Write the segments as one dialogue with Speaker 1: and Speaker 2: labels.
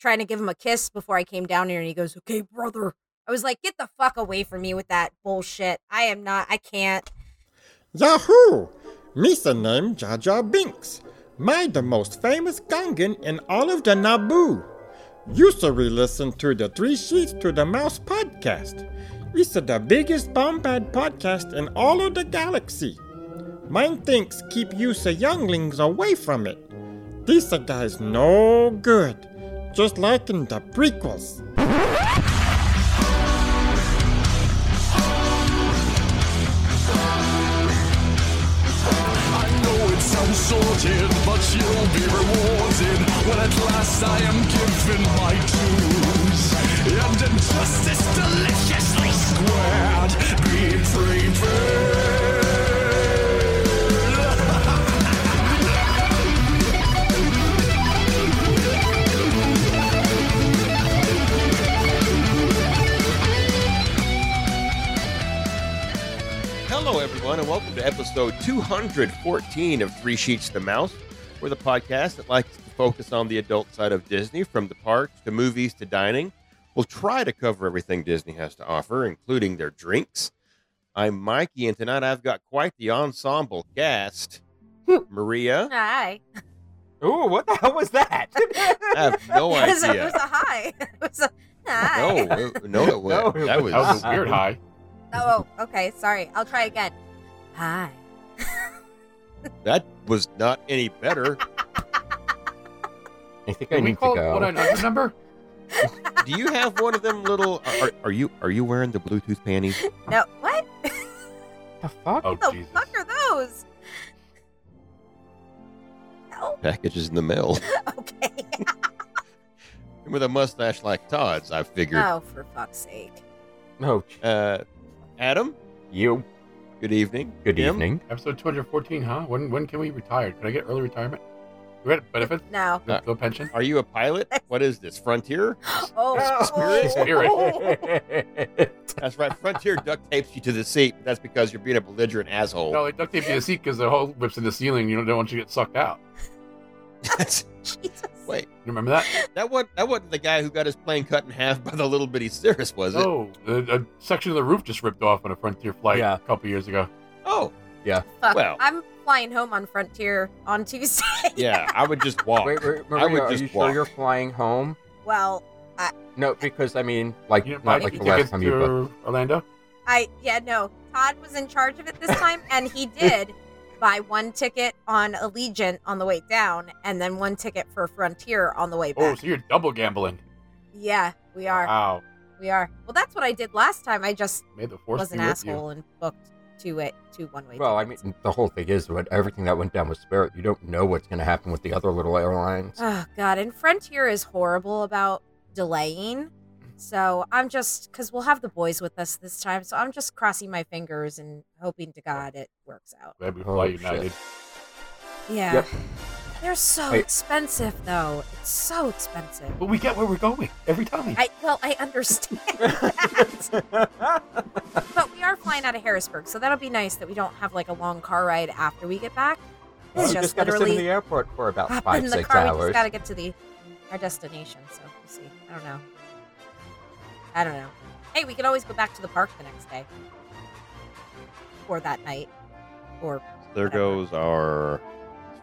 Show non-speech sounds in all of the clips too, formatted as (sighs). Speaker 1: trying to give him a kiss before I came down here, and he goes, "Okay, brother." I was like, "Get the fuck away from me with that bullshit. I am not. I can't."
Speaker 2: Yahoo! Misa named Jar Jar Binks. My the most famous Gongan in all of the Naboo. Used to re-listen to the Three Sheets to the Mouse podcast. It's the biggest bombad podcast in all of the galaxy. Mine thinks keep you sa younglings away from it. These a guys no good. Just like in the prequels.
Speaker 3: I know it sounds sorted, but you'll be rewarded when at last I am given my dues. And injustice deliciously squared, be prepared.
Speaker 4: Hello, everyone, and welcome to episode 214 of Three Sheets to the Mouse. We're the podcast that likes to focus on the adult side of Disney, from the parks to movies to dining. We'll try to cover everything Disney has to offer, including their drinks. I'm Mikey, and tonight I've got quite the ensemble cast.
Speaker 1: Hmm. (laughs)
Speaker 4: Maria,
Speaker 1: Hi.
Speaker 5: Ooh, what the hell was that?
Speaker 4: I have no
Speaker 1: it, was a, it
Speaker 4: idea.
Speaker 1: was a hi. (laughs) It was a hi.
Speaker 4: No, uh, no,
Speaker 5: (laughs)
Speaker 4: it
Speaker 5: No,
Speaker 4: was,
Speaker 5: it
Speaker 4: that was,
Speaker 5: was-
Speaker 6: That was a weird high.
Speaker 1: Oh, okay. Sorry. I'll try again. Hi.
Speaker 4: that was not any better.
Speaker 5: I (laughs) think I
Speaker 6: Did we
Speaker 5: need
Speaker 6: call
Speaker 5: to
Speaker 6: it
Speaker 5: go.
Speaker 6: what another number?
Speaker 4: Do you have one of them little? Are, are you are you wearing the Bluetooth panties?
Speaker 1: (laughs) No. What
Speaker 5: the fuck?
Speaker 6: Oh,
Speaker 1: the
Speaker 6: Jesus.
Speaker 1: fuck are those? (laughs) Help.
Speaker 4: Packages in the mail.
Speaker 1: Okay.
Speaker 4: with a mustache like Todd's, I figured.
Speaker 1: Oh, for fuck's sake.
Speaker 5: No.
Speaker 1: Oh.
Speaker 5: ch-
Speaker 4: Uh, Adam,
Speaker 5: Oh, You.
Speaker 4: good evening.
Speaker 5: Good
Speaker 4: Jim,
Speaker 5: evening.
Speaker 6: Episode 214, huh? When when can we retire? Can I get early retirement? Do we get benefits?
Speaker 1: No.
Speaker 6: No, no pension?
Speaker 5: Oh.
Speaker 4: Are you a pilot?
Speaker 1: (laughs)
Speaker 4: What is this? Frontier?
Speaker 1: Oh, (laughs)
Speaker 4: Spirit.
Speaker 6: Spirit.
Speaker 4: That's right. Frontier duct tapes you to the seat. That's because you're being a belligerent asshole.
Speaker 1: Oh.
Speaker 6: No, they duct tape you to the seat because the hole whips in the ceiling. You don't, don't want you to get sucked out.
Speaker 4: (laughs) That's-
Speaker 1: Jesus.
Speaker 4: Wait,
Speaker 6: You remember that?
Speaker 4: that wasn't that wasn't the guy who got his plane cut in half by the little bitty cirrus, was
Speaker 5: Oh.
Speaker 4: it?
Speaker 6: No, a, a section of the roof just ripped off on a Frontier flight
Speaker 5: Yeah.
Speaker 6: a couple years ago.
Speaker 4: Oh,
Speaker 1: Fuck.
Speaker 4: Well.
Speaker 1: I'm flying home on Frontier on Tuesday. (laughs)
Speaker 4: yeah. I would just walk.
Speaker 5: Wait, wait,
Speaker 4: I would
Speaker 5: Maria, are
Speaker 4: just
Speaker 5: you
Speaker 4: walk.
Speaker 5: sure you're flying home?
Speaker 1: well,
Speaker 5: No, because I mean, like,
Speaker 6: You didn't buy
Speaker 5: not like the
Speaker 6: tickets
Speaker 5: last time you booked.
Speaker 6: to Orlando?
Speaker 1: I yeah no. Todd was in charge of it this time, and he did buy one ticket on Allegiant on the way down, and then one ticket for Frontier on the way
Speaker 6: Oh,
Speaker 1: back.
Speaker 6: so you're double gambling.
Speaker 1: Yeah, we are.
Speaker 6: Wow.
Speaker 1: We are. Well, that's what I did last time. I just
Speaker 6: May the force
Speaker 1: was an
Speaker 6: be with you.
Speaker 1: asshole and booked two it two one way.
Speaker 5: Well, I mean, the whole thing is what everything that went down with Spirit. You don't know what's going to happen with the other little airlines.
Speaker 1: Oh god, and Frontier is horrible about delaying. So I'm just because we'll have the boys with us this time. So I'm just crossing my fingers and hoping to God it works out.
Speaker 6: Glad we
Speaker 5: Oh,
Speaker 6: fly
Speaker 5: shit.
Speaker 6: United.
Speaker 1: Yeah.
Speaker 5: Yep.
Speaker 1: They're so
Speaker 5: Wait.
Speaker 1: expensive though. It's so expensive.
Speaker 6: But we get where we're going every time.
Speaker 1: I well, I
Speaker 5: (laughs)
Speaker 1: understand that. but we are flying out of Harrisburg, so that'll be nice that we don't have like a long car ride after we get back.
Speaker 5: Oh,
Speaker 1: It's
Speaker 5: you
Speaker 1: just
Speaker 5: just got to sit in
Speaker 1: literally
Speaker 5: the airport for about
Speaker 1: hop
Speaker 5: five,
Speaker 1: in the
Speaker 5: six
Speaker 1: car. We
Speaker 5: hours.
Speaker 1: just gotta get to the our destination. So we'll see. I don't know. I don't know. Hey, we can always go back to the park the next day, or that night, or
Speaker 4: There goes our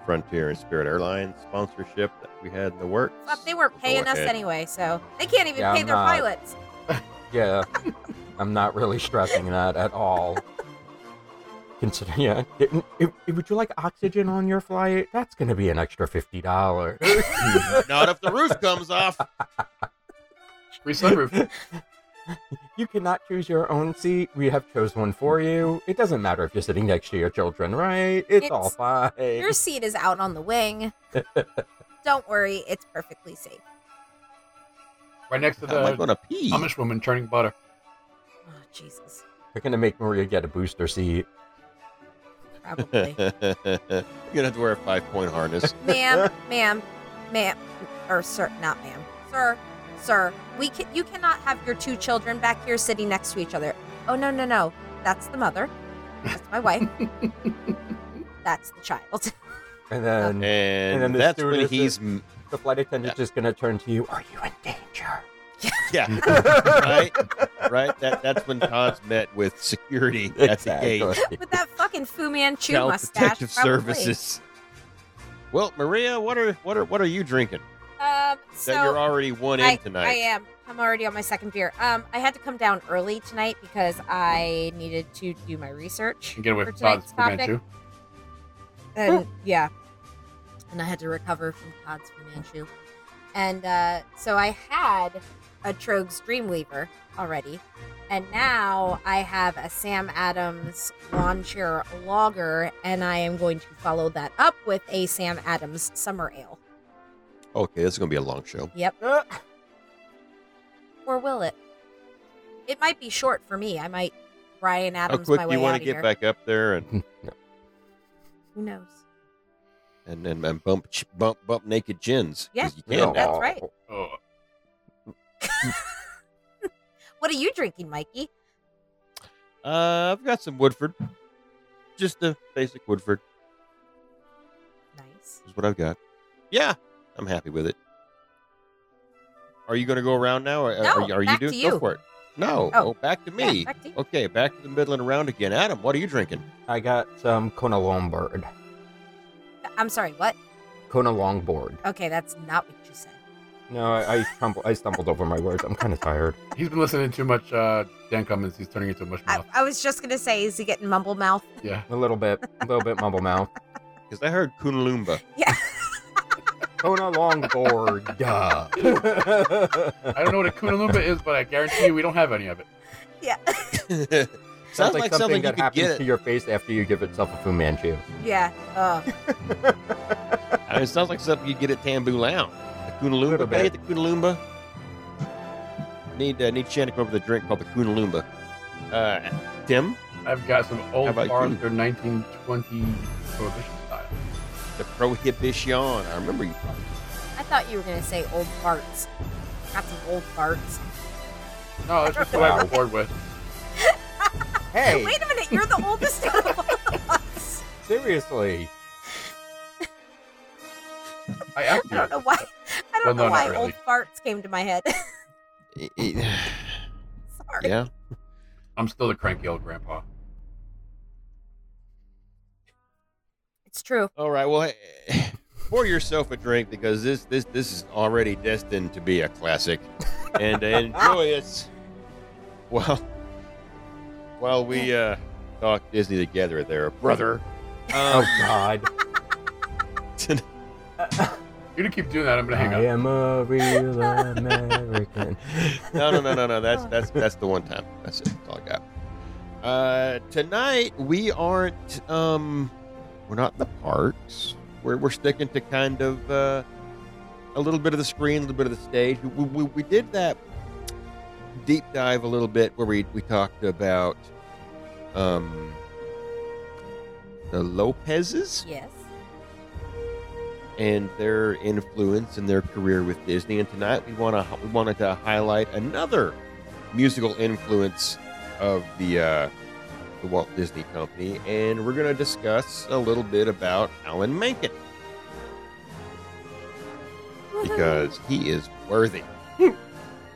Speaker 4: Frontier and Spirit Airlines sponsorship that we had in the works.
Speaker 1: but they weren't paying us
Speaker 4: ahead.
Speaker 1: anyway, so they can't even
Speaker 5: Yeah,
Speaker 1: pay
Speaker 5: I'm
Speaker 1: their
Speaker 5: not-
Speaker 1: pilots.
Speaker 5: (laughs) Yeah, I'm not really stressing that at all.
Speaker 1: (laughs)
Speaker 5: Consider, yeah. Didn't, if- if- would you like oxygen on your flight? That's going to be an extra fifty dollars.
Speaker 1: (laughs)
Speaker 5: (laughs)
Speaker 4: Not if the roof comes off.
Speaker 1: (laughs)
Speaker 6: Free sunroof.
Speaker 5: you cannot choose your own seat. We have chose one for you. It doesn't matter if you're sitting next to your children, right? It's, all
Speaker 1: It's-
Speaker 5: fine.
Speaker 1: Your seat is out on the
Speaker 4: (laughs)
Speaker 1: wing. Don't worry, it's perfectly safe.
Speaker 6: right next to
Speaker 4: Am I
Speaker 6: the
Speaker 4: going to pee?
Speaker 6: Amish woman churning butter.
Speaker 1: Oh, Jesus.
Speaker 5: They're going to make Maria get a booster seat.
Speaker 1: Probably.
Speaker 4: (laughs) You're gonna have to wear a five point harness.
Speaker 1: ma'am, ma'am, ma'am, or sir, not ma'am, sir, sir. We can, you cannot have your two children back here sitting next to each other. Oh no, no, no. That's the mother. That's my
Speaker 4: (laughs)
Speaker 1: wife. That's the child.
Speaker 5: And
Speaker 4: And,
Speaker 5: then And then the
Speaker 4: that's when
Speaker 5: stewardess
Speaker 4: he's m-
Speaker 5: the flight attendant is going to turn to you. Are you in danger?
Speaker 4: Yeah. right? Right? That, that's when Todd's met with security at the gate.
Speaker 1: (laughs) With that fucking Fu Manchu
Speaker 4: Child
Speaker 1: mustache.
Speaker 4: Protective
Speaker 1: probably.
Speaker 4: Services. Well, Maria, what are what are what are you drinking?
Speaker 1: Um, so
Speaker 4: that you're already one
Speaker 1: I,
Speaker 4: in tonight.
Speaker 1: I am. I'm already on my second beer. Um, I had to come down early tonight because I needed to do my research.
Speaker 6: And get away
Speaker 1: For
Speaker 6: from Todd's
Speaker 1: tonight's
Speaker 6: Fu
Speaker 1: topic.
Speaker 6: Manchu.
Speaker 1: and yeah, and I had to recover from Todd's Fu Manchu, and uh, so I had a Trogs Dreamweaver already, and now I have a Sam Adams lawn chair lager, and I am going to follow that up with a Sam Adams summer ale, uh,
Speaker 4: Okay, this is gonna be a long show.
Speaker 1: or will it? It might be short for me. I might Brian
Speaker 4: How
Speaker 1: Adams
Speaker 4: quick
Speaker 1: my
Speaker 4: do
Speaker 1: way
Speaker 4: you
Speaker 1: out
Speaker 4: want
Speaker 1: of
Speaker 4: to get
Speaker 1: here.
Speaker 4: back up there and
Speaker 1: Who knows?
Speaker 4: and and, and bump ch- bump bump naked gins? 'cause
Speaker 1: Yeah.
Speaker 4: you can now.
Speaker 1: that's right.
Speaker 6: Oh,
Speaker 1: What are you drinking, Mikey?
Speaker 4: Uh, I've got some Woodford, just a basic Woodford
Speaker 1: Nice.
Speaker 4: is what I've got. Yeah, I'm happy with it. Are you gonna go around now? Or,
Speaker 1: No,
Speaker 4: are, you- are
Speaker 1: back
Speaker 4: you
Speaker 1: to
Speaker 4: doing
Speaker 1: you.
Speaker 4: go for it? No,
Speaker 1: Oh.
Speaker 4: oh, back to
Speaker 1: Yeah,
Speaker 4: me.
Speaker 1: back to you.
Speaker 4: Okay, back to the middle and around again. Adam, what are you drinking?
Speaker 5: I got some Kona Longboard.
Speaker 1: I'm sorry. What?
Speaker 5: Kona Longboard.
Speaker 1: Okay, that's not what you said.
Speaker 5: No, I, I, stumble, I stumbled over my words. I'm kind of tired.
Speaker 6: he's been listening to too much uh, Dan Cummins. He's turning into a mush
Speaker 1: I,
Speaker 4: Oh.
Speaker 6: mouth.
Speaker 1: I was just gonna say, is he getting mumble mouth? (laughs)
Speaker 6: Yeah.
Speaker 5: A little bit, a little bit mumble mouth.
Speaker 4: Because I heard Kunalumba.
Speaker 5: Kona Longboard. (laughs) Duh.
Speaker 6: I don't know what a Kunalumba is, but I guarantee you we don't have any of it.
Speaker 1: Yeah,
Speaker 4: (laughs) Sounds,
Speaker 5: Sounds like, something,
Speaker 4: you
Speaker 5: that
Speaker 4: could
Speaker 5: happens
Speaker 4: get.
Speaker 5: to your face after you give itself a Fu Manchu.
Speaker 1: yeah. Oh,
Speaker 4: I mean, it sounds like something you'd get at Tambu Lounge. The
Speaker 5: Little
Speaker 4: Kunalumba, babe,
Speaker 5: bit.
Speaker 4: the Kunalumba. Need uh, need Shannon to come up with a drink called the Kunalumba. Uh, Tim,
Speaker 6: I've got some
Speaker 4: How
Speaker 6: old
Speaker 4: about you?
Speaker 6: Forester 1920 prohibition style.
Speaker 4: the Prohibition. I
Speaker 1: (sighs)
Speaker 4: remember you. Probably.
Speaker 1: I thought you were gonna say old farts. Got some old farts.
Speaker 6: No, that's just what
Speaker 5: Wow.
Speaker 6: I'm bored with.
Speaker 5: Hey,
Speaker 1: Wait a minute, you're the oldest out of all
Speaker 4: (laughs)
Speaker 1: of us.
Speaker 5: seriously.
Speaker 6: I am
Speaker 1: I don't know why. I don't
Speaker 6: Well, no,
Speaker 1: know why
Speaker 6: not
Speaker 1: old
Speaker 6: really.
Speaker 1: farts came to my head. (laughs) Sorry.
Speaker 4: yeah,
Speaker 6: I'm still the cranky old grandpa.
Speaker 1: It's true.
Speaker 4: All right. Well, (laughs) hey, pour yourself a drink because this this this is already destined to be a classic, and enjoy it. (laughs) Well, while we uh, talk Disney together, there, brother.
Speaker 5: Oh
Speaker 4: Um,
Speaker 5: (laughs) God.
Speaker 6: You're gonna keep doing that. I'm gonna
Speaker 4: Oh,
Speaker 6: hang
Speaker 5: I
Speaker 6: up.
Speaker 5: am a real American.
Speaker 4: no, no, no, no, no. That's that's that's the one time. That's it. That's all I got. Uh, tonight we aren't. Um, we're not in the parks. We're we're sticking to kind of uh, a little bit of the screen, a little bit of the stage. We we, we did that deep dive a little bit where we we talked about um the Lopez's
Speaker 1: Yes.
Speaker 4: and their influence and their career with Disney. And tonight we want to we wanted to highlight another musical influence of the uh, the Walt Disney Company, and we're going to discuss a little bit about Alan Menken because he is worthy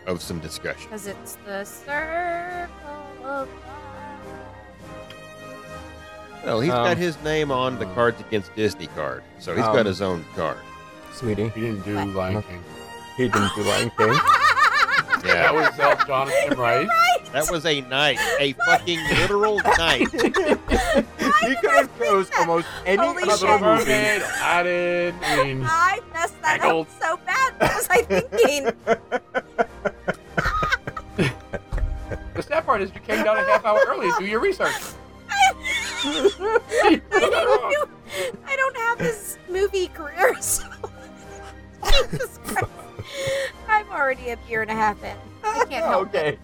Speaker 4: of some discussion.
Speaker 1: Because it's the circle of life.
Speaker 4: Well, he's
Speaker 5: Um,
Speaker 4: got his name on the Cards Against Disney card, so he's got
Speaker 5: Um,
Speaker 4: his own card.
Speaker 5: Sweetie,
Speaker 6: You didn't do
Speaker 1: What?
Speaker 6: Lion King.
Speaker 5: he didn't do (laughs) Lion King.
Speaker 4: Yeah.
Speaker 6: That was Elf Jonathan, right?
Speaker 4: That was a night,
Speaker 5: (laughs)
Speaker 4: a fucking literal night.
Speaker 5: he could have chose almost any
Speaker 1: Holy
Speaker 5: other
Speaker 1: shit.
Speaker 5: movie.
Speaker 6: Mermaid. I didn't. I mean,
Speaker 1: (laughs) I messed that
Speaker 6: Haggled.
Speaker 1: up so bad. What was I thinking?
Speaker 4: (laughs)
Speaker 1: (laughs)
Speaker 6: the sad part is you came down a half hour early to do
Speaker 1: (laughs)
Speaker 6: your research. (laughs)
Speaker 1: I, didn't do, I don't have this movie career, (laughs) so Jesus Christ. I'm already a year and a half in. I can't
Speaker 4: (laughs)
Speaker 1: help
Speaker 5: Oh, Okay.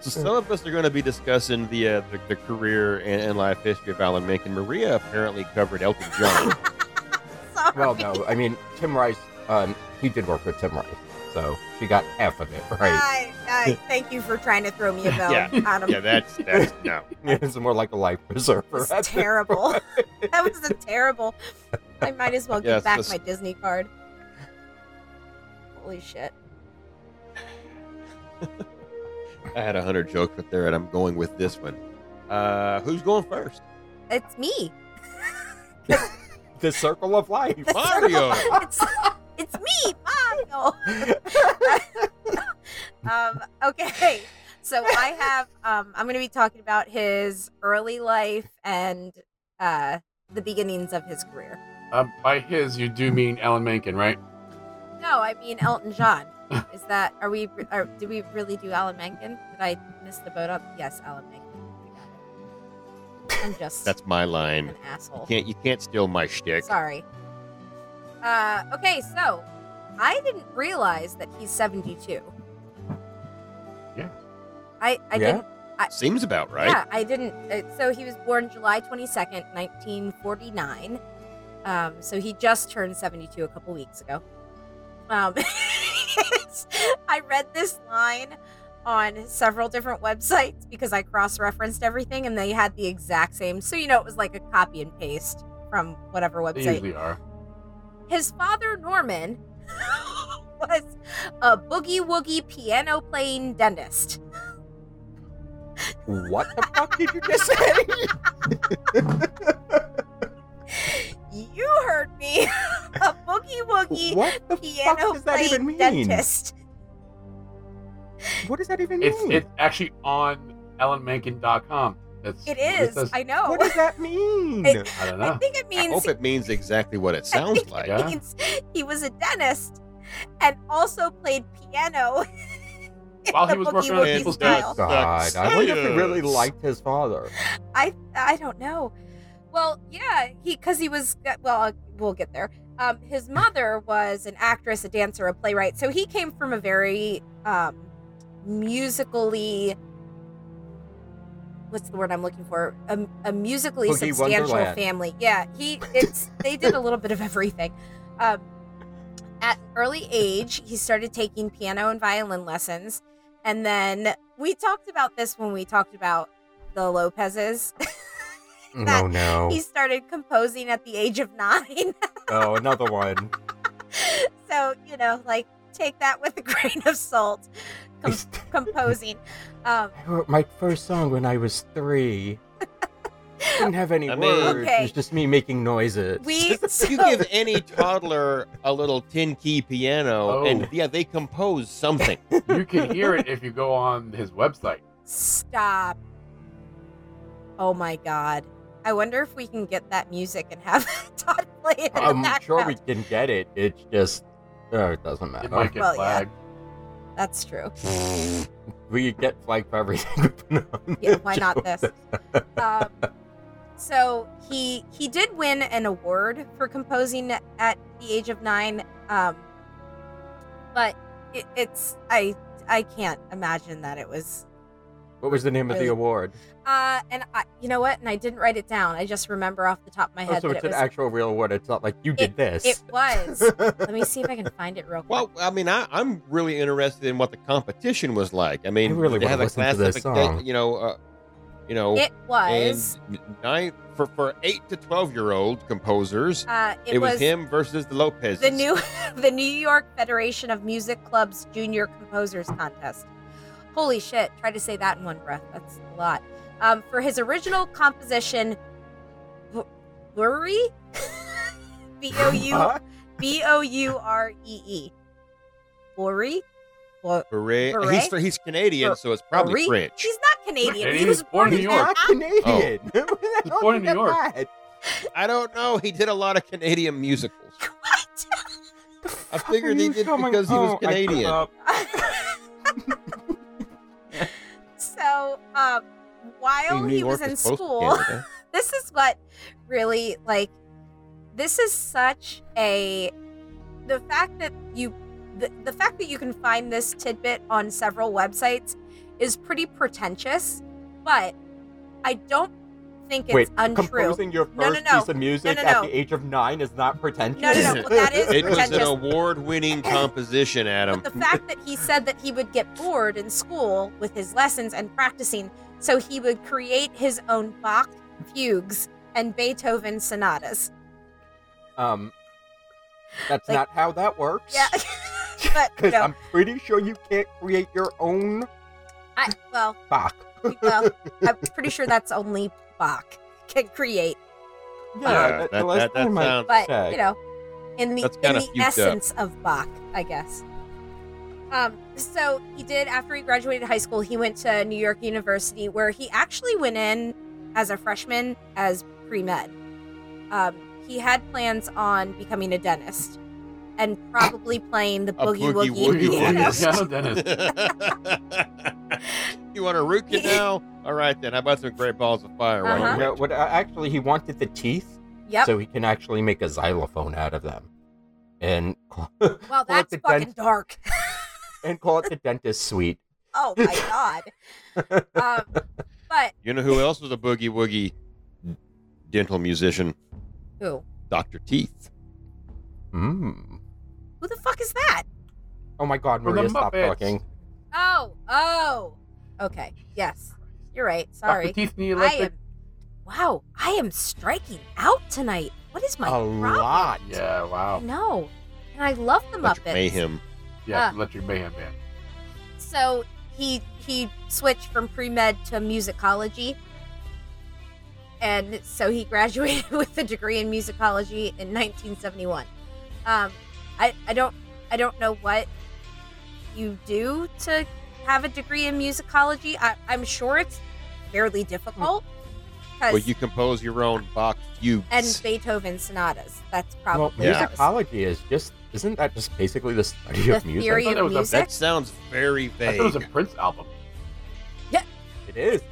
Speaker 4: So some of us are going to be discussing the uh, the, the career and, and life history of Alan Menken. Maria apparently covered Elton John.
Speaker 1: Sorry.
Speaker 5: Well, no, I mean Tim Rice. Um, he did work with Tim Rice, so she got half of it
Speaker 1: (laughs)
Speaker 5: right. (laughs)
Speaker 1: I, I thank you for trying to throw me a bone,
Speaker 4: Yeah.
Speaker 1: Adam.
Speaker 4: (laughs) yeah, that's that's no.
Speaker 5: it's more like a life preserver.
Speaker 1: It was
Speaker 5: (laughs) at
Speaker 4: (laughs)
Speaker 5: this
Speaker 1: terrible. that was a terrible. I might as well give
Speaker 4: Yes,
Speaker 1: back
Speaker 4: this-
Speaker 1: my Disney card. Holy shit.
Speaker 4: I had a hundred jokes up there, and I'm going with this one. Uh, who's going first?
Speaker 1: It's me. (laughs)
Speaker 5: The circle of life.
Speaker 1: The circle-
Speaker 4: Mario.
Speaker 1: it's, it's me, Mario. (laughs) um, okay. So I have um, I'm going to be talking about his early life and uh, the beginnings of his career.
Speaker 6: Um, by his, you do mean Alan Menken, right?
Speaker 1: No, I mean Elton
Speaker 4: (laughs)
Speaker 1: John. Is that are we? Are, do we really do Alan Menken? Did I miss the boat on? Yes, Alan Menken. I'm just
Speaker 4: That's my line.
Speaker 1: an asshole.
Speaker 4: Can't you can't steal my shtick?
Speaker 1: Sorry. Uh, okay, so I didn't realize that he's 72.
Speaker 6: Yeah.
Speaker 1: I, I
Speaker 5: Yeah?
Speaker 1: didn't.
Speaker 4: Seems about right.
Speaker 1: Yeah, I didn't. Uh, so he was born July 22nd, 1949. Um, so he just turned 72 a couple weeks ago. Um, (laughs) I read this line on several different websites because I cross referenced everything and they had the exact same. So, you know, it was like a copy and paste from whatever
Speaker 6: They
Speaker 1: website.
Speaker 6: usually are.
Speaker 1: His father, Norman, (laughs) was a boogie woogie piano playing dentist.
Speaker 5: (laughs) What the fuck did you just say?
Speaker 1: You heard me. (laughs) a boogie woogie
Speaker 5: What the fuck
Speaker 1: piano
Speaker 5: does that even
Speaker 1: playing
Speaker 5: mean?
Speaker 1: dentist.
Speaker 5: What does that even
Speaker 6: It's
Speaker 5: mean?
Speaker 6: it's actually on AlanMenken.com. That's
Speaker 1: It
Speaker 6: what
Speaker 1: is.
Speaker 6: says.
Speaker 1: (laughs) I know.
Speaker 5: What does that mean?
Speaker 1: It-
Speaker 6: I don't
Speaker 1: I (laughs)
Speaker 6: know.
Speaker 1: think it
Speaker 4: I
Speaker 1: means,
Speaker 4: hope it means exactly what
Speaker 1: (laughs)
Speaker 4: it sounds like.
Speaker 6: Yeah.
Speaker 1: it means he was a dentist and also played piano. (laughs) in
Speaker 6: While he
Speaker 1: the
Speaker 6: was
Speaker 1: boogie
Speaker 6: working on
Speaker 1: woogie
Speaker 6: people's
Speaker 1: style.
Speaker 6: dents.
Speaker 5: God, I wonder if he really
Speaker 4: Science.
Speaker 5: liked his father.
Speaker 1: I I don't know. Well, yeah, he because he was uh, well. We'll get there. Um, his mother was an actress, a dancer, a playwright, so he came from a very um, musically. What's the word I'm looking for? A, a musically
Speaker 5: Boogie
Speaker 1: substantial
Speaker 5: Wonderland.
Speaker 1: family. Yeah, he it's they did a little bit of everything. Um, at early age, he started taking piano and violin lessons, and then we talked about this when we talked about the Lopezes. (laughs) That-
Speaker 5: No, no.
Speaker 1: He started composing at the age of nine. (laughs)
Speaker 5: Oh, another one.
Speaker 1: so, you know, like take that with a (laughs) grain of salt. Com- composing. Um,
Speaker 5: I wrote my first song when I was
Speaker 1: (laughs)
Speaker 5: three. Didn't have any
Speaker 4: I mean-
Speaker 5: words. It
Speaker 1: Okay.
Speaker 5: was just me making noises.
Speaker 1: we (laughs) so,
Speaker 4: You give any toddler a little tin key piano,
Speaker 6: Oh.
Speaker 4: and yeah, they compose something.
Speaker 6: you can hear it if you go on his website.
Speaker 1: stop. Oh my god. I wonder if we can get that music and have (laughs) Todd play it. In
Speaker 5: I'm
Speaker 1: the background.
Speaker 5: sure we can get it. It's just, oh, it doesn't
Speaker 6: It
Speaker 5: matter.
Speaker 6: might get
Speaker 1: Well, yeah. (laughs)
Speaker 6: flagged.
Speaker 1: That's true.
Speaker 5: We get flagged for everything. (laughs)
Speaker 1: Yeah, why not this? Um, so he he did win an award for composing at the age of nine, um, but it, it's I I can't imagine that it was
Speaker 5: What was the name of the
Speaker 1: Really?
Speaker 5: award?
Speaker 1: uh and I you know what and I didn't write it down I just remember off the top of my
Speaker 5: Oh,
Speaker 1: head
Speaker 5: so
Speaker 1: that
Speaker 5: it's
Speaker 1: it
Speaker 5: an
Speaker 1: was
Speaker 5: actual real award. It's not like you did this.
Speaker 1: it
Speaker 5: (laughs)
Speaker 1: was let me see if I can find it real quick
Speaker 4: Well, I mean, I, I'm really interested in what the competition was like. I mean,
Speaker 5: I really
Speaker 4: did they
Speaker 5: wanna
Speaker 4: have a
Speaker 5: listen to this
Speaker 4: classific- they-
Speaker 5: song.
Speaker 4: you know, uh, you know,
Speaker 1: it was
Speaker 4: and nine for for eight to twelve year old composers.
Speaker 1: uh
Speaker 4: It, was, him versus the Lopez.
Speaker 1: the new the New (laughs) York Federation of Music Clubs Junior Composers Contest. Holy shit! Try to say that in one breath. That's a lot. Um, for his original composition, Bu- Bure, (laughs) B O U
Speaker 5: Huh?
Speaker 1: B O U R E E, Bure. Well,
Speaker 4: Beret.
Speaker 1: Beret?
Speaker 4: He's he's Canadian,
Speaker 1: Ber-
Speaker 4: so it's probably
Speaker 1: Beret?
Speaker 4: French.
Speaker 1: he's not Canadian. He
Speaker 6: Canadian?
Speaker 1: was born in
Speaker 5: He's
Speaker 1: New
Speaker 6: New York.
Speaker 5: not Canadian. (laughs) He's
Speaker 6: born in New York.
Speaker 4: I don't know. He did a lot of Canadian musicals.
Speaker 1: (laughs) What?
Speaker 4: I figured he did because he
Speaker 5: Oh,
Speaker 4: was Canadian.
Speaker 1: (laughs) so, um, while
Speaker 4: New
Speaker 1: he was
Speaker 4: York
Speaker 1: in
Speaker 4: is close to
Speaker 1: school.
Speaker 4: Canada.
Speaker 1: this is what really like this is such a the fact that you the, the fact that you can find this tidbit on several websites is pretty pretentious but i don't think it's
Speaker 5: Wait,
Speaker 1: untrue
Speaker 5: composing your first
Speaker 1: No, no, no.
Speaker 5: piece of music
Speaker 1: no,
Speaker 5: at
Speaker 1: no.
Speaker 5: the age of nine is not pretentious.
Speaker 1: No, no, no. Well, that
Speaker 5: (laughs)
Speaker 1: is
Speaker 4: It was an
Speaker 1: pretentious. (laughs)
Speaker 4: award-winning composition, Adam.
Speaker 1: but the fact that he said that he would get bored in school with his lessons and practicing so he would create his own bach fugues and beethoven sonatas
Speaker 5: Um, that's
Speaker 1: Like-
Speaker 5: (laughs) not how that works.
Speaker 1: yeah (laughs) But
Speaker 5: Because
Speaker 1: no,
Speaker 5: I'm pretty sure you can't create your own
Speaker 1: I, well,
Speaker 5: Bach.
Speaker 1: well, I'm pretty sure that's only Bach can create.
Speaker 5: Uh,
Speaker 4: Yeah, that-
Speaker 5: the last
Speaker 4: that- that
Speaker 5: time I
Speaker 4: sounds-
Speaker 1: But
Speaker 5: checked.
Speaker 1: you know, in the
Speaker 4: That's
Speaker 1: in
Speaker 4: kinda
Speaker 1: the
Speaker 4: fucked up.
Speaker 1: essence of Bach, I guess. Um, so he did after he graduated high school, he went to New York University, where he actually went in as a freshman as pre med. Um, he had plans on becoming a dentist and probably playing the
Speaker 4: A
Speaker 1: boogie
Speaker 4: boogie
Speaker 1: woogie
Speaker 4: woogie
Speaker 1: piano.
Speaker 4: dentist.
Speaker 6: Yeah, Dennis.
Speaker 4: (laughs) you want to root canal? All right, then. How about some great balls of fire? while
Speaker 1: Uh-huh.
Speaker 4: you're
Speaker 5: Yeah,
Speaker 4: at it?
Speaker 5: what, uh, actually, he wanted the teeth
Speaker 4: (laughs)
Speaker 1: Yep.
Speaker 5: so he can actually make a xylophone out of them, and
Speaker 1: well,
Speaker 5: Well,
Speaker 1: that's
Speaker 5: it's a
Speaker 1: fucking
Speaker 5: dent-
Speaker 1: dark.
Speaker 5: and call it the dentist suite.
Speaker 1: Oh my
Speaker 4: (laughs)
Speaker 1: god. um, but
Speaker 4: You know who else was a boogie woogie dental musician?
Speaker 1: who?
Speaker 4: Dr. Teeth.
Speaker 5: Mm.
Speaker 1: Who the fuck is that?
Speaker 5: Oh my God,
Speaker 6: From the
Speaker 5: Maria, stop
Speaker 6: Muppets.
Speaker 5: talking.
Speaker 1: Oh, oh. Okay. Yes. You're right.
Speaker 6: Dr.
Speaker 1: Sorry.
Speaker 6: Teeth and the
Speaker 1: I
Speaker 6: Electric.
Speaker 1: am Wow, I am striking out tonight. What is my
Speaker 5: a
Speaker 1: problem?
Speaker 5: lot.
Speaker 6: Yeah, wow.
Speaker 1: No. And I love the
Speaker 4: Electric
Speaker 1: Muppets.
Speaker 4: Mayhem.
Speaker 6: Yeah,
Speaker 1: Ah.
Speaker 6: Electric Mayhem Band.
Speaker 1: So he he switched from pre med to musicology. And so he (laughs) graduated with a degree in musicology in 1971. Um, I, I don't I don't know what you do to have a degree in musicology. I, I'm sure it's fairly difficult. 'cause-
Speaker 4: Well, you compose your own Bach fugues.
Speaker 1: and Beethoven sonatas. That's
Speaker 5: Well,
Speaker 1: probably
Speaker 4: Yeah.
Speaker 1: what it was.
Speaker 5: musicology is just isn't that just basically the study
Speaker 1: the
Speaker 5: of music?
Speaker 1: theory
Speaker 6: I thought
Speaker 1: of
Speaker 6: that was a-
Speaker 1: music.
Speaker 4: that sounds very
Speaker 6: I thought it was a
Speaker 4: vague.
Speaker 6: Prince album. (laughs)
Speaker 5: It is.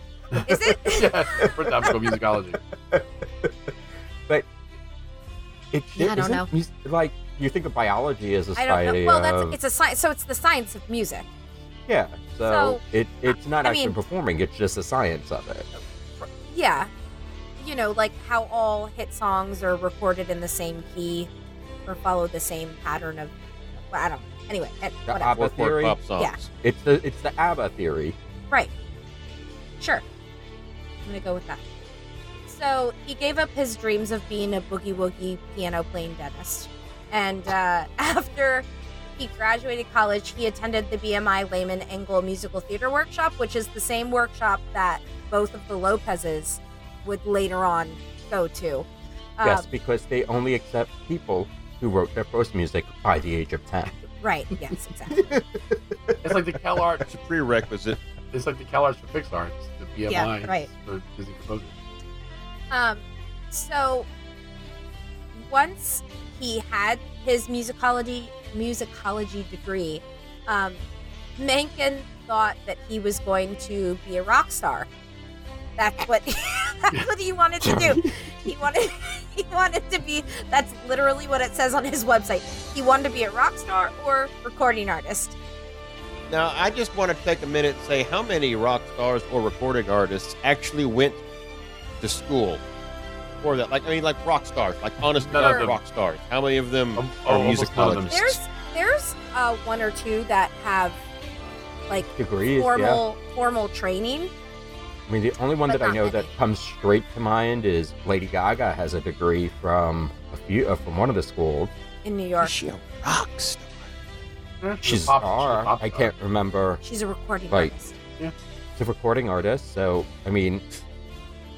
Speaker 1: Is it?
Speaker 6: yeah, Prince album of musicology.
Speaker 5: It
Speaker 1: Yeah, I don't
Speaker 5: isn't
Speaker 1: know.
Speaker 5: mus- like you think of biology as a
Speaker 1: I don't
Speaker 5: study
Speaker 1: know. Well,
Speaker 5: of-
Speaker 1: that's it's a science. So it's the science of music.
Speaker 5: yeah. So,
Speaker 1: So,
Speaker 5: it it's not
Speaker 1: I
Speaker 5: actually
Speaker 1: mean-
Speaker 5: performing; it's just the science of it.
Speaker 1: Yeah, you know, like how all hit songs are recorded in the same key or follow the same pattern of. Well, I don't. know. Anyway, eh,
Speaker 5: The
Speaker 1: whatever.
Speaker 5: ABBA
Speaker 4: Four chord
Speaker 5: theory.
Speaker 4: pop songs.
Speaker 1: Yeah.
Speaker 5: It's the it's the ABBA theory.
Speaker 1: Right. Sure. I'm gonna go with that. So he gave up his dreams of being a boogie woogie piano playing dentist, and uh, (laughs) after he graduated college, he attended the BMI Lehman Engel Musical Theater Workshop, which is the same workshop that both of the Lopez's would later on go to.
Speaker 5: yes,
Speaker 1: Um,
Speaker 5: because they only accept people who wrote their first music by the age of ten.
Speaker 1: Right. Yes. Exactly.
Speaker 6: It's like the Cal Arts.
Speaker 4: It's a prerequisite.
Speaker 6: It's like the Cal Arts for Pixar. It's the BMI
Speaker 1: Yeah, right.
Speaker 6: for Disney composers.
Speaker 1: Um, so once he had his musicology musicology degree, um, Mencken thought that he was going to be a rock star. That's what (laughs) that's what he wanted to do. He wanted (laughs) he wanted to be that's literally what it says on his website. He wanted to be a rock star or recording artist.
Speaker 4: Now, I just want to take a minute and say how many rock stars or recording artists actually went to school for that? Like, I mean, like rock stars, like honest
Speaker 6: None of
Speaker 4: God,
Speaker 6: them.
Speaker 4: rock stars. How many of them
Speaker 6: Um,
Speaker 4: are
Speaker 6: almost none of them.
Speaker 4: musicologists?
Speaker 1: There's there's uh, one or two that have like
Speaker 5: Degrees, yeah.
Speaker 1: formal formal training.
Speaker 5: I mean, the only one
Speaker 1: but
Speaker 5: that I
Speaker 1: not
Speaker 5: know that
Speaker 1: many.
Speaker 5: comes straight to mind is Lady Gaga has a degree from a few uh, from one of the schools.
Speaker 1: in New York.
Speaker 4: Is she a rock star?
Speaker 6: Yeah,
Speaker 5: She's a
Speaker 6: pop-
Speaker 5: star.
Speaker 6: a pop
Speaker 5: I
Speaker 6: star.
Speaker 5: can't remember.
Speaker 1: She's a recording
Speaker 5: Right.
Speaker 1: artist.
Speaker 5: It's a recording artist, so I mean,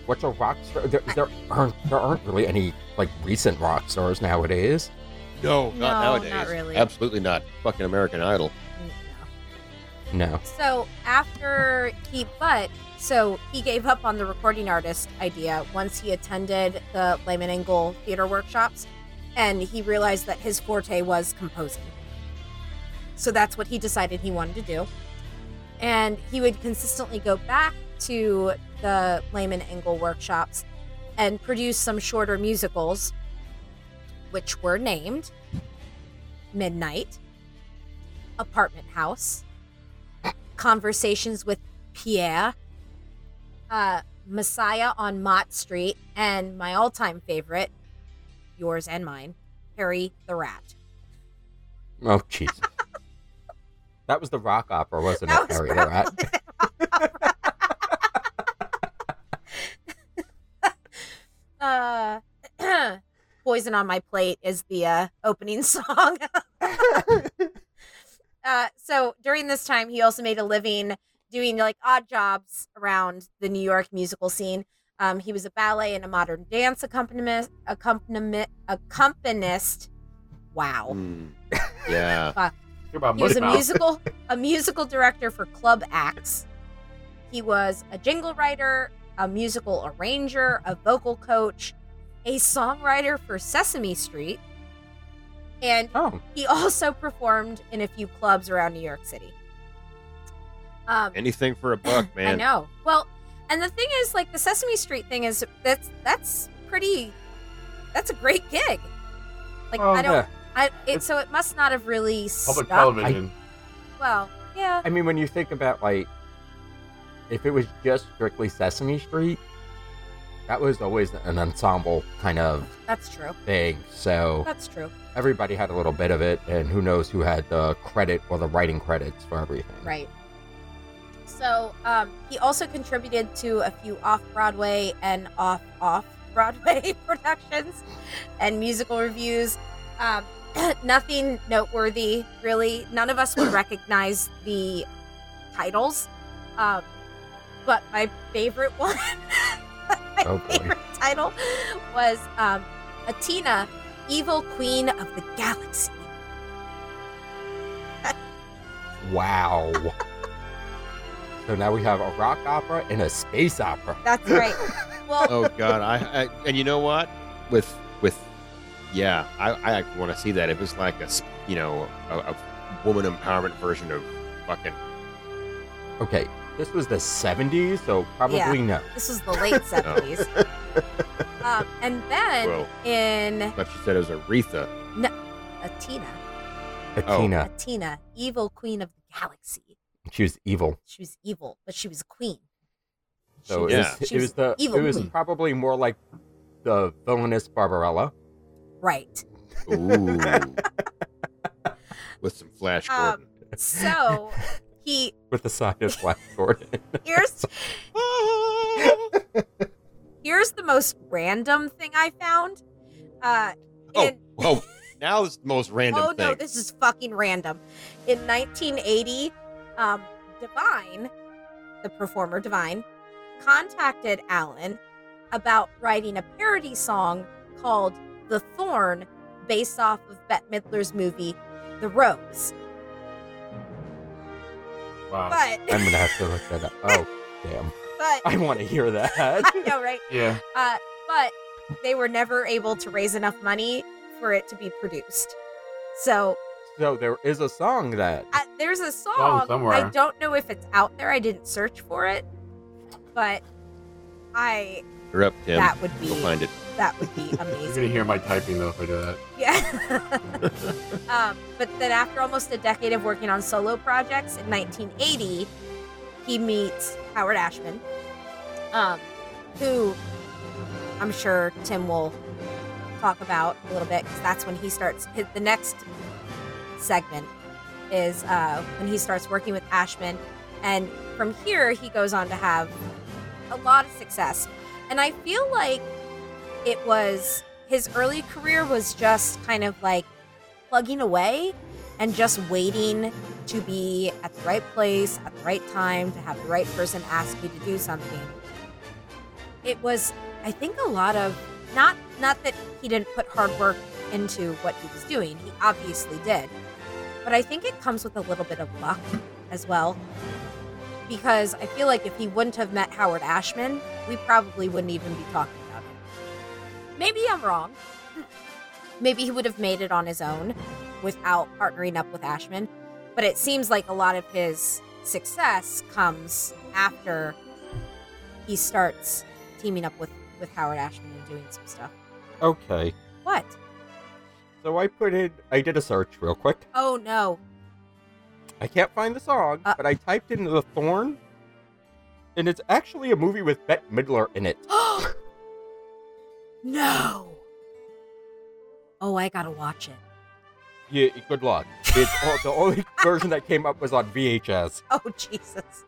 Speaker 5: what's a rock star? There, there aren't there aren't really any like recent rock stars nowadays.
Speaker 4: No, not
Speaker 1: No,
Speaker 4: nowadays.
Speaker 1: not really.
Speaker 4: Absolutely not. Fucking American Idol.
Speaker 5: No,
Speaker 1: So after he, but so he gave up on the recording artist idea once he attended the Lehman Engel theater workshops, and he realized that his forte was composing. So that's what he decided he wanted to do, and he would consistently go back to the Lehman Engel workshops and produce some shorter musicals, which were named Midnight, Apartment House. Conversations with Pierre, uh, Messiah on Mott Street, and my all time favorite, yours and mine, Harry the Rat.
Speaker 5: oh
Speaker 1: (laughs)
Speaker 5: jeez, that was the rock opera, wasn't
Speaker 1: That
Speaker 5: it,
Speaker 1: was
Speaker 5: Harry? the
Speaker 1: probably-
Speaker 5: Rat?
Speaker 1: Uh, (clears throat) (laughs) Poison on My Plate is the uh, opening song. Uh, so during this time, he also made a living doing like odd jobs around the New York musical scene. Um, he was a ballet and a modern dance accompanist, accompaniment, accompanist. Wow.
Speaker 4: Mm. Yeah.
Speaker 6: You're about
Speaker 1: He was
Speaker 6: Mush
Speaker 1: a
Speaker 6: Mouth.
Speaker 1: musical a musical director for club acts. He was a jingle writer, a musical arranger, a vocal coach, a songwriter for Sesame Street, and (laughs)
Speaker 5: Oh,
Speaker 1: he also performed in a few clubs around New York City. Um,
Speaker 4: Anything for a buck, man.
Speaker 1: (laughs) I know. Well, and the thing is, like the Sesame Street thing is that's that's pretty. That's a great gig. Like
Speaker 6: Oh,
Speaker 1: I don't.
Speaker 5: yeah.
Speaker 1: I it, so it must not have really
Speaker 6: Public
Speaker 1: stopped.
Speaker 6: television.
Speaker 1: Well, yeah.
Speaker 5: I mean, when you think about like, if it was just strictly Sesame Street, that was always an ensemble kind of
Speaker 1: That's true.
Speaker 5: thing. So
Speaker 1: That's true.
Speaker 5: everybody had a little bit of it, and who knows who had the credit or the writing credits for everything.
Speaker 1: Right. So um, he also contributed to a few off Broadway and off off Broadway (laughs) productions and musical reviews. Um, (clears throat) nothing noteworthy, really. None of us would recognize the titles. Um, but my favorite (laughs) one, my
Speaker 5: Oh, boy.
Speaker 1: favorite title was um, Atina, Evil Queen of the Galaxy.
Speaker 5: Wow. so now we have a rock opera and a space opera.
Speaker 1: That's right. Well,
Speaker 4: Oh God, I, I and you know what? With with yeah, I I actually want to see that. If it's like a s- you know a, a woman empowerment version of fucking
Speaker 5: (laughs) Okay, this was the 70s, so probably
Speaker 1: Yeah.
Speaker 5: no.
Speaker 1: This was the late 70s. um, and then
Speaker 4: well,
Speaker 1: in
Speaker 4: but she said it was Aretha.
Speaker 1: Atina,
Speaker 5: Athena,
Speaker 1: Atina, evil queen of the galaxy.
Speaker 5: she was evil.
Speaker 1: She was evil, but she was a queen. She
Speaker 5: So
Speaker 1: was-
Speaker 5: it,
Speaker 4: Yeah.
Speaker 5: was,
Speaker 1: she
Speaker 5: it was the
Speaker 1: evil
Speaker 5: it was
Speaker 1: queen.
Speaker 5: probably more like the villainous Barbarella.
Speaker 1: right. (laughs)
Speaker 4: Ooh, with some Flash Gordon.
Speaker 1: Um, So he
Speaker 5: with the side of Flash Gordon.
Speaker 1: here's here's the most random thing I found. Uh,
Speaker 4: oh,
Speaker 1: in-
Speaker 4: oh, now it's the most random
Speaker 1: oh
Speaker 4: thing.
Speaker 1: no, this is fucking random. In 1980, um, Divine, the performer Divine, contacted Alan about writing a parody song called "The Thorn," based off of Bette Midler's movie "The Rose."
Speaker 6: Wow.
Speaker 1: But,
Speaker 5: (laughs) I'm gonna have to look that up. Oh, damn!
Speaker 1: but
Speaker 4: (laughs)
Speaker 5: I want to hear that.
Speaker 1: I (laughs) know, right?
Speaker 6: yeah.
Speaker 1: Uh, but they were never able to raise enough money for it to be produced. So
Speaker 5: So there is a song that
Speaker 1: I, there's a song. I
Speaker 6: somewhere.
Speaker 1: don't know if it's out there. I didn't search for it, but I
Speaker 4: You're up, Tim.
Speaker 1: that would
Speaker 4: We'll
Speaker 1: be
Speaker 4: find it.
Speaker 1: that would
Speaker 4: (laughs)
Speaker 1: be
Speaker 6: You're
Speaker 1: amazing.
Speaker 6: gonna hear my typing though if I do that.
Speaker 1: Yeah. (laughs) um, but then after almost a decade of working on solo projects in 1980, he meets Howard Ashman, um, who I'm sure Tim will talk about a little bit because that's when he starts his, the next segment is uh, when he starts working with Ashman, and from here he goes on to have a lot of success. And I feel like it was his early career was just kind of like plugging away and just waiting to be at the right place at the right time to have the right person ask you to do something it was i think a lot of not not that he didn't put hard work into what he was doing he obviously did but i think it comes with a little bit of luck as well because i feel like if he wouldn't have met howard ashman we probably wouldn't even be talking about him Maybe I'm wrong. Maybe he would have made it on his own without partnering up with Ashman. But it seems like a lot of his success comes after he starts teaming up with, with Howard Ashman and doing some stuff.
Speaker 5: okay.
Speaker 1: What?
Speaker 5: So I put in. I did a search real quick.
Speaker 1: Oh no.
Speaker 5: I can't find the song,
Speaker 1: Uh.
Speaker 5: but I typed in the Thorn, and it's actually a movie with Bette Midler
Speaker 1: (gasps)
Speaker 5: in it.
Speaker 1: no. Oh, I gotta watch it. (laughs)
Speaker 5: Yeah, good luck. It's all, the only version that came up was on VHS.
Speaker 1: Oh, Jesus.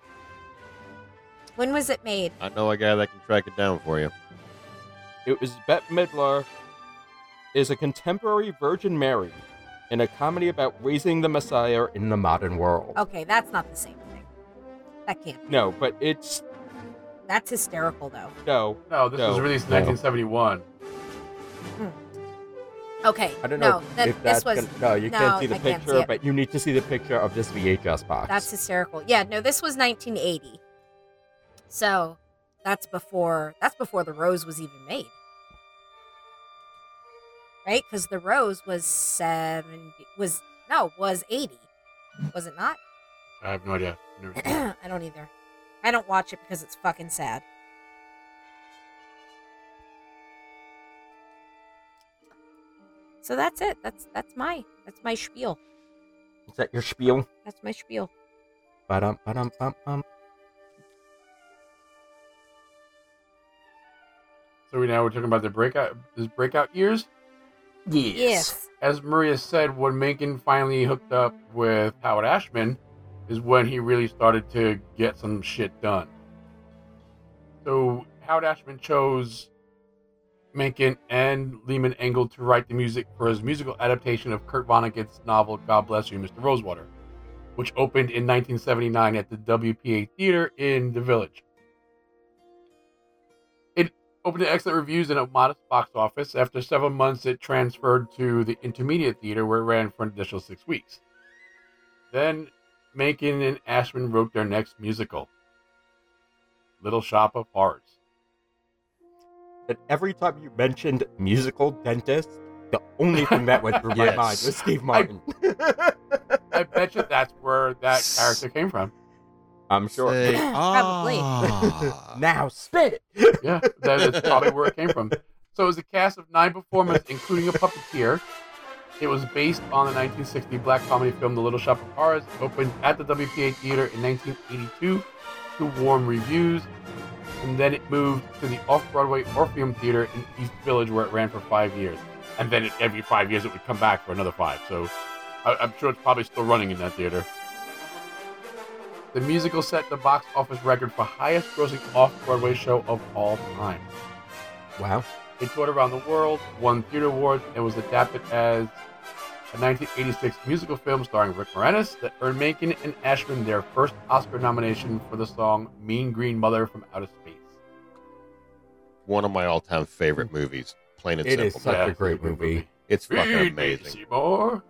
Speaker 1: When was it made?
Speaker 4: I know a guy that can track it down for you.
Speaker 5: It was Bette Midler is a contemporary Virgin Mary. in a comedy about raising the Messiah in the modern world.
Speaker 1: Okay, that's not the same thing. That can't.
Speaker 5: No, but it's
Speaker 1: That's hysterical, though.
Speaker 5: no.
Speaker 6: No, this was
Speaker 5: No,
Speaker 6: released in
Speaker 5: no.
Speaker 6: 1971.
Speaker 1: Okay.
Speaker 5: I don't
Speaker 1: no,
Speaker 5: know if-
Speaker 1: that,
Speaker 5: if
Speaker 1: this
Speaker 5: that's
Speaker 1: was
Speaker 5: gonna- no. You
Speaker 1: no,
Speaker 5: can't see the
Speaker 1: I can't see
Speaker 5: picture,
Speaker 1: it.
Speaker 5: but you need to see the picture of this VHS box.
Speaker 1: that's hysterical. Yeah, no, this was 1980. So that's before that's before the rose was even made, right? Because the rose was seventy was no was eighty, was it not? (clears throat)
Speaker 6: I have no idea. Never seen it.
Speaker 1: I don't either. I don't watch it because it's fucking sad. So that's it. That's that's my that's my spiel.
Speaker 5: Is that your spiel?
Speaker 1: That's my spiel.
Speaker 5: Ba-dum, ba-dum, bum,
Speaker 6: So we now we're talking about the breakout, his breakout years.
Speaker 1: Yes.
Speaker 6: As Maria said, when Minkin finally hooked up with Howard Ashman, is when he really started to get some shit done. So Howard Ashman chose Minkin and Lehman Engel to write the music for his musical adaptation of Kurt Vonnegut's novel "God Bless You, Mr. Rosewater," which opened in 1979 at the WPA Theater in the Village. opened to excellent reviews and a modest box office. After seven months, it transferred to the Intermediate Theater, where it ran for an additional six weeks. Then, Macon and Ashman wrote their next musical, Little Shop of Horrors.
Speaker 5: That every time you mentioned musical dentist, the only thing that went through
Speaker 4: (laughs)
Speaker 5: my
Speaker 4: Yes.
Speaker 5: mind was Steve Martin.
Speaker 6: I bet you that's where that character came from.
Speaker 5: I'm sure.
Speaker 1: (clears throat)
Speaker 4: Say,
Speaker 1: Probably.
Speaker 4: "Ah."
Speaker 5: (clears throat) now spit it.
Speaker 6: Yeah, that is probably where it came from. So it was a cast of nine performers, including a puppeteer. It was based on the 1960 black comedy film The Little Shop of Horrors, opened at the WPA Theater in 1982 to warm reviews, and then it moved to the off-Broadway Orpheum Theater in East Village, where it ran for five years. And then it, every five years, it would come back for another five. So I, I'm sure it's probably still running in that theater. The musical set the box office record for highest grossing off-Broadway show of all time.
Speaker 5: Wow.
Speaker 6: It toured around the world, won theater awards, and was adapted as a 1986 musical film starring Rick Moranis that earned Macon and Ashman their first Oscar nomination for the song Mean Green Mother from Outer Space.
Speaker 4: One of my all-time favorite movies, plain and
Speaker 5: It is
Speaker 4: simple.
Speaker 5: such
Speaker 6: Yeah,
Speaker 5: a great movie.
Speaker 4: It's fucking
Speaker 6: Feed me,
Speaker 4: amazing.
Speaker 6: Seymour.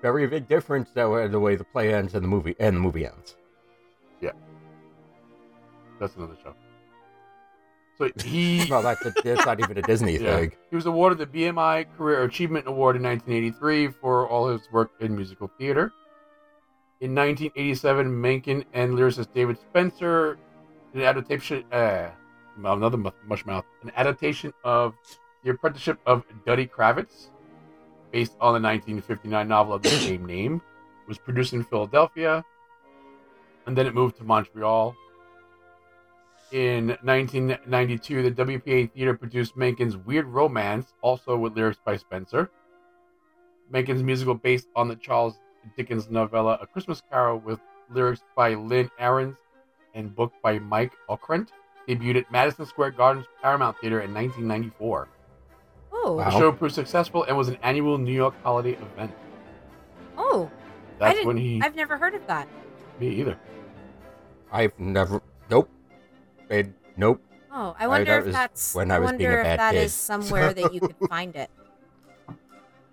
Speaker 5: Very big difference though in the way the play ends and the movie and the movie ends.
Speaker 6: That's another show. So he
Speaker 5: No, that's a, that's not even a Disney
Speaker 4: (laughs)
Speaker 6: Yeah.
Speaker 5: thing.
Speaker 6: He was awarded the BMI Career Achievement Award in 1983 for all his work in musical theater. In 1987, Mencken and lyricist David Spencer did an adaptation, uh, another mu- mush mouth, an adaptation of The Apprenticeship of Duddy Kravitz, based on the 1959 novel of the same name, was produced in Philadelphia, and then it moved to Montreal. In 1992, the WPA Theater produced Menken's Weird Romance, also with lyrics by Spencer. Menken's musical based on the Charles Dickens novella A Christmas Carol with lyrics by Lynn Ahrens and book by Mike Ockrent debuted at Madison Square Garden's Paramount Theater in 1994.
Speaker 1: Oh.
Speaker 6: The
Speaker 5: Wow.
Speaker 6: show proved successful and was an annual New York holiday event.
Speaker 1: Oh. I
Speaker 6: That's
Speaker 1: didn't,
Speaker 6: when he,
Speaker 1: I've never heard of that.
Speaker 6: me either.
Speaker 5: I've never. Nope. And nope.
Speaker 1: Oh, I wonder
Speaker 5: that
Speaker 1: if
Speaker 5: was
Speaker 1: that's
Speaker 5: when I was
Speaker 1: wonder
Speaker 5: being a
Speaker 1: if
Speaker 5: bad
Speaker 1: that
Speaker 5: kid.
Speaker 1: is somewhere that
Speaker 5: (laughs)
Speaker 1: you could find it.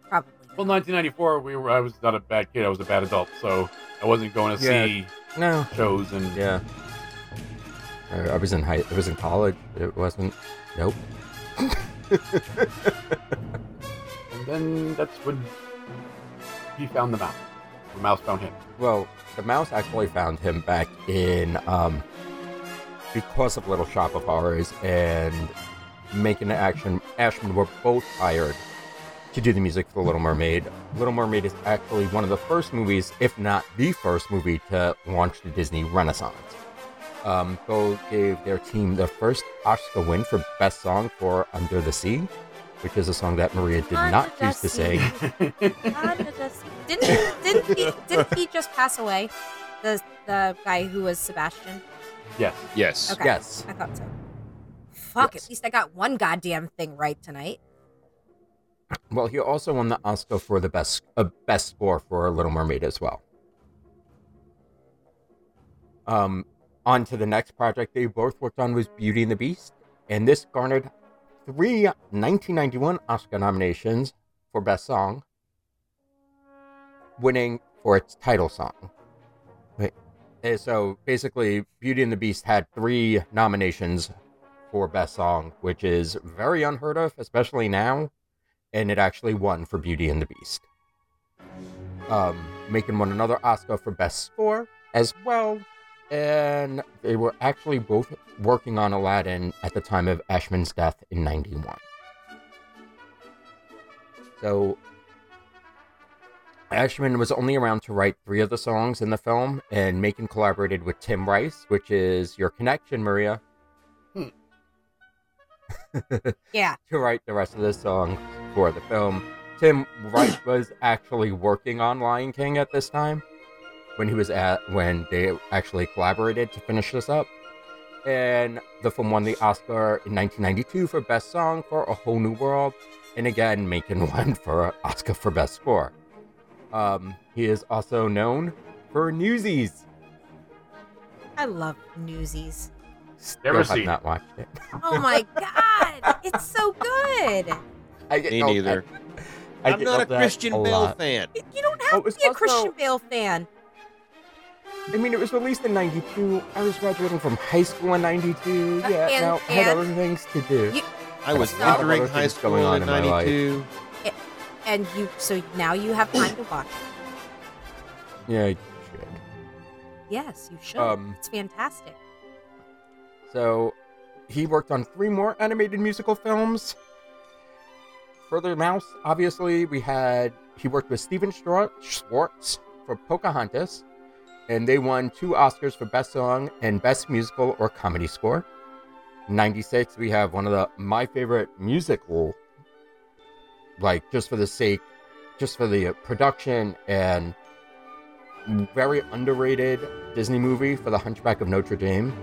Speaker 1: Probably. not.
Speaker 6: Well, 1994, we were, I was not a bad kid. I was a bad adult, so I wasn't going to
Speaker 5: Yeah.
Speaker 6: see
Speaker 5: No.
Speaker 6: shows and
Speaker 5: Yeah. I, I was in high. It was in college. It wasn't. Nope.
Speaker 6: And then that's when he found the mouse. The mouse found him.
Speaker 5: Well, the mouse actually found him back in um because of Little Shop of Horrors and making the action Ashman were both hired to do the music for Little Mermaid. Little Mermaid is actually one of the first movies, if not the first movie, to launch the Disney Renaissance. Um, Go gave their team the first Oscar win for Best Song for Under the Sea, which is a song that Maria did
Speaker 1: Under
Speaker 5: not
Speaker 1: the
Speaker 5: choose to
Speaker 1: sea.
Speaker 5: sing.
Speaker 1: God, it just- didn't didn't he, didn't he just pass away? The the guy who was Sebastian.
Speaker 6: yes.
Speaker 1: (laughs)
Speaker 4: yes.
Speaker 1: Okay.
Speaker 5: Yes.
Speaker 1: I thought so. Fuck.
Speaker 5: Yes.
Speaker 1: At least I got one goddamn thing right tonight.
Speaker 5: Well, he also won the Oscar for the best uh, best score for Little Mermaid as well. Um, on to the next project they both worked on was Beauty and the Beast, and this garnered three 1991 Oscar nominations for Best Song, winning for its title song. Right. And so basically, Beauty and the Beast had three nominations for Best Song, which is very unheard of, especially now and it actually won for Beauty and the Beast. Um, Macon won another Oscar for Best Score as well, and they were actually both working on Aladdin at the time of Ashman's death in 91. So, Ashman was only around to write three of the songs in the film, and Macon collaborated with Tim Rice, which is your connection, Maria,
Speaker 1: Yeah.
Speaker 5: to write the rest of the song for the film. Tim Rice
Speaker 4: (clears throat)
Speaker 5: was actually working on Lion King at this time when he was at when they actually collaborated to finish this up. And the film won the Oscar in 1992 for Best Song for A Whole New World, and again (laughs) Macon won for Oscar for Best Score. Um, he is also known for Newsies.
Speaker 1: I love Newsies.
Speaker 5: Still
Speaker 6: Never
Speaker 5: have
Speaker 6: seen.
Speaker 5: not watched it. (laughs)
Speaker 1: Oh my god, it's so good.
Speaker 5: I get
Speaker 4: Me
Speaker 5: yelled
Speaker 4: neither.
Speaker 5: at- I
Speaker 4: I'm
Speaker 5: get
Speaker 4: not a
Speaker 5: yelled at
Speaker 4: Christian
Speaker 5: a
Speaker 4: Bale
Speaker 5: lot.
Speaker 4: fan.
Speaker 1: You you don't
Speaker 5: Oh,
Speaker 1: have
Speaker 5: it's
Speaker 1: to be a
Speaker 5: also-
Speaker 1: Christian Bale fan.
Speaker 5: I mean, it was released in '92. I was graduating from high school in '92.
Speaker 1: Uh,
Speaker 5: Yeah,
Speaker 1: and-
Speaker 5: now I had
Speaker 1: and-
Speaker 5: other things to do.
Speaker 1: You-
Speaker 4: I was
Speaker 1: There's a lot of
Speaker 4: entering
Speaker 5: other
Speaker 4: high
Speaker 5: things
Speaker 4: school
Speaker 5: going on
Speaker 4: in
Speaker 5: in my life.
Speaker 4: '92.
Speaker 1: And you so now you have time to watch it.
Speaker 5: yeah, you
Speaker 1: Yes, you should.
Speaker 5: should. Um,
Speaker 1: it's fantastic.
Speaker 5: so he worked on three more animated musical films. Further Mouse, obviously, we had he worked with Steven Schwar- Schwartz for Pocahontas, and they won two Oscars for Best Song and Best Musical or Comedy Score. '96, we have one of the my favorite musical, like just for the sake, just for the production and very underrated Disney movie for The Hunchback of Notre Dame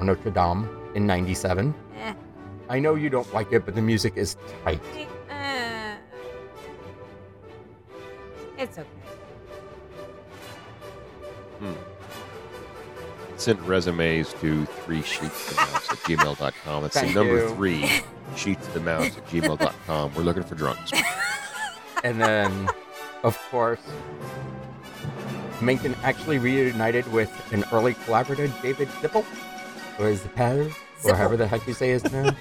Speaker 5: or Notre Dame in '97.
Speaker 1: Eh.
Speaker 5: I know you don't like it, but the music is tight.
Speaker 1: Uh, it's okay.
Speaker 4: Send resumes to three sheets to the mouse at gmail.com. It's the
Speaker 5: Thank
Speaker 4: number
Speaker 5: you.
Speaker 4: three sheets to the mouse at gmail.com. We're looking for drunks.
Speaker 5: (laughs) and then, of course, Mencken actually reunited with an early collaborator, David Zippel, or Zippel, or
Speaker 1: Zippel.
Speaker 5: however the heck you say his (laughs) name.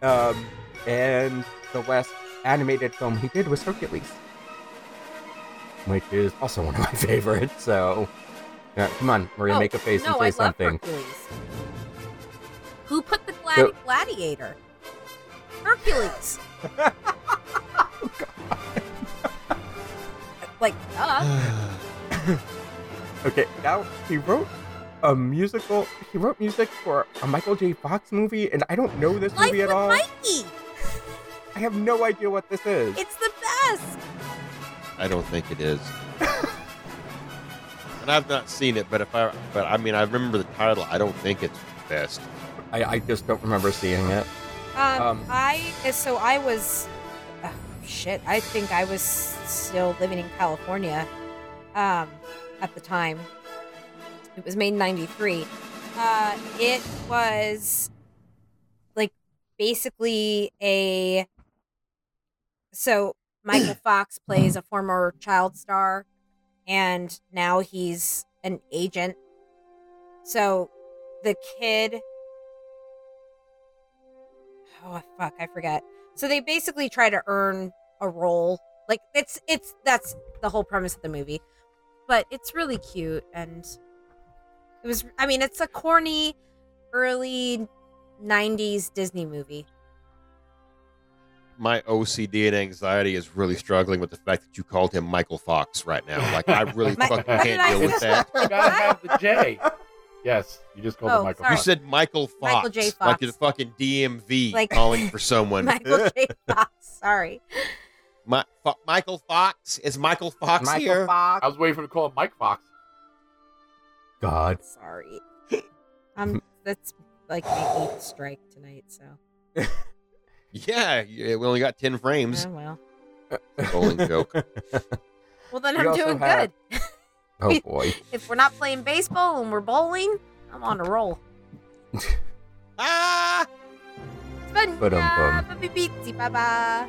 Speaker 5: um, and the last animated film he did was Hercules, which is also one of my (laughs) favorites. So, yeah, come on, Maria,
Speaker 1: Oh,
Speaker 5: make a face
Speaker 1: no,
Speaker 5: and say
Speaker 1: I
Speaker 5: something.
Speaker 1: Love Hercules. Who put the gladi-
Speaker 5: Go-
Speaker 1: gladiator?
Speaker 5: (laughs)
Speaker 1: Hercules.
Speaker 5: Oh,
Speaker 1: like, uh,
Speaker 5: (sighs) Okay, now he wrote a musical. He wrote music for a Michael J. Fox movie, and I don't know this
Speaker 1: Life
Speaker 5: movie
Speaker 1: with
Speaker 5: at all.
Speaker 1: Mikey.
Speaker 5: I have no idea what this is.
Speaker 1: It's the best.
Speaker 4: I don't think it is. And I've not seen it, but if I, but I mean, I remember the title. I don't think it's best.
Speaker 5: I, I just don't remember seeing it.
Speaker 1: Um,
Speaker 5: Um,
Speaker 1: I so I was, oh, shit. I think I was still living in California, um, at the time. It was May '93. Uh, it was like basically a. So Michael Fox plays a former child star, and now he's an agent. So the kid oh fuck i forget so they basically try to earn a role like it's it's that's the whole premise of the movie but it's really cute and it was i mean it's a corny early 90s disney movie
Speaker 5: (laughs)
Speaker 4: My OCD and anxiety is really struggling with the fact that you called him Michael Fox right now. Like, I really
Speaker 1: (laughs) My-
Speaker 4: fucking
Speaker 6: what
Speaker 1: did
Speaker 4: can't
Speaker 1: I
Speaker 4: deal with
Speaker 1: say?
Speaker 4: that.
Speaker 6: You (laughs) gotta have the J. Yes, you just called
Speaker 1: Oh,
Speaker 6: it Michael.
Speaker 1: sorry.
Speaker 4: You
Speaker 6: Fox.
Speaker 4: said Michael Fox.
Speaker 1: Michael J.
Speaker 4: Like
Speaker 1: Fox.
Speaker 4: you're the fucking DMV
Speaker 1: Like- (laughs)
Speaker 4: calling for someone.
Speaker 1: michael j fox sorry
Speaker 4: Mi- Fo- Michael Fox? Is Michael Fox
Speaker 5: Michael
Speaker 4: here?
Speaker 6: I
Speaker 5: Fox. Oh,
Speaker 6: was waiting for him to call it Mike Fox.
Speaker 5: God.
Speaker 1: sorry
Speaker 5: (laughs)
Speaker 1: um that's like my eighth strike tonight so
Speaker 4: Yeah, yeah, we only got 10 frames.
Speaker 1: Oh, well.
Speaker 4: (laughs) Bowling joke.
Speaker 1: (laughs) Well, then
Speaker 5: We
Speaker 1: I'm
Speaker 5: also
Speaker 1: doing
Speaker 5: have-
Speaker 1: good.
Speaker 5: Oh boy.
Speaker 1: if we're not playing baseball and we're bowling, I'm on a roll.
Speaker 4: ah!
Speaker 1: It's fun.
Speaker 5: Ba-dum-bum.
Speaker 1: Bye bye.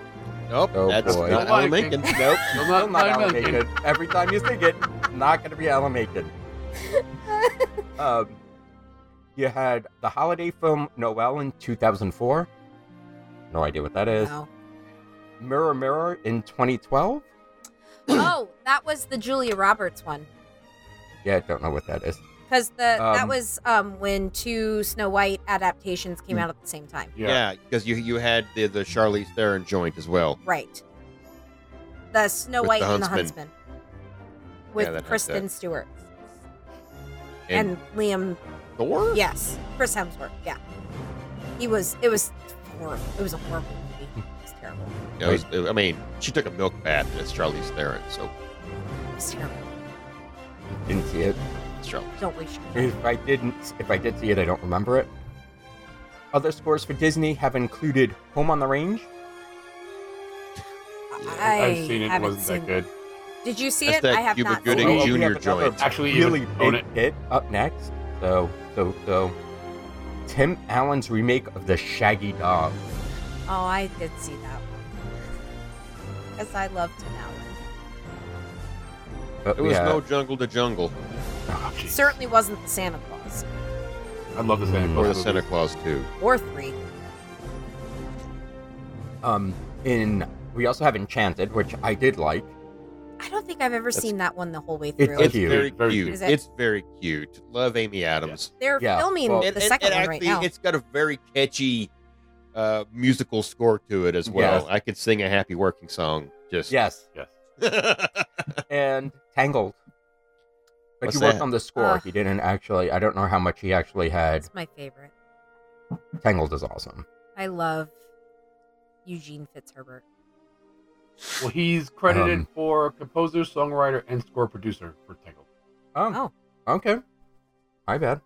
Speaker 4: Nope,
Speaker 5: Oh,
Speaker 4: that's
Speaker 5: boy.
Speaker 4: not
Speaker 6: Don't
Speaker 4: Alan
Speaker 6: like
Speaker 4: Lincoln. Nope.
Speaker 6: Still
Speaker 5: Still
Speaker 6: not,
Speaker 5: not
Speaker 6: not
Speaker 5: Alan
Speaker 6: Lincoln.
Speaker 5: Menken. Every time you think it, not going to be Alan Menken. um, you had the holiday film Noel in 2004. No idea what that is.
Speaker 1: No.
Speaker 5: Mirror Mirror in 2012.
Speaker 1: oh, that was the Julia Roberts one.
Speaker 5: Yeah, I don't know what that is.
Speaker 1: Because the that
Speaker 5: Um,
Speaker 1: was um, when two Snow White adaptations
Speaker 4: Hmm.
Speaker 1: came out at the same time.
Speaker 6: Yeah.
Speaker 4: Yeah, because you you had the, the Charlize Theron joint as well.
Speaker 1: Right. The Snow
Speaker 4: With
Speaker 1: White
Speaker 4: the
Speaker 1: and the
Speaker 4: Huntsman.
Speaker 1: Huntsman. With
Speaker 4: that had that.
Speaker 1: Kristen Stewart.
Speaker 4: And,
Speaker 1: And, Liam
Speaker 4: Thor?
Speaker 1: yes. Chris Hemsworth, yeah. He was it was horrible. It was a horrible movie.
Speaker 4: Hmm.
Speaker 1: It was terrible.
Speaker 4: It was- I mean, she took a milk bath and it's Charlize Theron, so
Speaker 1: It was terrible.
Speaker 5: Didn't see it.
Speaker 4: it's Charlize.
Speaker 1: Don't waste your time.
Speaker 5: If I didn't, if I did see it, I don't remember it. Other scores for Disney have included Home on the Range.
Speaker 1: I
Speaker 6: I've seen it. It
Speaker 1: haven't
Speaker 6: wasn't
Speaker 1: seen
Speaker 6: that good.
Speaker 1: Did you see
Speaker 4: That's
Speaker 1: it?
Speaker 4: that
Speaker 1: I have
Speaker 4: Cuba
Speaker 1: not seen
Speaker 4: Gooding
Speaker 5: Oh,
Speaker 1: it.
Speaker 5: we
Speaker 4: Junior
Speaker 5: have another
Speaker 4: joint.
Speaker 6: Actually,
Speaker 5: really
Speaker 6: even own it.
Speaker 5: big hit up next. So, so, so, Tim Allen's remake of The Shaggy Dog.
Speaker 1: Oh, I did see that one. Because I loved Tim Allen.
Speaker 5: But
Speaker 4: It
Speaker 5: we
Speaker 4: was
Speaker 5: have-
Speaker 4: no jungle to jungle
Speaker 6: Oh, jeez.
Speaker 1: Certainly wasn't the Santa Claus.
Speaker 6: I love the Santa
Speaker 5: Mm.
Speaker 4: or the
Speaker 6: Claus.
Speaker 4: Santa
Speaker 6: movie.
Speaker 4: Claus too.
Speaker 1: Or three.
Speaker 5: um in. We also have Enchanted, which I did like.
Speaker 1: I don't think I've ever
Speaker 5: That's-
Speaker 1: seen that one the whole way
Speaker 5: It-
Speaker 1: through.
Speaker 5: it's-
Speaker 4: It's
Speaker 5: cute.
Speaker 4: very
Speaker 6: Very
Speaker 4: cute.
Speaker 6: cute.
Speaker 1: Is it-
Speaker 4: It's very cute. Love Amy Adams.
Speaker 1: They're
Speaker 5: yeah,
Speaker 1: filming
Speaker 5: well-
Speaker 1: the
Speaker 4: It- it-
Speaker 1: second
Speaker 4: it
Speaker 1: one right
Speaker 4: actually,
Speaker 1: now.
Speaker 4: It's got a very catchy uh, musical score to it as well.
Speaker 5: Yes.
Speaker 4: I could sing a happy working song. Just (laughs)
Speaker 5: Yes,
Speaker 6: Yes.
Speaker 5: and Tangled. But
Speaker 4: What's
Speaker 5: he worked
Speaker 4: that?
Speaker 5: on the score.
Speaker 1: Ugh.
Speaker 5: he didn't actually. I don't know how much he actually had.
Speaker 1: It's my favorite.
Speaker 5: Tangled is awesome.
Speaker 1: I love Eugene Fitzherbert.
Speaker 6: Well, he's credited
Speaker 5: Um,
Speaker 6: for composer, songwriter, and score producer for Tangled.
Speaker 5: Oh, okay. My bad.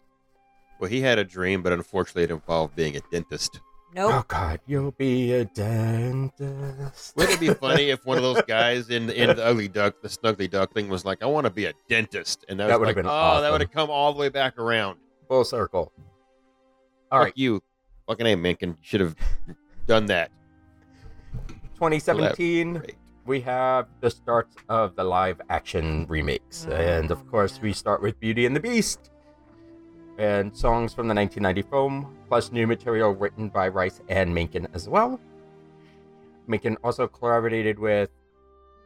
Speaker 4: well, he had a dream, but unfortunately, it involved being a dentist.
Speaker 1: Nope.
Speaker 5: Oh God, you'll be a dentist.
Speaker 4: Wouldn't it be funny if one of those guys in in the Ugly Duck, the Snuggly Duckling, was like, "I want to be a dentist," and I
Speaker 5: That
Speaker 4: was
Speaker 5: would've
Speaker 4: like,
Speaker 5: been
Speaker 4: "Oh, that
Speaker 5: awesome.
Speaker 4: would have come all the way back around."
Speaker 5: Full circle. All
Speaker 4: Fuck
Speaker 5: right,
Speaker 4: you, fucking a Minkin. Should have done that.
Speaker 5: 2017,
Speaker 4: Great.
Speaker 5: we have the start of the live action remakes. And of course, we start with Beauty and the Beast and songs from the 1990 film, plus new material written by Rice and Minkin as well. Minkin also collaborated with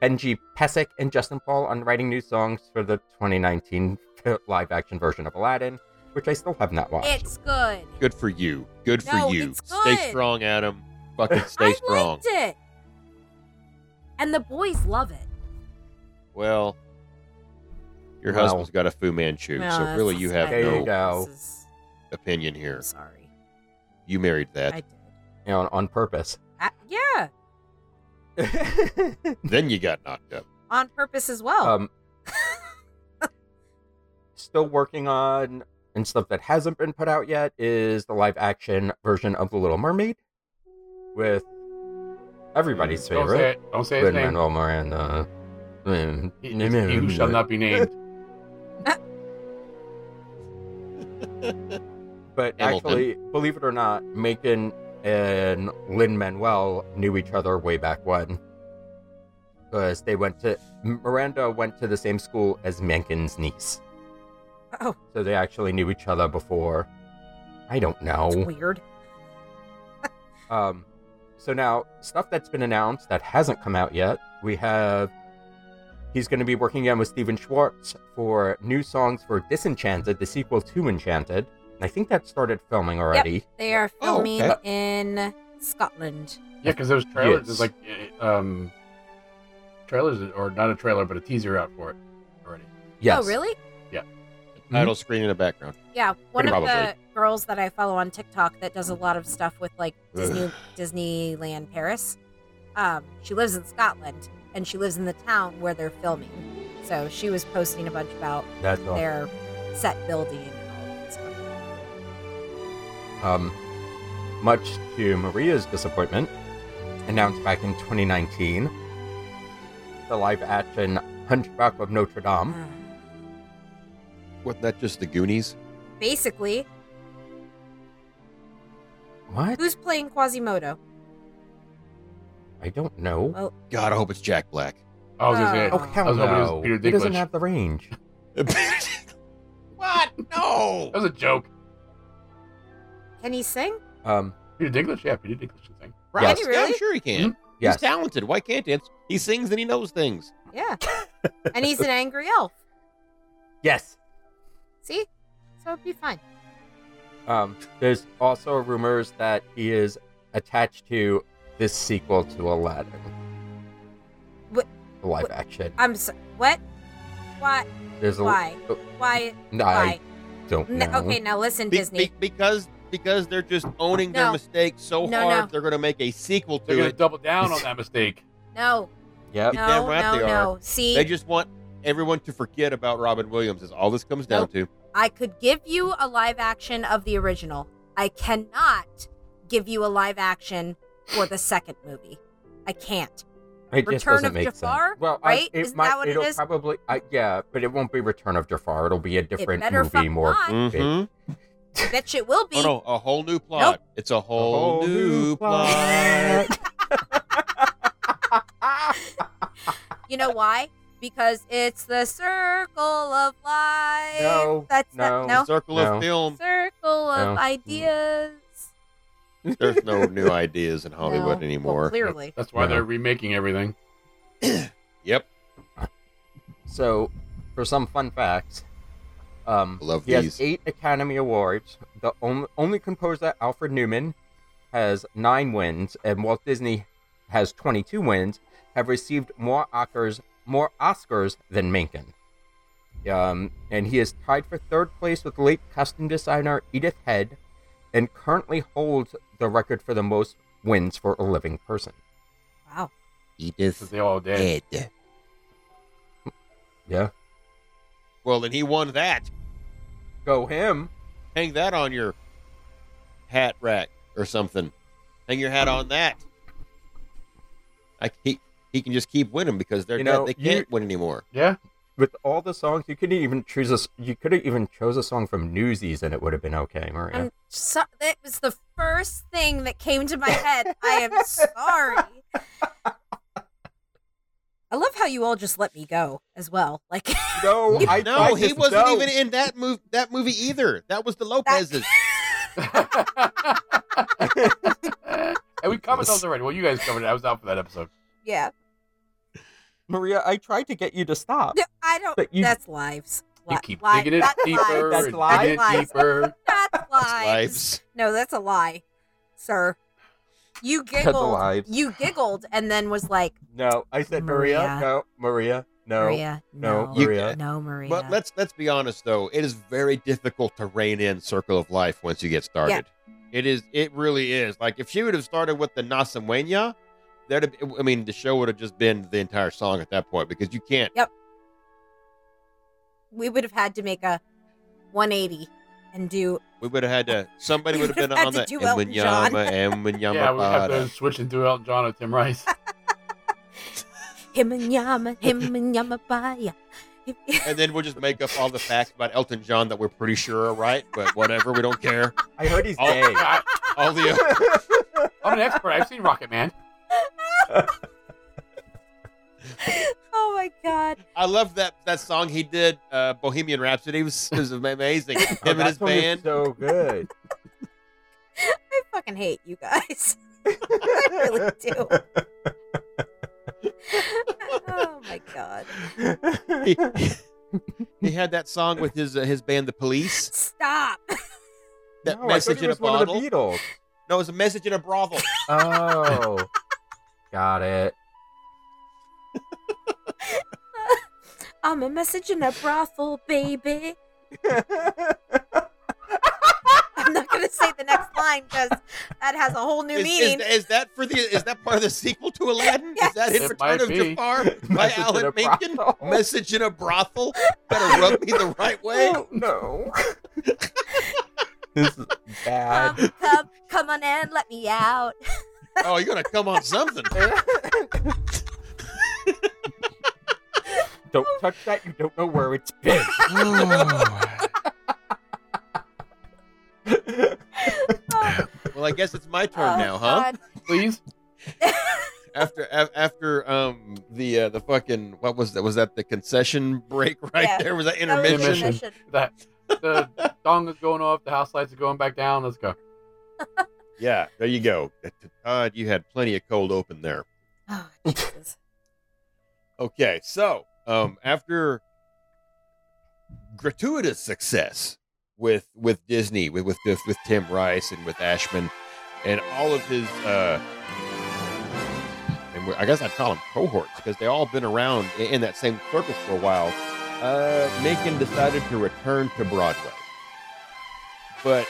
Speaker 5: Benji Pesek and Justin Paul on writing new songs for the 2019 live action version of Aladdin, which I still have not watched.
Speaker 1: It's good.
Speaker 4: Good for you. Good for
Speaker 1: No,
Speaker 4: you.
Speaker 1: it's
Speaker 4: Stay
Speaker 1: good.
Speaker 4: strong, Adam. Fucking stay
Speaker 1: I
Speaker 4: strong.
Speaker 1: liked it. And the boys love it.
Speaker 4: Well, your
Speaker 5: Well.
Speaker 4: husband's got a Fu Manchu,
Speaker 1: No,
Speaker 4: so
Speaker 1: this
Speaker 4: really
Speaker 1: is-
Speaker 4: you have
Speaker 1: I-
Speaker 5: There you
Speaker 4: no
Speaker 5: go.
Speaker 1: This is,
Speaker 4: opinion here.
Speaker 1: I'm sorry.
Speaker 4: You married
Speaker 1: I
Speaker 4: that.
Speaker 1: did.
Speaker 5: you know, on purpose.
Speaker 1: I, yeah,
Speaker 4: Then you got knocked up.
Speaker 1: on purpose as well.
Speaker 5: Um, still working on and stuff that hasn't been put out yet is the live action version of The Little Mermaid with everybody's
Speaker 6: Don't say
Speaker 5: favorite
Speaker 6: it. Don't say his
Speaker 5: Lin
Speaker 6: name.
Speaker 5: Manuel Miranda. Mm,
Speaker 6: He, it's he who
Speaker 5: (laughs)
Speaker 6: shall not be named.
Speaker 5: But
Speaker 4: Hamilton.
Speaker 5: actually, believe it or not, Macon and Lin Manuel knew each other way back when. Because they went to Miranda went to the same school as Mankin's niece.
Speaker 1: oh,
Speaker 5: So they actually knew each other before. I don't
Speaker 1: it's
Speaker 5: know.
Speaker 1: weird.
Speaker 5: Um, so now, stuff that's been announced that hasn't come out yet, we have. He's going to be working again with Steven Schwartz for new songs for Disenchanted, the sequel to Enchanted. I think that started filming already.
Speaker 1: They are
Speaker 5: Oh, okay.
Speaker 1: filming in Scotland. Oh,
Speaker 6: Yeah, because there's trailers.
Speaker 5: Yes.
Speaker 6: There's like eh, um, trailers, or not a trailer, but a teaser out for it already.
Speaker 5: Yes.
Speaker 1: Oh, really?
Speaker 5: Hmm?
Speaker 4: Title screen in the background.
Speaker 1: Yeah, one
Speaker 5: Pretty
Speaker 1: of the girls that I follow on TikTok that does a lot of stuff with like Disney Disneyland Paris. Um, she lives in Scotland and she lives in the town where they're filming. So she was posting a bunch about
Speaker 5: That's all.
Speaker 1: their set building and all that stuff.
Speaker 5: Um, much to Maria's disappointment, announced back in 2019. The live action Hunchback of Notre
Speaker 1: Mm.
Speaker 5: Dame.
Speaker 1: Um,
Speaker 4: Wasn't that just the Goonies?
Speaker 1: Basically,
Speaker 5: What?
Speaker 1: who's playing Quasimodo?
Speaker 5: I don't
Speaker 1: Oh.
Speaker 5: know.
Speaker 4: God, I hope it's Jack Black.
Speaker 6: I was gonna say.
Speaker 5: Oh,
Speaker 1: Uh,
Speaker 5: hell
Speaker 6: was hoping it was
Speaker 5: no.
Speaker 6: Peter
Speaker 5: He doesn't
Speaker 6: Dinklage.
Speaker 5: have the (laughs) range.
Speaker 4: what? No.
Speaker 6: That was a joke.
Speaker 1: Can he sing?
Speaker 5: Um,
Speaker 6: Peter Dinklage? Yeah, Peter Dinklage can sing.
Speaker 4: Right?
Speaker 1: Yes.
Speaker 4: Yeah,
Speaker 1: Really?
Speaker 4: I'm sure he can.
Speaker 5: Hmm? yes.
Speaker 4: He's talented. Why can't he? He sings and he knows things.
Speaker 1: Yeah. and
Speaker 5: (laughs)
Speaker 1: he's an angry elf.
Speaker 5: Yes.
Speaker 1: See? So it'd be fine.
Speaker 5: Um, there's also rumors that he is attached to this sequel to Aladdin.
Speaker 1: What-
Speaker 5: The live
Speaker 1: what-
Speaker 5: action.
Speaker 1: I'm so- what? Why?
Speaker 5: There's a
Speaker 1: Why? Why?
Speaker 5: No,
Speaker 1: Why?
Speaker 5: uh, I don't
Speaker 1: No,
Speaker 5: know.
Speaker 1: okay, now listen,
Speaker 4: Be-
Speaker 1: Disney.
Speaker 4: be- because because they're just owning their
Speaker 1: No.
Speaker 4: mistakes so
Speaker 1: No,
Speaker 4: hard,
Speaker 1: no.
Speaker 4: they're going to make a sequel
Speaker 6: They're
Speaker 4: to
Speaker 6: gonna
Speaker 4: it.
Speaker 6: double down on that mistake.
Speaker 1: no,
Speaker 5: Yep.
Speaker 4: You're
Speaker 1: no,
Speaker 4: damn right
Speaker 1: no,
Speaker 4: they are.
Speaker 1: no. See,
Speaker 4: They just want everyone to forget about Robin Williams. Is all this comes down to.
Speaker 1: I could give you a live action of the original. I cannot give you a live action for the second movie. I can't.
Speaker 5: It just
Speaker 1: Return
Speaker 5: doesn't
Speaker 1: of
Speaker 5: make
Speaker 1: Jafar,
Speaker 5: sense. Well,
Speaker 1: right?
Speaker 5: I, it
Speaker 1: Isn't
Speaker 5: might,
Speaker 1: that what it
Speaker 5: it'll
Speaker 1: is?
Speaker 5: probably, I, yeah, but it won't be Return of Jafar. It'll be a different
Speaker 1: better
Speaker 5: movie,
Speaker 1: fuck
Speaker 5: more.
Speaker 1: not.
Speaker 5: big.
Speaker 4: Mhm.
Speaker 1: Bet you it will be.
Speaker 4: Oh no, a whole new plot. It's a whole,
Speaker 5: whole
Speaker 4: new,
Speaker 5: new
Speaker 4: plot.
Speaker 1: (laughs)
Speaker 5: (laughs)
Speaker 1: You know why? Because it's the circle of life.
Speaker 5: No,
Speaker 1: That's not-
Speaker 5: no.
Speaker 1: no.
Speaker 4: Circle
Speaker 5: No.
Speaker 4: of film.
Speaker 1: circle of
Speaker 5: No.
Speaker 1: ideas.
Speaker 4: There's no new ideas in
Speaker 1: No.
Speaker 4: Hollywood
Speaker 1: Well,
Speaker 4: anymore.
Speaker 1: clearly.
Speaker 6: That's why
Speaker 5: No.
Speaker 6: they're remaking everything.
Speaker 4: Yep,
Speaker 5: So, for some fun facts, um,
Speaker 4: I love
Speaker 5: he
Speaker 4: these.
Speaker 5: has eight Academy Awards. The only, only composer, Alfred Newman, has nine wins, and Walt Disney has 22 wins. Have received more Oscars, more Oscars than Menken. Um, and he is tied for third place with late costume designer Edith Head, and currently holds the record for the most wins for a living person.
Speaker 1: Wow.
Speaker 6: Because
Speaker 4: Edith
Speaker 6: they all did.
Speaker 4: Head.
Speaker 5: Yeah,
Speaker 4: Well, then he won that.
Speaker 5: go him.
Speaker 4: Hang that on your hat rack or something. Hang your hat on that. I he, he can just keep winning because they're
Speaker 5: You
Speaker 4: dead.
Speaker 5: know,
Speaker 4: they
Speaker 5: you-
Speaker 4: can't win anymore.
Speaker 6: Yeah.
Speaker 5: with all the songs, you couldn't even choose a. s- You could have even chose a song from Newsies, and it would have been okay, Maria.
Speaker 1: I'm so- that was the first thing that came to my head. I am sorry. I love how you all just let me go as well. Like
Speaker 5: no, I
Speaker 4: no,
Speaker 5: I
Speaker 4: he
Speaker 5: just
Speaker 4: wasn't
Speaker 5: know.
Speaker 4: even in that move that movie either. That was the Lopez's.
Speaker 6: (laughs) and we covered those already. Well, you guys covered it. I was out for that episode.
Speaker 1: yeah.
Speaker 5: Maria, I tried to get you to stop.
Speaker 1: (laughs) No, I don't
Speaker 5: But you-
Speaker 1: that's lives.
Speaker 6: You
Speaker 1: Li-
Speaker 6: keep
Speaker 1: li-
Speaker 6: digging it
Speaker 1: that's
Speaker 6: deeper
Speaker 1: lies.
Speaker 5: That's
Speaker 6: and
Speaker 5: lies.
Speaker 6: digging it deeper.
Speaker 1: That's lives.
Speaker 4: lives.
Speaker 1: No, that's a lie, sir. You
Speaker 5: That's a
Speaker 1: giggled.
Speaker 5: lie.
Speaker 1: You giggled and then was like,
Speaker 5: No, I said Maria.
Speaker 1: Maria.
Speaker 5: No, Maria. No.
Speaker 1: Maria,
Speaker 5: no,
Speaker 1: no,
Speaker 5: You-
Speaker 1: Maria,
Speaker 5: Maria.
Speaker 1: no, Maria.
Speaker 4: But let's let's be honest though, it is very difficult to rein in Circle of Life once you get started. It is it really is. Like if she would have started with the Nasamuenya, there'd have, I mean the show would have just been the entire song at that point because you can't
Speaker 1: we would have had to make a 180 and do
Speaker 4: we would have had to somebody would have been
Speaker 1: (laughs) Had
Speaker 4: on
Speaker 1: to
Speaker 4: that
Speaker 1: do Elton John.
Speaker 6: yeah, we have to
Speaker 4: Emwenyama
Speaker 6: switch into Elton John or Tim Rice.
Speaker 1: him and yama, him and yama baya. (laughs)
Speaker 4: and then we'll just make up all the facts about Elton John that we're pretty sure are right, but whatever, we don't
Speaker 5: (laughs)
Speaker 4: care.
Speaker 5: I heard he's
Speaker 4: Oh.
Speaker 5: gay. (laughs)
Speaker 6: I,
Speaker 4: All the
Speaker 6: I'm an expert. I've seen Rocket Man.
Speaker 1: oh my god.
Speaker 4: I love that that song he did, uh, Bohemian Rhapsody. It was, it was amazing. Him
Speaker 5: Oh,
Speaker 4: and
Speaker 5: that
Speaker 4: his
Speaker 5: song is
Speaker 4: band.
Speaker 5: So
Speaker 4: (laughs)
Speaker 5: good.
Speaker 1: I fucking hate you guys. (laughs) I
Speaker 5: (laughs)
Speaker 1: really do. oh my god.
Speaker 4: he, he had that song with his uh, his band, The Police.
Speaker 1: Stop.
Speaker 4: That
Speaker 5: No, I thought
Speaker 4: message
Speaker 5: he
Speaker 4: in a
Speaker 5: was one of the
Speaker 4: bottle.
Speaker 5: Beatles.
Speaker 4: No, it was a message in a brothel.
Speaker 5: Oh, got it.
Speaker 4: (laughs)
Speaker 5: (laughs)
Speaker 1: I'm a message in a brothel, baby. I'm not gonna say the next line because that has a whole new
Speaker 4: Is, is,
Speaker 1: meaning.
Speaker 4: is that for the? Is that part of the sequel to Aladdin?
Speaker 1: (laughs)
Speaker 4: Is that in
Speaker 6: It
Speaker 4: Return
Speaker 6: might
Speaker 4: of
Speaker 6: be.
Speaker 4: Jafar by
Speaker 5: Message in
Speaker 4: Alan
Speaker 5: a
Speaker 4: Menken?
Speaker 5: brothel.
Speaker 4: Message in a brothel. Better rub me the right way.
Speaker 5: Oh,
Speaker 4: (laughs)
Speaker 5: no. this is bad.
Speaker 4: Um,
Speaker 1: Come, come, come on in, let me out.
Speaker 4: Oh, you're gonna come on something. (sighs)
Speaker 5: Don't touch that. You don't know where it's (laughs) been.
Speaker 4: well, I guess it's my turn
Speaker 1: Oh,
Speaker 4: now, huh?
Speaker 1: God. (laughs)
Speaker 6: Please.
Speaker 4: After af- after um the uh, the fucking what was that? Was that the concession break (laughs) right
Speaker 1: Yeah.
Speaker 4: there? Was that
Speaker 1: That was
Speaker 4: intermission?
Speaker 6: Intermission. That the dong is going off. The house lights are going back down. Let's go.
Speaker 4: Yeah, there you go. Todd, you had plenty of cold open there.
Speaker 1: Oh, Jesus.
Speaker 4: Okay, so um, after gratuitous success with with Disney, with with with Tim Rice and with Ashman, and all of his, uh, and I guess I'd call them cohorts because they all been around in, in that same circle for a while. Uh, Macon decided to return to Broadway, but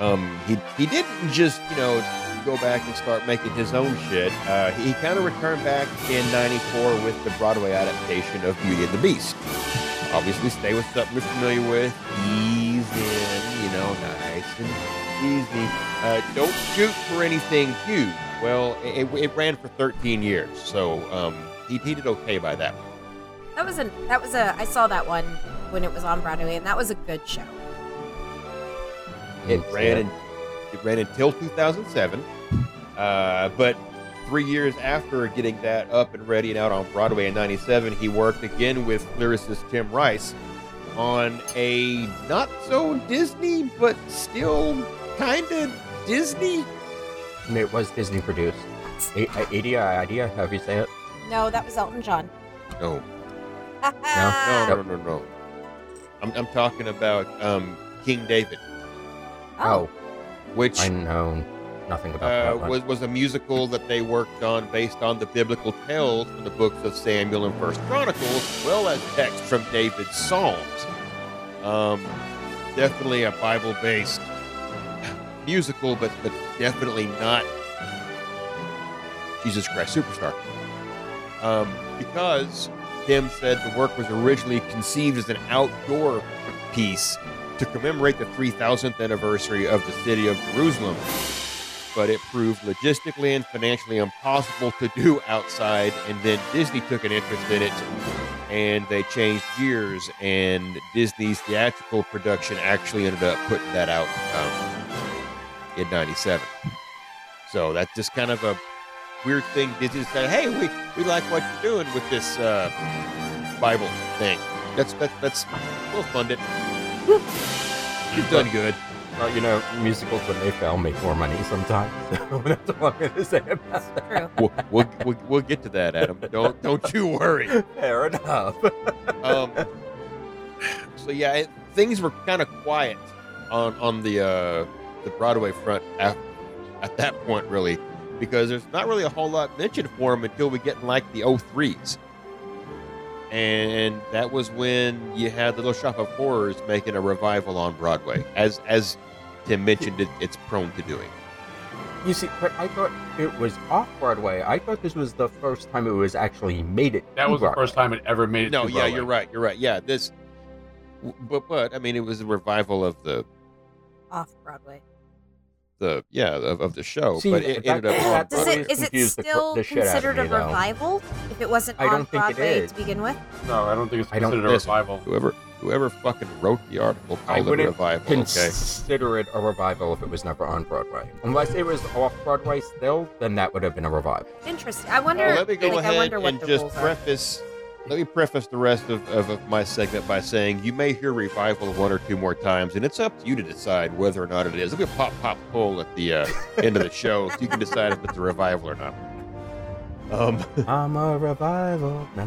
Speaker 4: um, he he didn't just you know go back and start making his own shit. Uh, he kind of returned back in '94 with the Broadway adaptation of Beauty and the Beast. Obviously, stay with something you're familiar with. Ease in, you know, nice and easy. Uh, don't shoot for anything huge. Well, it, it- it ran for 13 years, so um, he, he did okay by that.
Speaker 1: That was a that was a I saw that one when it was on Broadway and that was a good show.
Speaker 4: It ran in, it ran until 2007, uh, but three years after getting that up and ready and out on Broadway in '97, he worked again with lyricist Tim Rice on a not so Disney but still kind of Disney.
Speaker 5: And it was Disney produced. A- a- Idea, idea. Have you say it?
Speaker 1: No, that was Elton John.
Speaker 4: No,
Speaker 1: no,
Speaker 4: no, no, no, no. I'm, I'm talking about um, King David,
Speaker 1: Oh,
Speaker 4: which
Speaker 5: I know nothing about
Speaker 4: uh,
Speaker 5: that one.
Speaker 4: was was a musical that they worked on based on the biblical tales from the books of Samuel and First Chronicles, as well as text from David's Psalms. Um, definitely a Bible-based (laughs) musical, but but definitely not Jesus Christ Superstar. Um, because Tim said the work was originally conceived as an outdoor piece to commemorate the 3000th anniversary of the city of Jerusalem but it proved logistically and financially impossible to do outside. And then Disney took an interest in it and they changed gears. And Disney's theatrical production actually ended up putting that out um, in 97. So that's just kind of a weird thing. Disney said, hey, we, we like what you're doing with this uh, Bible thing. That's, that's, that's, we'll fund it. You've done good.
Speaker 5: Well, you know, musicals when they fail make more money sometimes. (laughs) So that's all I'm going to say about that.
Speaker 1: true.
Speaker 4: We'll, we'll, we'll, we'll get to that, Adam. Don't, don't you worry.
Speaker 5: Fair enough.
Speaker 4: um, so yeah, it, things were kind of quiet on on the uh, the Broadway front at, at that point, really, because there's not really a whole lot mentioned for him until we get in like the 03s. And that was when you had the Little Shop of Horrors making a revival on Broadway, as as Tim mentioned, it, it's prone to doing.
Speaker 5: You see, but I thought it was off Broadway. I thought this was the first time it was actually made it.
Speaker 6: That
Speaker 5: to
Speaker 6: was the
Speaker 5: Broadway.
Speaker 6: first time it ever made it.
Speaker 4: No,
Speaker 6: to
Speaker 4: yeah,
Speaker 6: Broadway.
Speaker 4: you're right, you're right. Yeah, this, but but I mean, it was a revival of the
Speaker 1: Off Broadway.
Speaker 4: the yeah of, of the show,
Speaker 5: See,
Speaker 4: but it
Speaker 5: that-
Speaker 4: ended up
Speaker 5: that-
Speaker 4: on
Speaker 5: that
Speaker 1: Does
Speaker 4: Broadway.
Speaker 5: Broadway's
Speaker 1: it is it
Speaker 5: confused the cr-
Speaker 1: still
Speaker 5: the shit out of
Speaker 1: considered a
Speaker 5: me, though.
Speaker 1: revival if it wasn't
Speaker 5: I don't
Speaker 1: on
Speaker 5: think it
Speaker 1: Broadway
Speaker 5: is.
Speaker 1: to begin with?
Speaker 6: No, I don't think it's
Speaker 5: I don't-
Speaker 6: considered a
Speaker 4: Listen.
Speaker 6: revival.
Speaker 4: Whoever whoever fucking wrote the article
Speaker 5: I
Speaker 4: called it
Speaker 5: wouldn't
Speaker 4: revival. Okay.
Speaker 5: Consider it a revival if it was never on Broadway. Unless it was off Broadway still, then that would have been a revival.
Speaker 1: Interesting. I wonder.
Speaker 4: Well, let me go
Speaker 1: like, I
Speaker 4: ahead
Speaker 1: wonder what
Speaker 4: and
Speaker 1: the
Speaker 4: just
Speaker 1: rules are.
Speaker 4: preface. Let me preface the rest of, of, of my segment by saying you may hear revival one or two more times, and it's up to you to decide whether or not it is. There'll be a pop pop poll at the uh, end of the show, so you can decide if it's a revival or not. Um,
Speaker 5: I'm a revival. No.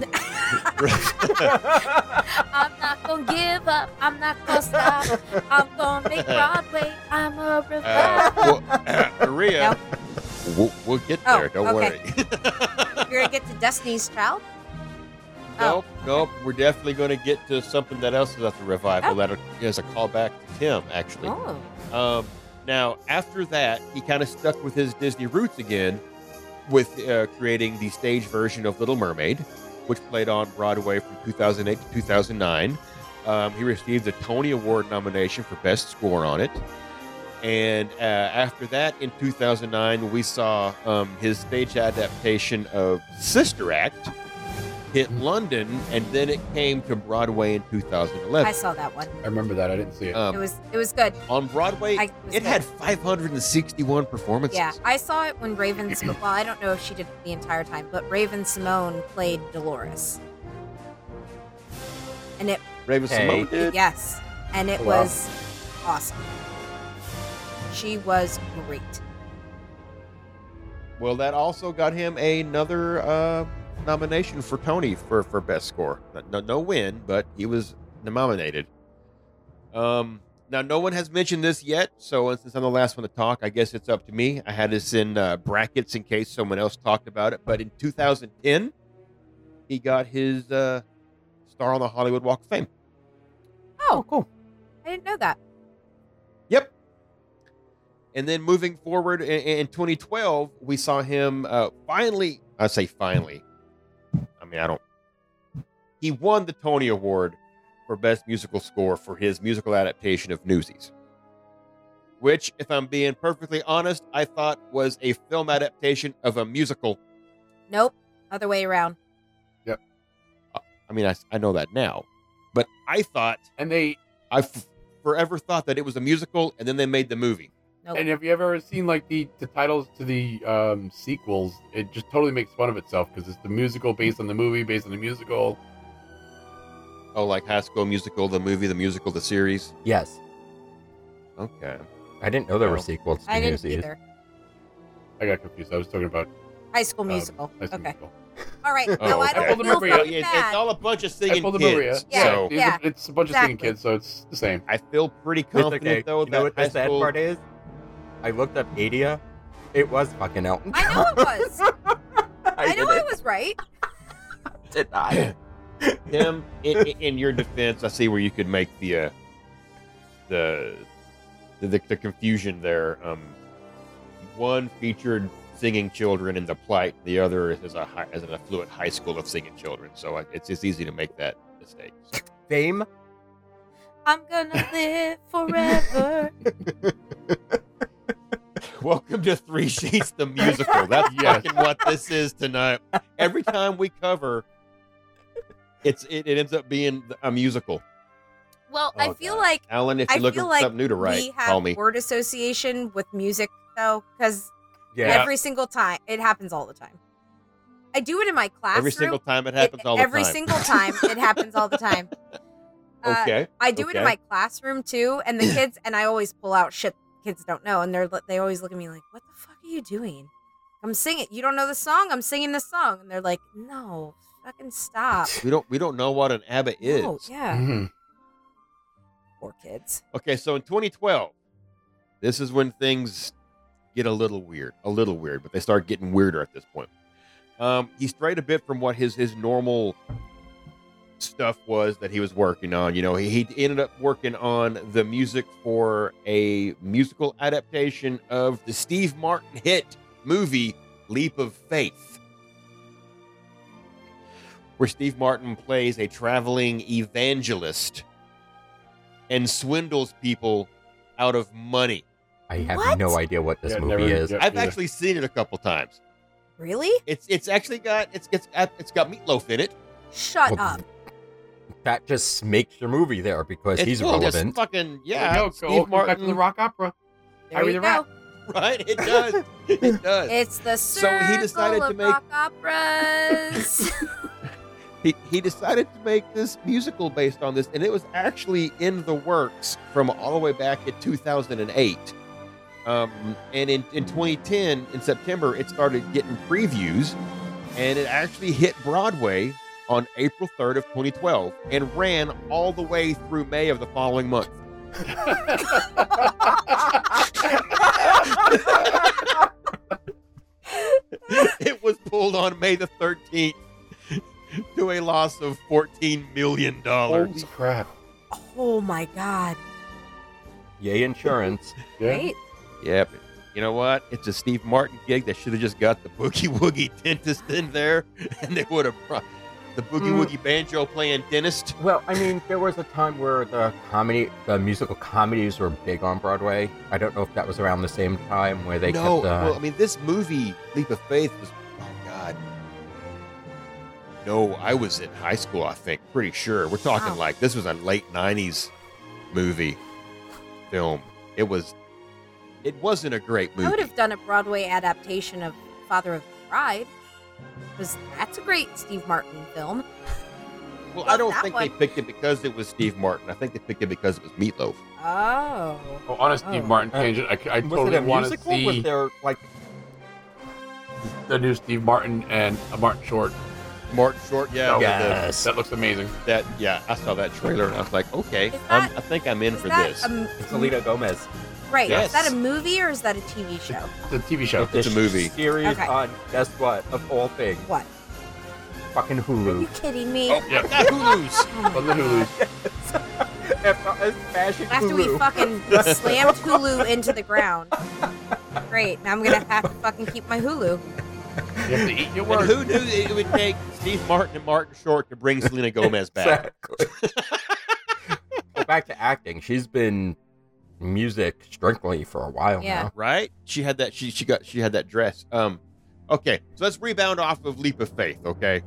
Speaker 1: I'm not gonna give up. I'm not
Speaker 5: (laughs)
Speaker 1: gonna stop. I'm gonna make Broadway. I'm a revival.
Speaker 4: uh, well,
Speaker 1: (laughs)
Speaker 4: (coughs) Maria, we'll, we'll get
Speaker 1: Oh,
Speaker 4: there. Don't
Speaker 1: okay.
Speaker 4: worry.
Speaker 1: You're gonna get to Destiny's Child. Oh.
Speaker 4: (laughs) Nope, nope. We're definitely going to get to something that else is at the revival that is a callback to Tim, actually.
Speaker 1: Oh,
Speaker 4: Um, now, after that, he kind of stuck with his Disney roots again with uh, creating the stage version of Little Mermaid, which played on Broadway from 2008 to 2009. Um, he received a Tony Award nomination for Best Score on it. And uh, after that, in 2009, we saw um, his stage adaptation of Sister Act hit
Speaker 1: Mm-hmm.
Speaker 4: London, and then it came to Broadway in
Speaker 1: I
Speaker 4: 2011.
Speaker 1: saw that one.
Speaker 6: I remember that. I didn't see it.
Speaker 1: It
Speaker 4: Um,
Speaker 1: was it was good.
Speaker 4: on Broadway,
Speaker 1: I was
Speaker 4: it
Speaker 1: good.
Speaker 4: had 561 performances.
Speaker 1: Yeah, I saw it when Raven. Sim- well, I don't know if she did it the entire time, but Raven Simone played Dolores. And it
Speaker 4: Raven
Speaker 5: Hey.
Speaker 4: Simone did.
Speaker 1: yes, and it
Speaker 5: Wow.
Speaker 1: was awesome. She was great.
Speaker 4: Well, that also got him another uh, nomination for Tony for, for best score. No, no win, but he was nominated. Um, now, no one has mentioned this yet, so since I'm the last one to talk, I guess it's up to me. I had this in uh, brackets in case someone else talked about it, but in 2010, he got his uh, star on the Hollywood Walk of Fame.
Speaker 1: Oh,
Speaker 5: cool.
Speaker 1: I didn't know that.
Speaker 4: Yep. And then moving forward in, in 2012, we saw him uh, finally. I say finally. I mean, I don't. He won the Tony Award for Best Musical Score for his musical adaptation of Newsies, which, if I'm being perfectly honest, I thought was a film adaptation of a musical.
Speaker 1: Nope, other way around.
Speaker 4: I mean, I, s- I know that now, but I thought,
Speaker 6: And they
Speaker 4: I f- forever thought that it was a musical, and then they made the movie.
Speaker 1: Nope.
Speaker 6: and have you ever seen like the, the titles to the um, sequels? It just totally makes fun of itself because it's the musical based on the movie, based on the musical.
Speaker 4: Oh, like High School Musical, the movie, the musical, the series.
Speaker 5: Yes.
Speaker 4: Okay.
Speaker 5: I didn't know there were
Speaker 4: No.
Speaker 5: sequels to
Speaker 1: I didn't
Speaker 5: Newsies.
Speaker 1: either.
Speaker 6: I got confused. I was talking about
Speaker 1: High School
Speaker 6: um,
Speaker 1: Musical.
Speaker 6: High School
Speaker 1: okay.
Speaker 6: Musical.
Speaker 1: All right. No,
Speaker 4: Oh,
Speaker 1: I
Speaker 4: okay.
Speaker 1: don't feel
Speaker 6: Well, the
Speaker 1: fucking
Speaker 4: Yeah, it's,
Speaker 1: bad.
Speaker 4: it's all a bunch of singing
Speaker 6: Apple de Maria.
Speaker 4: kids.
Speaker 1: Yeah.
Speaker 4: So
Speaker 6: These are-
Speaker 1: yeah.
Speaker 6: it's a bunch of singing
Speaker 1: Exactly.
Speaker 6: kids, so it's the same.
Speaker 4: I feel pretty confident though
Speaker 5: you know
Speaker 4: that
Speaker 5: what
Speaker 4: high
Speaker 5: the sad
Speaker 4: school-
Speaker 5: part is? I looked up Adia. It was fucking Elton.
Speaker 1: I know it
Speaker 4: (laughs)
Speaker 1: was.
Speaker 5: I,
Speaker 1: I know I
Speaker 5: didn't
Speaker 1: was right.
Speaker 5: deny.
Speaker 4: Tim, in, in- in your defense, I see where you could make the uh, the, the the confusion there. Um, one featured singing children in the plight; the other is a high, is an affluent high school of singing children. So I, it's it's easy to make that mistake. So,
Speaker 5: Fame.
Speaker 1: I'm gonna live
Speaker 4: (laughs)
Speaker 1: forever.
Speaker 4: welcome to Three Sheets the
Speaker 1: (laughs)
Speaker 4: Musical. That's
Speaker 6: Yes.
Speaker 4: fucking what this is tonight. Every time we cover, it's it, it ends up being a musical.
Speaker 1: well, I
Speaker 5: Oh,
Speaker 1: feel
Speaker 5: God.
Speaker 1: like
Speaker 4: Alan, if
Speaker 1: I
Speaker 4: you're looking
Speaker 1: feel
Speaker 4: for
Speaker 1: like
Speaker 4: something new to write,
Speaker 1: we have
Speaker 4: call me.
Speaker 1: word association with music though, because
Speaker 5: Yeah.
Speaker 1: every single time it happens all the time. I do it in my classroom.
Speaker 4: Every single time it happens
Speaker 1: It-
Speaker 4: all the
Speaker 1: every
Speaker 4: time.
Speaker 1: single time
Speaker 4: (laughs)
Speaker 1: it happens all the time. Uh,
Speaker 4: okay.
Speaker 1: I do it in
Speaker 4: okay.
Speaker 1: my classroom too, and
Speaker 4: (clears throat)
Speaker 1: the kids and I always pull out shit kids don't know, and they're they always look at me like, "What the fuck are you doing?" I'm singing. You don't know the song. I'm singing the song, and they're like, "No, fucking stop."
Speaker 4: We don't we don't know what an ABBA is. Mm.
Speaker 1: No, yeah,
Speaker 6: Mhm.
Speaker 1: poor kids.
Speaker 4: Okay, so in 2012, this is when things get a little weird, a little weird, but they start getting weirder at this point. Um, he strayed a bit from what his his normal stuff was that he was working on. You know, he, he ended up working on the music for a musical adaptation of the Steve Martin hit movie Leap of Faith, where Steve Martin plays a traveling evangelist and swindles people out of money.
Speaker 5: I have
Speaker 1: What?
Speaker 5: no idea what this
Speaker 6: Yeah,
Speaker 5: movie
Speaker 6: never-
Speaker 5: is.
Speaker 6: yeah,
Speaker 4: I've
Speaker 6: yeah.
Speaker 4: actually seen it a couple times.
Speaker 1: Really?
Speaker 4: It's it's actually got it's it's it's got meatloaf in it.
Speaker 1: Shut
Speaker 5: Well,
Speaker 1: up.
Speaker 5: That just makes your movie there because
Speaker 4: It's
Speaker 5: he's
Speaker 4: well, just
Speaker 5: relevant.
Speaker 4: Fucking
Speaker 6: There
Speaker 4: yeah,
Speaker 6: you go.
Speaker 4: Steve
Speaker 6: Welcome back to
Speaker 4: Martin.
Speaker 6: the rock opera.
Speaker 1: There
Speaker 6: Harry
Speaker 1: you
Speaker 6: the Rat.
Speaker 1: go.
Speaker 4: (laughs) Right, it does. (laughs) it does.
Speaker 1: It's the
Speaker 4: So
Speaker 1: circle
Speaker 4: he decided to
Speaker 1: of
Speaker 4: make-
Speaker 1: rock
Speaker 4: (laughs)
Speaker 1: operas. (laughs)
Speaker 4: he, he decided to make this musical based on this, and it was actually in the works from all the way back in 2008. Um, and in, in 2010, in September, it started getting previews, and it actually hit Broadway on April 3rd of 2012 and ran all the way through May of the following month. (laughs) it was pulled on May the 13th to a loss of $14 million.
Speaker 6: Holy crap!
Speaker 1: oh my god!
Speaker 5: Yay, insurance.
Speaker 6: Yeah.
Speaker 1: Right?
Speaker 4: Yep. You know what? It's a Steve (laughs) Martin gig. They should have just got the boogie woogie dentist in there, and they would have. Brought... the boogie
Speaker 5: Mm.
Speaker 4: woogie banjo playing dentist.
Speaker 5: (laughs) Well, I mean, there was a time where the comedy, the musical comedies were big on Broadway. I don't know if that was around the same time where they
Speaker 4: no,
Speaker 5: kept. Uh,
Speaker 4: well, I mean, this movie, Leap of Faith, was, oh, God. No, I was in high school, I think. Pretty sure. We're talking
Speaker 1: Wow.
Speaker 4: like this was a late 90s movie film. It was, it wasn't a great
Speaker 1: I would
Speaker 4: movie.
Speaker 1: have done a Broadway adaptation of Father of the Bride. 'Cause that's a great Steve Martin film.
Speaker 4: well, I don't
Speaker 1: that
Speaker 4: think they
Speaker 1: one.
Speaker 4: picked it because it was Steve Martin. I think they picked it because it was Meatloaf.
Speaker 1: Oh.
Speaker 6: Oh, on a Steve
Speaker 1: Oh.
Speaker 6: Martin
Speaker 5: Uh,
Speaker 6: tangent, I, I
Speaker 5: was
Speaker 6: totally
Speaker 5: it a
Speaker 6: want to
Speaker 5: musical? Was
Speaker 6: see
Speaker 5: there like
Speaker 6: the new Steve Martin and a Martin Short.
Speaker 4: Martin Short, yeah. with the-
Speaker 5: Yes.
Speaker 6: That looks amazing.
Speaker 4: that, yeah, I saw that trailer and I was like, okay,
Speaker 1: Is
Speaker 4: I'm,
Speaker 1: that-
Speaker 4: I think I'm in
Speaker 1: Is
Speaker 4: for
Speaker 1: that
Speaker 4: this.
Speaker 1: a m-
Speaker 5: Selena Gomez?
Speaker 1: right.
Speaker 4: Yes.
Speaker 1: Is that a movie or is that a TV
Speaker 4: (laughs)
Speaker 1: show?
Speaker 6: The TV show.
Speaker 4: It's a movie.
Speaker 5: series
Speaker 1: Okay.
Speaker 5: on guess what? Of all things,
Speaker 1: What?
Speaker 5: fucking
Speaker 1: Are (laughs) you
Speaker 5: Hulu.
Speaker 1: kidding me?
Speaker 4: Oh,
Speaker 6: Yeah.
Speaker 4: I got Hulu's.
Speaker 1: (laughs) Oh my
Speaker 6: On the Hulu.
Speaker 5: After us smashing
Speaker 1: After we
Speaker 5: Hulu.
Speaker 1: fucking
Speaker 4: (laughs)
Speaker 1: slammed Hulu into the ground. Great. Now I'm going to have to fucking keep my Hulu.
Speaker 6: You have to eat your
Speaker 4: And
Speaker 6: words.
Speaker 4: who knew it would take Steve Martin and Martin Short to
Speaker 1: (laughs)
Speaker 4: bring Selena Gomez back?
Speaker 5: Exactly. Well, back to acting. She's been music strictly for a while
Speaker 1: Yeah.
Speaker 5: now.
Speaker 4: Right? She had that. She she got she had that dress. Um, okay. So let's rebound off of Leap of Faith. Okay.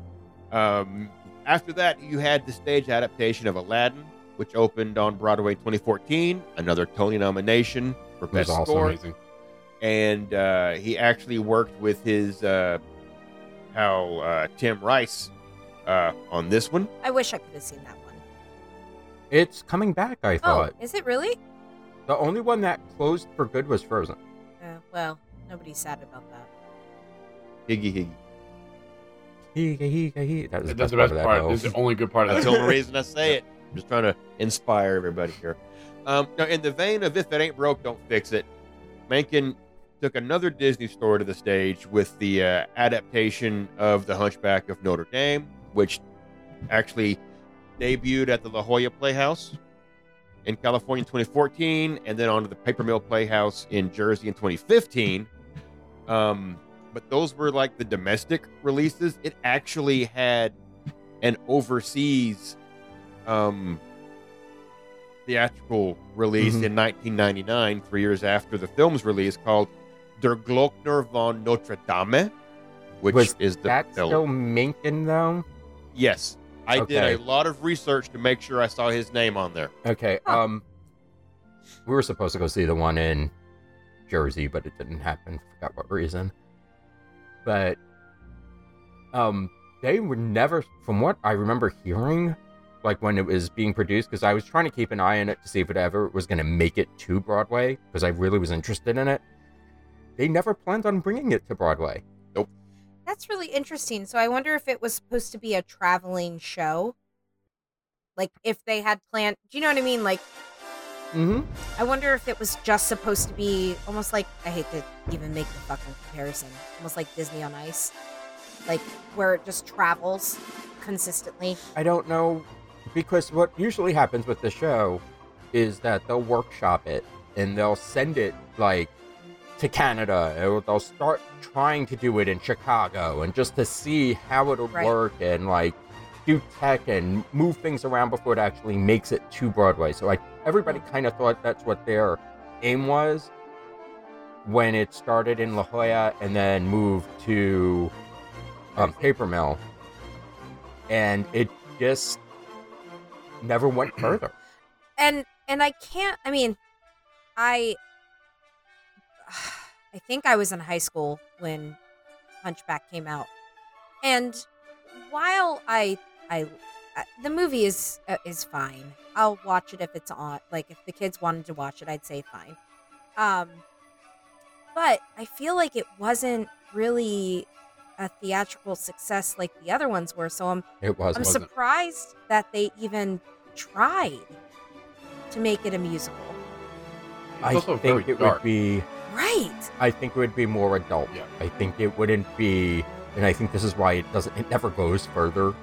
Speaker 4: Um, after that, you had the stage adaptation of Aladdin, which opened on Broadway 2014. Another Tony nomination for
Speaker 5: It was
Speaker 4: best
Speaker 5: also
Speaker 4: score.
Speaker 5: amazing.
Speaker 4: and uh, he actually worked with his uh, how uh, Tim Rice uh, on this one.
Speaker 1: I wish I could have seen that one.
Speaker 5: It's coming back, I
Speaker 1: Oh,
Speaker 5: thought.
Speaker 1: is it really?
Speaker 5: The only one that closed for good was Frozen.
Speaker 1: Uh, well, nobody's sad about that.
Speaker 4: Higgy higgy.
Speaker 5: Higa, higa, higa. That was
Speaker 6: That's the best
Speaker 5: of that
Speaker 6: part.
Speaker 5: whole-
Speaker 6: That's the only good part
Speaker 4: (laughs)
Speaker 6: of
Speaker 4: That's
Speaker 6: that.
Speaker 4: the only reason I say it. I'm just trying to inspire everybody here. Um, now, in the vein of if it ain't broke, don't fix it, Mankin took another Disney story to the stage with the uh, adaptation of The Hunchback of Notre Dame, which actually debuted at the La Jolla Playhouse in California in 2014, and then on to the Paper Mill Playhouse in Jersey in 2015. Um, but those were like the domestic releases. It actually had an overseas um, theatrical release
Speaker 5: Mhm.
Speaker 4: in 1999, three years after the film's release, called Der Glockner von Notre Dame, which
Speaker 5: Was
Speaker 4: is the
Speaker 5: That's
Speaker 4: film.
Speaker 5: still Minkin, though.
Speaker 4: Yes. I
Speaker 5: Okay.
Speaker 4: did a lot of research to make sure I saw his name on there.
Speaker 5: Okay.
Speaker 1: Huh.
Speaker 5: Um, we were supposed to go see the one in Jersey, but it didn't happen. Forgot what reason. But um, they were never, from what I remember hearing, like when it was being produced, because I was trying to keep an eye on it to see if it ever was going to make it to Broadway, because I really was interested in it. They never planned on bringing it to Broadway.
Speaker 1: That's really interesting. So I wonder if it was supposed to be a traveling show. Like if they had planned, do you know what I mean? Like
Speaker 5: Mm-hmm.
Speaker 1: I wonder if it was just supposed to be almost like I hate to even make the fucking comparison, almost like Disney on Ice, like where it just travels consistently.
Speaker 5: I don't know because what usually happens with the show is that they'll workshop it and they'll send it like to Canada or they'll start trying to do it in Chicago and just to see how it'll
Speaker 1: Right.
Speaker 5: work and like do tech and move things around before it actually makes it to Broadway. So I everybody kind of thought that's what their aim was when it started in La Jolla and then moved to um, Paper Mill and it just
Speaker 6: (clears throat)
Speaker 5: never went further.
Speaker 1: and and I can't. I mean, I (sighs) I think I was in high school when Hunchback came out, and while I I uh, the movie is uh, is fine. I'll watch it if it's on. Like if the kids wanted to watch it, I'd say fine. Um, but I feel like it wasn't really a theatrical success like the other ones were. So I'm
Speaker 5: It was.
Speaker 1: I'm
Speaker 5: not
Speaker 1: surprised that they even tried to make it a musical.
Speaker 5: I
Speaker 6: also
Speaker 5: think
Speaker 6: very
Speaker 5: it
Speaker 6: dark.
Speaker 5: would be.
Speaker 1: Right.
Speaker 5: I think it would be more adult.
Speaker 6: Yeah.
Speaker 5: I think it wouldn't be, and I think this is why it doesn't. It never goes further,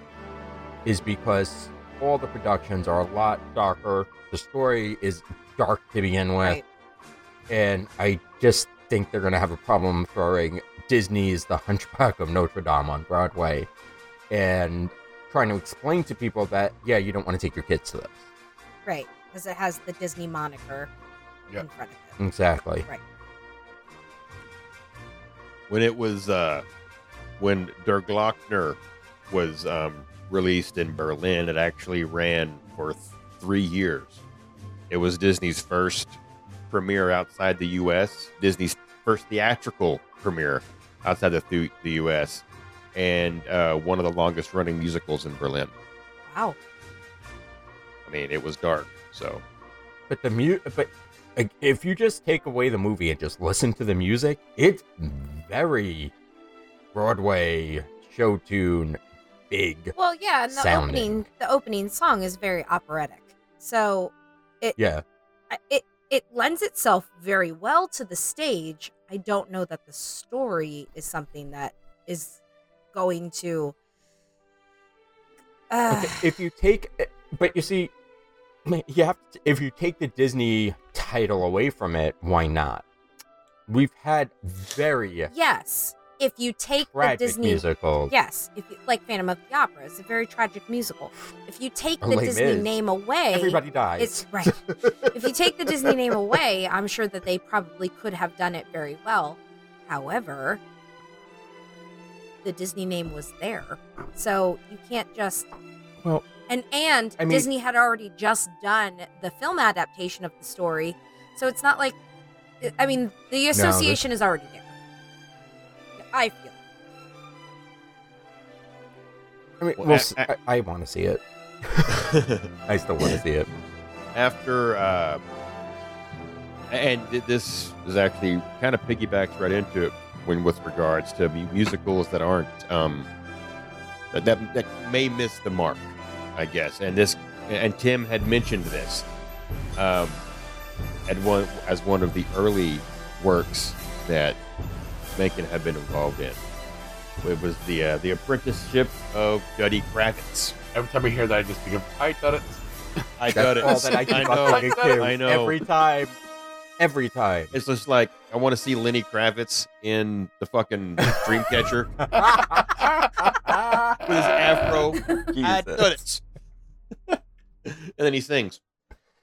Speaker 5: is because all the productions are a lot darker. The story is dark to begin with,
Speaker 1: Right.
Speaker 5: and I just think they're gonna have a problem (laughs) throwing Disney's The Hunchback of Notre Dame on Broadway, and trying to explain to people that, yeah, you don't want to take your kids to this.
Speaker 1: Right, because it has the Disney moniker in
Speaker 6: Yep.
Speaker 1: front of
Speaker 5: Mm.
Speaker 1: it.
Speaker 5: Exactly.
Speaker 4: when it was uh, when Der Glockner was um, released in Berlin, it actually ran for th- three years. It was Disney's first premiere outside the U.S. Disney's first theatrical premiere outside the thu- the U.S. and uh, one of the longest running musicals in Berlin.
Speaker 1: Wow.
Speaker 4: I mean, it was dark. So
Speaker 5: But the mu- but like, if you just take away the movie and just listen to the music, it's very Broadway show tune big.
Speaker 1: Well, yeah, and the
Speaker 5: Sounding.
Speaker 1: opening the opening song is very operatic. So (sighs)
Speaker 5: Yeah.
Speaker 1: I- it it lends itself very well to the stage. I don't know that the story is something that is going to. Uh,
Speaker 5: Okay, if you take but you see you have to, if you take the Disney title away from it, why not? We've had very
Speaker 1: Yes, if you take
Speaker 5: tragic
Speaker 1: the Disney
Speaker 5: musicals.
Speaker 1: Yes, if you, like Phantom of the Opera, it's a very tragic musical. If you take
Speaker 5: Or
Speaker 1: the
Speaker 5: Les
Speaker 1: Disney
Speaker 5: Mis.
Speaker 1: name away,
Speaker 5: Everybody dies.
Speaker 1: it's right. if you take the Disney
Speaker 5: (laughs)
Speaker 1: name away, I'm sure that they probably could have done it very well. However, the Disney name was there, so you can't just
Speaker 5: Well,
Speaker 1: and and
Speaker 5: I mean-
Speaker 1: Disney had already just done the film adaptation of the story, so it's not like I mean the
Speaker 5: this-
Speaker 1: association is already there. I feel.
Speaker 5: I mean,
Speaker 4: Well,
Speaker 5: we'll
Speaker 4: I-
Speaker 5: s- I, want to see it. I still want to see it.
Speaker 4: after uh, and th- this is actually kind of piggybacks right into it when with regards to mu- musicals that aren't um, that, that that may miss the mark i guess and this and tim had mentioned this um, at one as one of the early works that Mencken had been involved in it was the uh, the apprenticeship of duddy kravitz
Speaker 6: Every time I hear that, I just think of I done it.
Speaker 4: i got
Speaker 5: That's
Speaker 4: it
Speaker 5: all that I
Speaker 4: I
Speaker 5: keep
Speaker 4: know.
Speaker 5: on thinking too.
Speaker 4: I know.
Speaker 5: Every time. Every (laughs) time.
Speaker 4: It's just like I want to see Lenny Kravitz in the fucking Dreamcatcher with his afro. I done it. (laughs) and then he sings.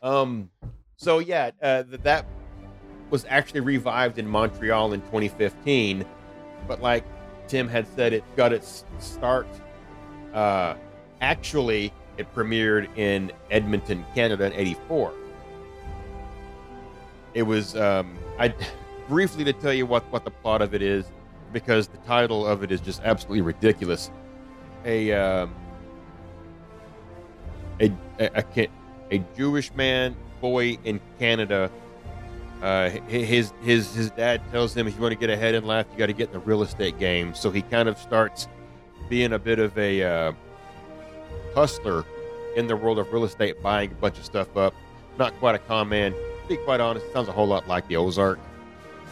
Speaker 4: Um, so yeah, uh, th- that was actually revived in Montreal in 2015. But like Tim had said, it got its start. Uh, actually, it premiered in Edmonton, Canada, in '84. It was um, I (laughs) briefly to tell you what what the plot of it is because the title of it is just absolutely ridiculous. A um, a a, a, ki- a Jewish man boy in Canada. Uh, hi- his his his dad tells him if you want to get ahead in life, you got to get in the real estate game. So he kind of starts being a bit of a uh, hustler in the world of real estate, buying a bunch of stuff up. Not quite a con man. To be quite honest, sounds a whole lot like the Ozark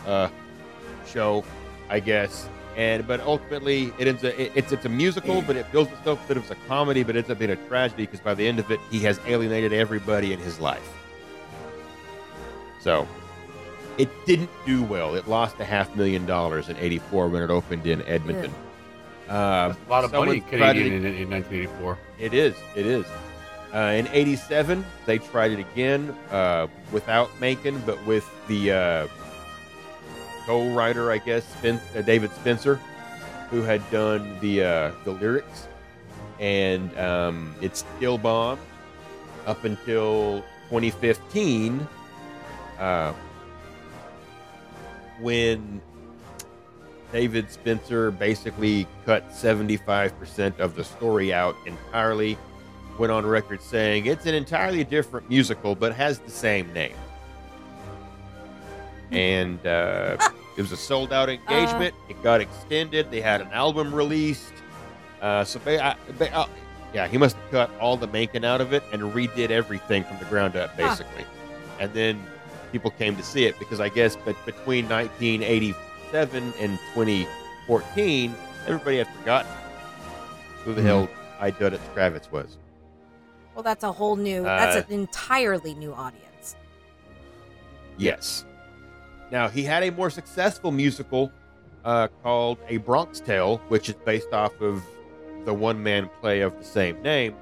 Speaker 4: uh, show, I guess. And but ultimately, it ends. A, it- it's it's a musical, but it builds itself a bit as a comedy, but it ends up being a tragedy because by the end of it, he has alienated everybody in his life. So, it didn't do well. It lost a half million dollars in '84 when it opened in Edmonton. Uh,
Speaker 6: A lot of
Speaker 4: someone
Speaker 6: money in
Speaker 4: tried to-
Speaker 6: Canadian in, in 1984.
Speaker 4: it is. It is. Uh, in '87, they tried it again uh, without Macon, but with the uh, co-writer, I guess, Spen- uh, David Spencer, who had done the uh, the lyrics, and um, it still bombed up until 2015, uh, when David Spencer basically cut 75% of the story out entirely, went on record saying it's an entirely different musical, but has the same name. And uh, it was a sold out engagement. it got extended. They had an album released. Uh, so, ba- I, ba- uh, yeah, he must have cut all the making out of it and redid everything from the ground up,
Speaker 1: Huh.
Speaker 4: basically. And then people came to see it because I guess but between 1980 seven and 2014, everybody had forgotten who the
Speaker 5: Mhm.
Speaker 4: hell I Dudit Kravitz was.
Speaker 1: Well, that's a whole new, that's
Speaker 4: Uh,
Speaker 1: an entirely new audience.
Speaker 4: Yes. Now he had a more successful musical uh, called A Bronx Tale, which is based off of the one man play of the same name,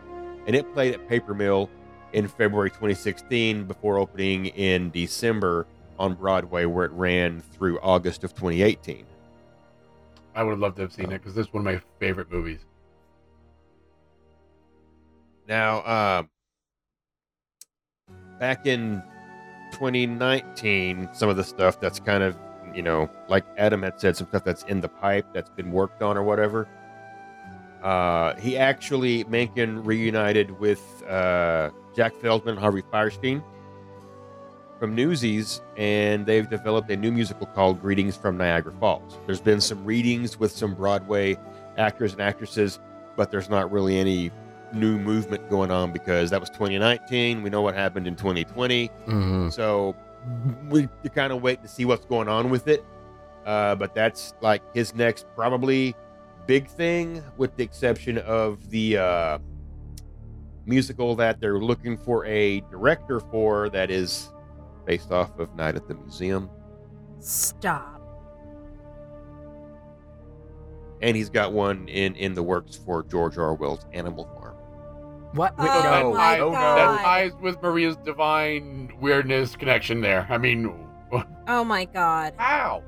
Speaker 4: and it played at Paper Mill in February 2016 before opening in December on Broadway, where it ran through August of 2018.
Speaker 6: I would have loved to have seen it because this is one of my favorite movies.
Speaker 4: Now, um, back in 2019, some of the stuff that's kind of, you know, like Adam had said, some stuff that's in the pipe that's been worked on or whatever. Uh, he actually, Mencken reunited with uh, Jack Feldman and Harvey Firestein from Newsies, and they've developed a new musical called Greetings from Niagara Falls. There's been some readings with some Broadway actors and actresses, but there's not really any new movement going on because that was 2019. We know what happened in 2020.
Speaker 5: Mhm.
Speaker 4: So we you kind of wait to see what's going on with it. Uh, but that's like his next probably big thing, with the exception of the uh, musical that they're looking for a director for that is based off of Night at the Museum.
Speaker 1: Stop.
Speaker 4: And he's got one in, in the works for George Orwell's Animal (laughs) Farm.
Speaker 5: What?
Speaker 1: Oh
Speaker 5: Wait,
Speaker 1: my
Speaker 5: no.
Speaker 1: God.
Speaker 5: Oh,
Speaker 6: That
Speaker 5: no.
Speaker 6: ties with Maria's divine weirdness connection there. I mean,
Speaker 1: Oh my god.
Speaker 6: how?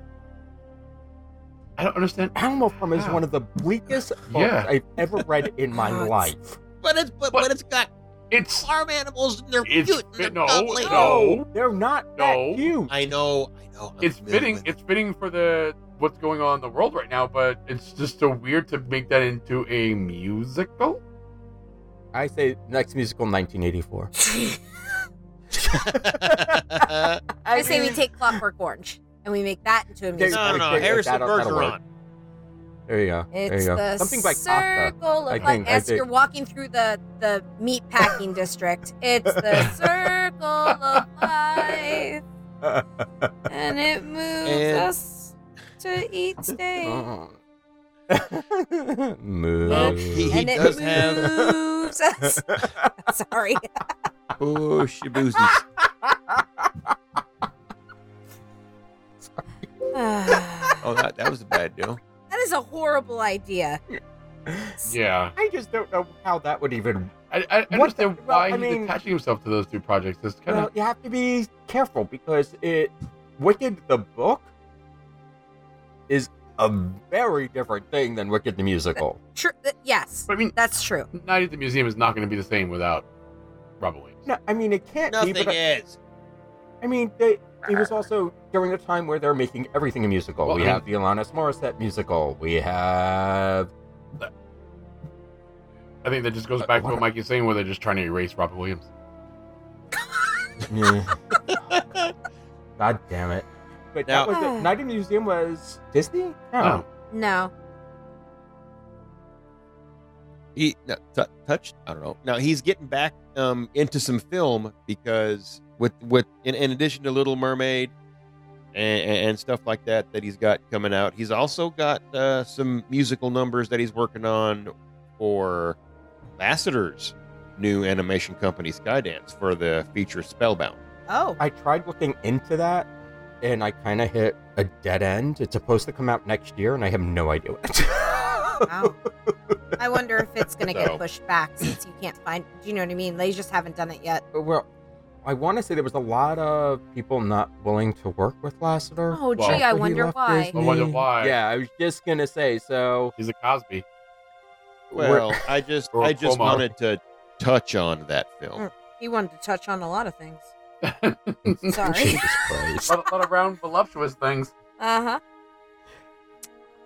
Speaker 6: I don't understand.
Speaker 5: Animal Farm is
Speaker 6: Wow.
Speaker 5: one of the bleakest books
Speaker 6: Yeah.
Speaker 5: I've ever read in my
Speaker 1: God.
Speaker 5: life.
Speaker 4: But it's but,
Speaker 6: but
Speaker 4: it's got
Speaker 6: It's
Speaker 4: farm animals and they're
Speaker 6: it's fit- no no.
Speaker 5: They're not
Speaker 6: No.
Speaker 5: that cute.
Speaker 4: I know, I know.
Speaker 6: It's fitting. It's fitting for the what's going on in the world right now. But it's just so weird to make that into a musical.
Speaker 5: I say next musical 1984.
Speaker 4: It's
Speaker 1: (laughs) I, say we take Clockwork Orange and we make that into a
Speaker 5: There's-
Speaker 1: musical.
Speaker 4: no, no, no.
Speaker 5: Okay,
Speaker 4: Harrison
Speaker 5: that'll- that'll work.
Speaker 4: Bergeron.
Speaker 5: There you go. there
Speaker 1: It's
Speaker 5: you go.
Speaker 1: the
Speaker 5: Something by Kafka.
Speaker 1: circle of
Speaker 5: I think,
Speaker 1: life.
Speaker 5: I
Speaker 1: As
Speaker 5: think.
Speaker 1: you're walking through the the meat packing district, it's the
Speaker 5: (laughs)
Speaker 1: circle of life, and
Speaker 5: (laughs)
Speaker 1: it moves
Speaker 4: And-
Speaker 1: us to each
Speaker 5: (laughs) Uh-huh.
Speaker 1: day,
Speaker 4: Well,
Speaker 5: Move.
Speaker 4: he-
Speaker 1: and it
Speaker 4: does have-
Speaker 5: (laughs)
Speaker 1: moves us. (laughs) Sorry, (sighs)
Speaker 4: Oh, shiboozies.
Speaker 1: that
Speaker 4: Oh, that, that was a bad deal.
Speaker 1: is a horrible idea.
Speaker 6: Yeah,
Speaker 5: I just don't know how that would even.
Speaker 6: I, I
Speaker 5: the-
Speaker 6: understand
Speaker 5: well,
Speaker 6: why
Speaker 5: I mean-
Speaker 6: he's attaching himself to those two projects. It's kind
Speaker 5: Well,
Speaker 6: of
Speaker 5: you have to be careful because it. Wicked the book is a very different thing than Wicked the musical.
Speaker 1: True. th- uh, yes,
Speaker 6: I mean,
Speaker 1: that's true.
Speaker 6: Night at the Museum is not going to be the same without Robin Williams.
Speaker 5: No, I mean it can't
Speaker 4: Nothing
Speaker 5: be. But I,
Speaker 4: is.
Speaker 5: I mean, they, it was also during a time where they're making everything a musical.
Speaker 6: Well,
Speaker 5: we
Speaker 6: I mean-
Speaker 5: have the Alanis Morissette musical. We have
Speaker 6: I think that just goes
Speaker 5: Uh,
Speaker 6: back to
Speaker 5: what-
Speaker 6: what Mikey's saying, where they're just trying to erase Robin Williams.
Speaker 5: God damn it. But
Speaker 4: Now-
Speaker 5: that was it. (sighs) Night in the Museum was Disney?
Speaker 6: Oh.
Speaker 5: No.
Speaker 1: No,
Speaker 4: (laughs) He no, t- touched. I don't know. Now he's getting back um, into some film because with with in, in addition to Little Mermaid and, and and stuff like that that he's got coming out, he's also got uh, some musical numbers that he's working on for Lassiter's new animation company Skydance for the feature Spellbound.
Speaker 1: oh,
Speaker 5: I tried looking into that and I kind of hit a dead end. It's supposed to come out next year and I have no idea what (laughs)
Speaker 1: Wow. I (laughs) wonder if it's going to
Speaker 4: So-
Speaker 1: get pushed back since you can't find. Do you know what I mean? They just haven't done it yet.
Speaker 5: Well, I want to say there was a lot of people not willing to work with Lassiter.
Speaker 1: Oh,
Speaker 6: Well,
Speaker 1: gee, I
Speaker 5: when he
Speaker 1: wonder
Speaker 5: left
Speaker 1: why.
Speaker 5: Disney.
Speaker 6: I wonder why.
Speaker 5: Yeah, I was just going to say, so.
Speaker 6: He's a Cosby.
Speaker 5: we're- (laughs)
Speaker 4: Well, I just
Speaker 6: Or
Speaker 4: I just
Speaker 6: Cuomo.
Speaker 4: wanted to touch on that film.
Speaker 1: He wanted to touch on a lot of
Speaker 6: (laughs)
Speaker 1: things.
Speaker 6: a,
Speaker 1: Sorry.
Speaker 6: (laughs)
Speaker 5: Jesus Christ.
Speaker 6: lot, lot of round voluptuous things.
Speaker 1: Uh huh.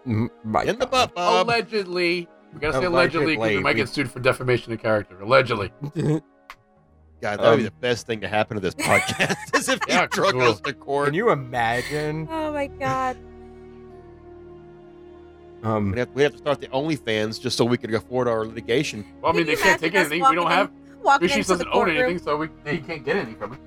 Speaker 5: M- my
Speaker 4: In the
Speaker 5: God.
Speaker 4: butt,
Speaker 6: Oh,
Speaker 4: Bob.
Speaker 6: allegedly. We gotta say allegedly because we
Speaker 5: Um, Allegedly,
Speaker 6: might
Speaker 5: we-
Speaker 6: get sued for defamation of character. Allegedly.
Speaker 4: God, that would be
Speaker 5: Um,
Speaker 4: the best thing to happen to this podcast (laughs) is if you
Speaker 6: Yeah,
Speaker 4: drug
Speaker 6: cool.
Speaker 4: us to court.
Speaker 5: Can you imagine?
Speaker 1: Oh
Speaker 6: (laughs)
Speaker 1: my God.
Speaker 5: Um,
Speaker 4: We'd have, we'd have to start the OnlyFans just so we could afford our litigation.
Speaker 6: Well, I mean, they can't take anything. We don't have.
Speaker 1: Walking
Speaker 6: She
Speaker 1: into
Speaker 6: doesn't
Speaker 1: the
Speaker 6: own
Speaker 1: courtroom,
Speaker 6: anything, so we they can't get anything from it.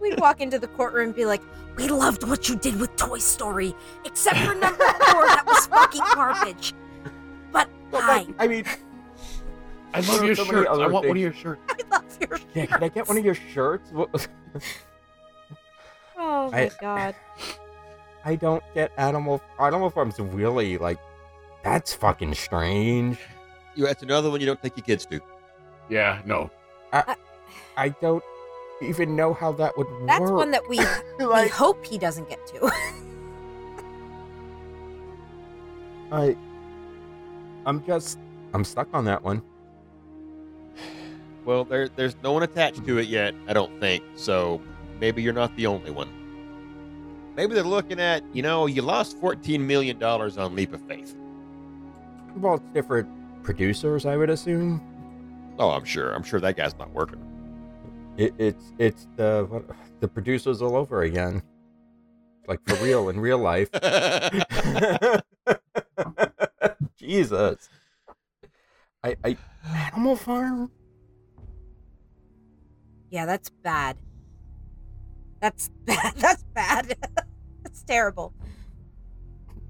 Speaker 1: we'd walk into the courtroom and be like, "We loved what you did with Toy Story, except for
Speaker 6: (laughs)
Speaker 1: number four, that was fucking garbage." But
Speaker 5: but,
Speaker 1: hi,
Speaker 5: like, I mean,
Speaker 6: I
Speaker 5: love
Speaker 6: love
Speaker 5: your
Speaker 6: your
Speaker 5: So many
Speaker 6: shirt. I
Speaker 5: other
Speaker 6: want one of
Speaker 5: things.
Speaker 6: your shirts.
Speaker 1: I (laughs) love your.
Speaker 5: yeah, can I get one of your shirts? What-
Speaker 1: Oh my
Speaker 5: I-
Speaker 1: God.
Speaker 5: I don't get Animal Animal Farm's really like that's fucking strange.
Speaker 4: you, that's another one you don't take your kids to.
Speaker 6: Yeah, no. (laughs)
Speaker 5: I don't even know how that would work.
Speaker 1: That's one that we, we
Speaker 5: like,
Speaker 1: hope he doesn't get to. (laughs)
Speaker 5: I, I'm just, I'm stuck on that one.
Speaker 4: Well, there, there's no one attached to it yet, I don't think. So maybe you're not the only one. Maybe they're looking at, you know, you lost $14 million on Leap of Faith.
Speaker 5: Well, it's different producers, I would assume.
Speaker 4: Oh, I'm sure. I'm sure that guy's not working. (laughs)
Speaker 5: It, it's it's the what, the producers all over again, like for real in real (laughs) life. Jesus, I, I Animal Farm.
Speaker 1: yeah, that's bad. That's (laughs) bad. That's bad. (laughs) that's terrible.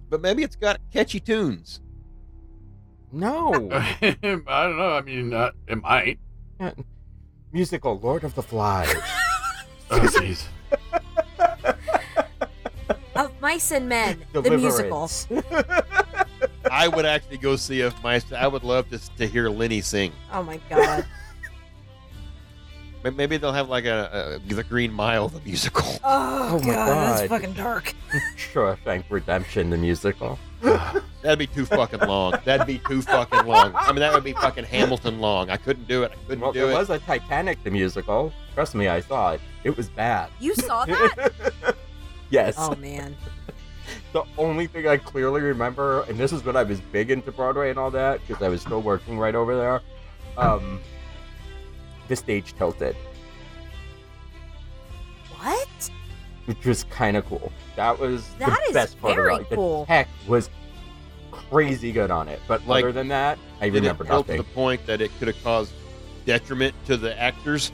Speaker 4: but maybe it's got catchy tunes.
Speaker 5: (laughs) No,
Speaker 6: I don't know. I mean, uh, it might.
Speaker 1: (laughs)
Speaker 5: musical Lord of the Flies.
Speaker 6: Oh, jeez.
Speaker 1: Of Mice and
Speaker 5: (laughs)
Speaker 1: Men, the musical.
Speaker 5: Deliverance.
Speaker 4: I would actually go see if my. I would love to, to hear Lenny sing.
Speaker 1: Oh my god.
Speaker 4: May- Maybe they'll have like a, a the Green Mile the musical. (laughs)
Speaker 1: Oh,
Speaker 5: (laughs) Oh my
Speaker 1: that's
Speaker 5: God.
Speaker 1: fucking dark.
Speaker 5: Shawshank Redemption, the musical.
Speaker 4: That'd be too fucking long. That'd be too fucking long. I mean, that would be fucking Hamilton long. I couldn't do it. I couldn't
Speaker 5: Well,
Speaker 4: do
Speaker 5: there
Speaker 4: it.
Speaker 5: was a Titanic, the musical. Trust me, I saw it. It was (laughs) bad.
Speaker 1: You saw that?
Speaker 5: Yes.
Speaker 1: Oh man.
Speaker 5: The only thing I clearly remember, and this is when I was big into Broadway and all that, because I was still working right over there, um, the stage tilted,
Speaker 1: What?
Speaker 5: which was kind of cool. That was
Speaker 1: That
Speaker 5: the
Speaker 1: is
Speaker 5: best part
Speaker 1: very
Speaker 5: of it.
Speaker 1: cool.
Speaker 5: The tech was crazy good on it, but
Speaker 4: Like,
Speaker 5: other than that, I
Speaker 4: Did it
Speaker 5: remember
Speaker 4: tilt to
Speaker 5: nothing.
Speaker 4: the point that it could have caused detriment to the actors?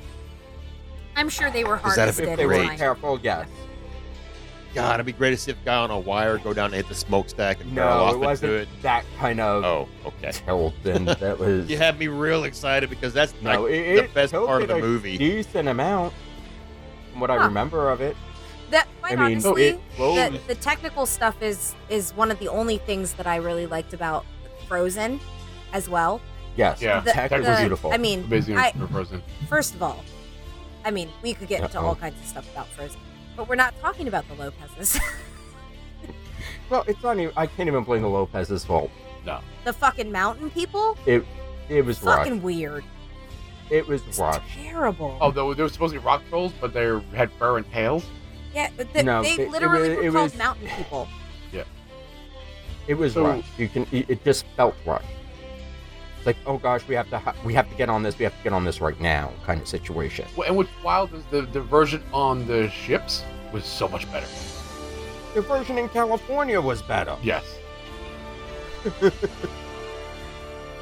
Speaker 1: I'm sure they were
Speaker 4: Is that a
Speaker 1: harvested.
Speaker 5: if
Speaker 4: bit
Speaker 5: they were
Speaker 1: fine.
Speaker 5: careful, yes.
Speaker 4: God, it'd be great to see a guy on a wire go down and hit the smokestack and barrel
Speaker 5: No,
Speaker 4: off
Speaker 5: it wasn't
Speaker 4: into it.
Speaker 5: that kind of
Speaker 4: Oh, okay.
Speaker 5: tilt,
Speaker 4: (laughs)
Speaker 5: and that was
Speaker 4: You had me real excited because that's
Speaker 5: no,
Speaker 4: like,
Speaker 5: it,
Speaker 4: the
Speaker 5: it
Speaker 4: best part of
Speaker 5: tilted
Speaker 4: the
Speaker 5: a
Speaker 4: movie.
Speaker 5: Decent amount, from what
Speaker 1: Huh.
Speaker 5: I remember of it.
Speaker 1: That quite
Speaker 5: I mean, oh,
Speaker 1: honestly,
Speaker 5: it flowed
Speaker 1: the, the technical stuff is is one of the only things that I really liked about Frozen as well.
Speaker 5: Yes,
Speaker 6: Yeah.
Speaker 1: The-
Speaker 5: tech
Speaker 6: That
Speaker 5: was
Speaker 1: the-
Speaker 5: beautiful.
Speaker 1: I mean,
Speaker 6: Amazing
Speaker 1: I-
Speaker 6: or frozen.
Speaker 1: first of all, I mean, we could get into
Speaker 5: Uh-oh.
Speaker 1: all kinds of stuff about Frozen, but we're not talking about the Lopez's. (laughs)
Speaker 5: well, it's not even. I can't even blame the Lopez's fault.
Speaker 1: the fucking mountain people?
Speaker 5: It it was
Speaker 1: Fucking
Speaker 5: rushed.
Speaker 1: weird.
Speaker 5: It was
Speaker 1: It's
Speaker 5: rushed.
Speaker 1: terrible.
Speaker 6: Oh, they were, they were supposed to be rock trolls, but they had fur and tails.
Speaker 1: yeah, but the-
Speaker 5: no,
Speaker 1: they
Speaker 5: it- it
Speaker 1: literally
Speaker 5: was-
Speaker 1: were
Speaker 5: it
Speaker 1: called
Speaker 5: was-
Speaker 1: mountain people.
Speaker 5: It was
Speaker 6: So-
Speaker 5: rushed. You can. It, it just felt rushed. It's like, oh gosh, we have to. ha- We have to get on this. We have to get on this right now, kind of situation.
Speaker 6: Well, And what's wild is the, the version on the ships was so much better.
Speaker 5: The version in California was better.
Speaker 6: Yes.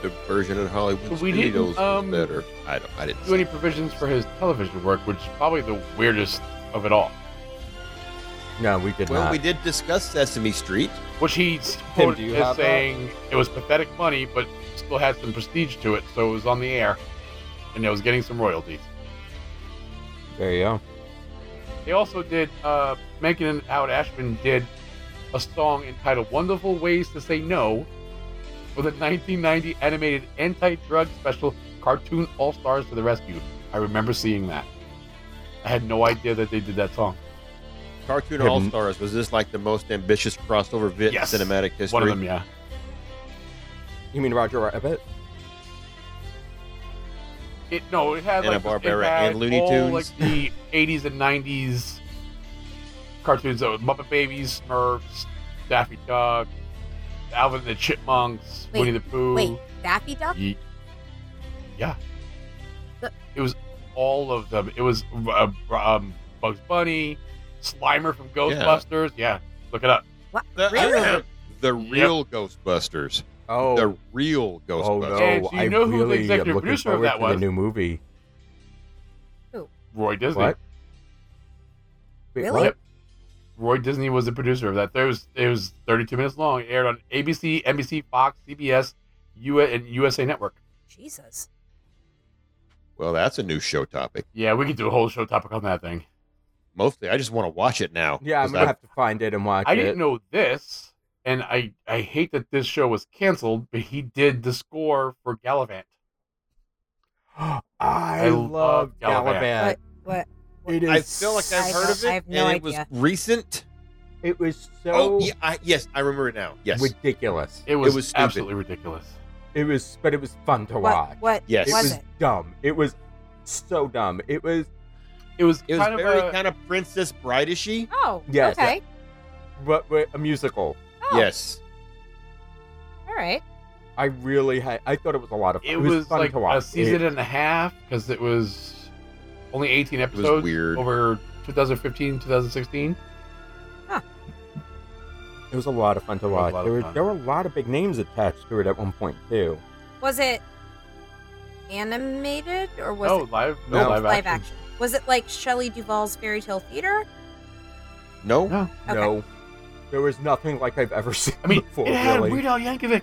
Speaker 4: the version in Hollywood
Speaker 6: We didn't,
Speaker 4: Studios
Speaker 6: um,
Speaker 4: was better. I don't. I didn't.
Speaker 6: Do any provisions for his television work, which is probably the weirdest of it all.
Speaker 5: No, we did
Speaker 4: well,
Speaker 5: not.
Speaker 4: we did discuss Sesame Street.
Speaker 6: Which he
Speaker 5: do
Speaker 6: quoted
Speaker 5: you
Speaker 6: as
Speaker 5: have that?
Speaker 6: saying it was pathetic money, but still had some prestige to it, so it was on the air, and it was getting some royalties.
Speaker 5: there you go.
Speaker 6: They also did, uh, Megan and Howard Ashman did a song entitled Wonderful Ways to Say No for the 1990 animated anti drug special Cartoon All Stars to the Rescue. I remember seeing that. I had no idea that they did that song.
Speaker 4: Cartoon
Speaker 5: Hidden.
Speaker 4: All Stars was this like the most ambitious crossover bit
Speaker 6: Yes.
Speaker 4: in cinematic history?
Speaker 6: One of them, yeah.
Speaker 5: You mean Roger Rabbit?
Speaker 6: It, no, it had
Speaker 4: Hanna
Speaker 6: like this- it
Speaker 4: Barbera
Speaker 6: had
Speaker 4: and Looney
Speaker 6: all,
Speaker 4: Tunes. (laughs)
Speaker 6: like the 80s and 90s cartoons of Muppet Babies, Smurfs, Daffy Duck, Alvin and the Chipmunks,
Speaker 1: Wait,
Speaker 6: Winnie the Pooh.
Speaker 1: Wait, Daffy Duck?
Speaker 6: Ye- Yeah.
Speaker 1: The-
Speaker 6: It was all of them. It was uh, um, Bugs Bunny, Slimer from Ghostbusters. Yeah. Look it up.
Speaker 4: The,
Speaker 1: Really?
Speaker 4: the real Ghostbusters.
Speaker 5: Oh,
Speaker 4: The real
Speaker 5: oh
Speaker 4: Ghostbusters.
Speaker 5: no!
Speaker 6: And you
Speaker 5: I
Speaker 6: know who the
Speaker 5: really
Speaker 6: executive
Speaker 5: am looking
Speaker 6: producer of
Speaker 5: forward
Speaker 6: that
Speaker 5: to
Speaker 6: was?
Speaker 5: the new movie.
Speaker 6: Roy Disney.
Speaker 5: What? Wait,
Speaker 1: Really?
Speaker 5: what?
Speaker 6: Roy Disney was the producer of that. There was it was 32 minutes long. It aired on ABC, NBC, Fox, CBS, U and USA Network.
Speaker 1: Jesus.
Speaker 4: Well, that's a new show topic.
Speaker 6: Yeah, we could do a whole show topic on that thing.
Speaker 4: Mostly, I just want to watch it now.
Speaker 5: Yeah, I'm
Speaker 4: 'cause
Speaker 5: gonna
Speaker 4: I-
Speaker 5: have to find it and watch
Speaker 6: I
Speaker 5: it.
Speaker 6: didn't know this. and I I hate that this show was canceled, but he did the score for Gallivant.
Speaker 5: (gasps) I,
Speaker 6: love
Speaker 5: love
Speaker 6: Gallivant.
Speaker 5: Gallivant.
Speaker 1: What?
Speaker 5: It is.
Speaker 4: I feel like I've
Speaker 1: I
Speaker 4: heard
Speaker 1: don't-
Speaker 4: of it,
Speaker 1: I have no
Speaker 4: and it
Speaker 1: idea.
Speaker 4: was recent.
Speaker 5: It was so
Speaker 4: Oh, yeah, I, yes, I remember it now. Yes,
Speaker 5: ridiculous.
Speaker 6: It was,
Speaker 4: was stupid.
Speaker 6: absolutely ridiculous.
Speaker 5: It was, but it was fun to watch.
Speaker 1: What? What
Speaker 4: Yes.
Speaker 5: It
Speaker 1: was
Speaker 5: was
Speaker 1: it?
Speaker 5: dumb. It was so dumb. It was
Speaker 6: It was
Speaker 4: it was
Speaker 6: kind
Speaker 4: very
Speaker 6: of a,
Speaker 4: kind of Princess Bridishy.
Speaker 1: Oh.
Speaker 5: Yes.
Speaker 1: Okay.
Speaker 5: what, what a musical.
Speaker 1: Oh,
Speaker 4: Yes,
Speaker 1: All right.
Speaker 5: I really had. I thought it was a lot of. fun.
Speaker 6: it, was,
Speaker 5: fun
Speaker 6: like
Speaker 5: to watch.
Speaker 6: a season
Speaker 5: It-
Speaker 6: and a half because it was only 18
Speaker 4: it
Speaker 6: episodes
Speaker 4: was weird.
Speaker 6: over 2015 2016
Speaker 5: it was a lot of fun to
Speaker 6: It was a
Speaker 5: watch.
Speaker 6: lot of
Speaker 5: There were
Speaker 6: fun.
Speaker 5: there were a lot of big names attached to it at one point too.
Speaker 1: Was it animated or was
Speaker 5: Oh,
Speaker 6: no
Speaker 1: it
Speaker 6: Oh, live
Speaker 5: No,
Speaker 6: no,
Speaker 5: it was
Speaker 6: live,
Speaker 1: live
Speaker 6: action.
Speaker 1: action? Was it like Shelley Duvall's Fairy Tale Theater?
Speaker 4: No,
Speaker 6: No.
Speaker 1: Okay.
Speaker 5: No, there was nothing like I've ever (laughs) seen
Speaker 6: i mean
Speaker 5: before.
Speaker 6: it had
Speaker 5: really,
Speaker 6: Weird Al Yankovic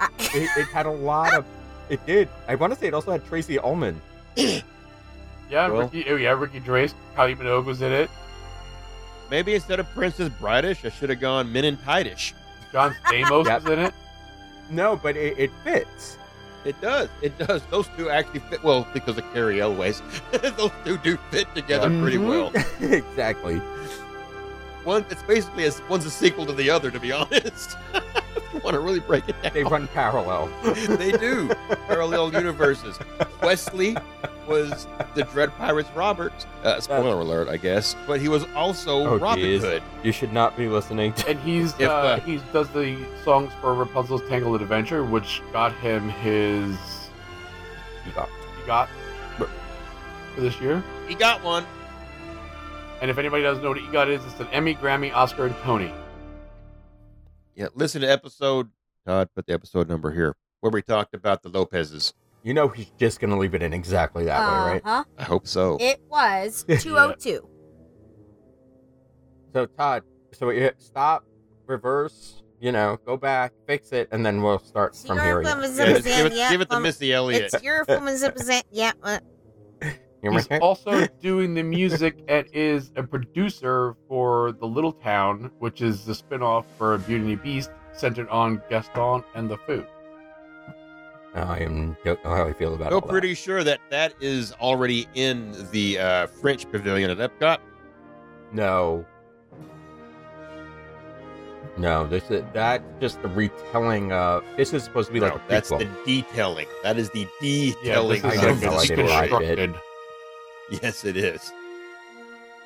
Speaker 1: I-
Speaker 5: it, it had a lot of. It did. I want to say it also had Tracy Ullman.
Speaker 6: yeah
Speaker 4: Well-
Speaker 6: Ricky oh, yeah Ricky Drace Kylie Minogue was in it
Speaker 4: maybe instead of Princess Bridish, I should have gone Menentitis.
Speaker 6: John
Speaker 1: (laughs)
Speaker 6: Stamos
Speaker 5: Yep.
Speaker 6: was in it
Speaker 5: No, but it, it fits. (laughs)
Speaker 4: It does. It does. Those two actually fit well because of Carrie Elways. (laughs) Those two do fit together
Speaker 6: Yeah.
Speaker 4: pretty
Speaker 6: Mhm.
Speaker 4: well.
Speaker 1: Mm-hmm. (laughs)
Speaker 5: exactly.
Speaker 4: One, it's basically a, one's a sequel to the other. To be (laughs) honest, if you want to really break it down,
Speaker 5: They run parallel.
Speaker 4: they do
Speaker 1: (laughs)
Speaker 4: parallel universes. Wesley was the Dread Pirates Roberts. Uh, spoiler alert, I guess, but he was also
Speaker 5: Oh,
Speaker 4: Robin
Speaker 5: geez.
Speaker 4: Hood.
Speaker 5: You should not be listening. To- (laughs)
Speaker 6: and he's
Speaker 4: If,
Speaker 6: uh,
Speaker 4: uh,
Speaker 6: he does the songs for Rapunzel's Tangled Adventure which got him his he got for this year
Speaker 4: He got one.
Speaker 6: and if anybody doesn't know what EGOT is it's an Emmy Grammy Oscar and Tony
Speaker 4: Yeah, listen to episode. Todd, put the episode number here where we talked about the Lopez's.
Speaker 5: you know he's just gonna leave it in exactly that way, right?
Speaker 1: Uh-huh.
Speaker 4: I hope so.
Speaker 1: It was
Speaker 5: (laughs) Yeah.
Speaker 1: 202.
Speaker 5: So Todd, so you hit stop, reverse, you know, go back, fix it, and then we'll start from here. again.
Speaker 4: Yeah, just give, it,
Speaker 1: Yeah,
Speaker 4: give it to
Speaker 1: um,
Speaker 4: Missy Elliott.
Speaker 1: It's your from Zipazan. Yeah. uh,
Speaker 5: You
Speaker 6: He's
Speaker 5: remember?
Speaker 6: also doing the music and is a producer for The Little Town, which is the spin-off for Beauty and the Beast, centered on Gaston and the food.
Speaker 5: I am don't know how I feel about
Speaker 4: So
Speaker 5: all that.
Speaker 4: pretty sure that that is already in the uh, French Pavilion at Epcot.
Speaker 5: No. No, this is that's just the retelling of this is supposed to be like
Speaker 4: No,
Speaker 5: a
Speaker 4: that's
Speaker 5: prequel.
Speaker 4: the detailing. That is the
Speaker 6: Yeah, this
Speaker 4: detailing.
Speaker 5: I
Speaker 6: is
Speaker 5: got
Speaker 4: of
Speaker 5: no
Speaker 4: the
Speaker 5: idea why I
Speaker 4: story.
Speaker 5: did.
Speaker 6: constructed.
Speaker 4: (laughs) Yes, it is.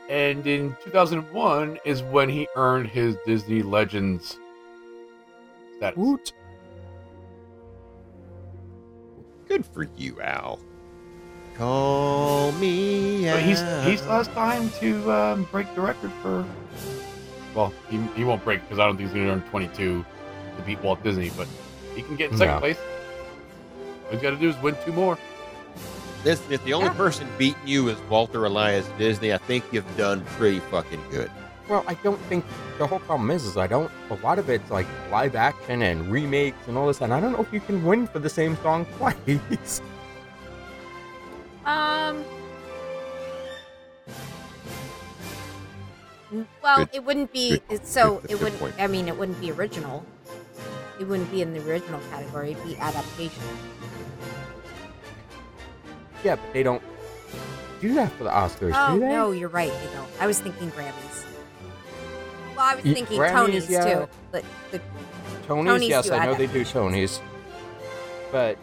Speaker 6: And in 2001 is when he earned his Disney Legends status.
Speaker 4: Good for you, Al. Call me.
Speaker 6: But he's
Speaker 4: Al.
Speaker 6: he still has time to um, break the record for. Well, he, he won't break because I don't think he's going to earn 22 to beat Walt Disney, but he can get in second
Speaker 5: No.
Speaker 6: place. All he's got to do is win two more.
Speaker 4: This, if the only person beating you is Walter Elias Disney, I think you've done pretty fucking good.
Speaker 5: Well, I don't think the whole problem is is I don't a lot of it's like live action and remakes and all this and I don't know if you can win for the same song (laughs) twice.
Speaker 1: Um. Well,
Speaker 4: Good-
Speaker 1: it wouldn't be
Speaker 4: good-
Speaker 1: it's- so.
Speaker 4: good-
Speaker 1: it
Speaker 4: good
Speaker 1: wouldn't.
Speaker 4: point.
Speaker 1: I mean, it wouldn't be original. It wouldn't be in the original category. It'd be adaptation.
Speaker 5: yeah, but they don't do that for the Oscars,
Speaker 1: Oh
Speaker 5: do they?
Speaker 1: no, you're right. They don't. I was thinking Grammys. Well, I was
Speaker 5: Ye-
Speaker 1: thinking
Speaker 5: Grammys,
Speaker 1: Tony's
Speaker 5: yeah.
Speaker 1: too. But the,
Speaker 5: Tony's,
Speaker 1: Tony's
Speaker 5: yes,
Speaker 1: do
Speaker 5: I know they do Tony's. But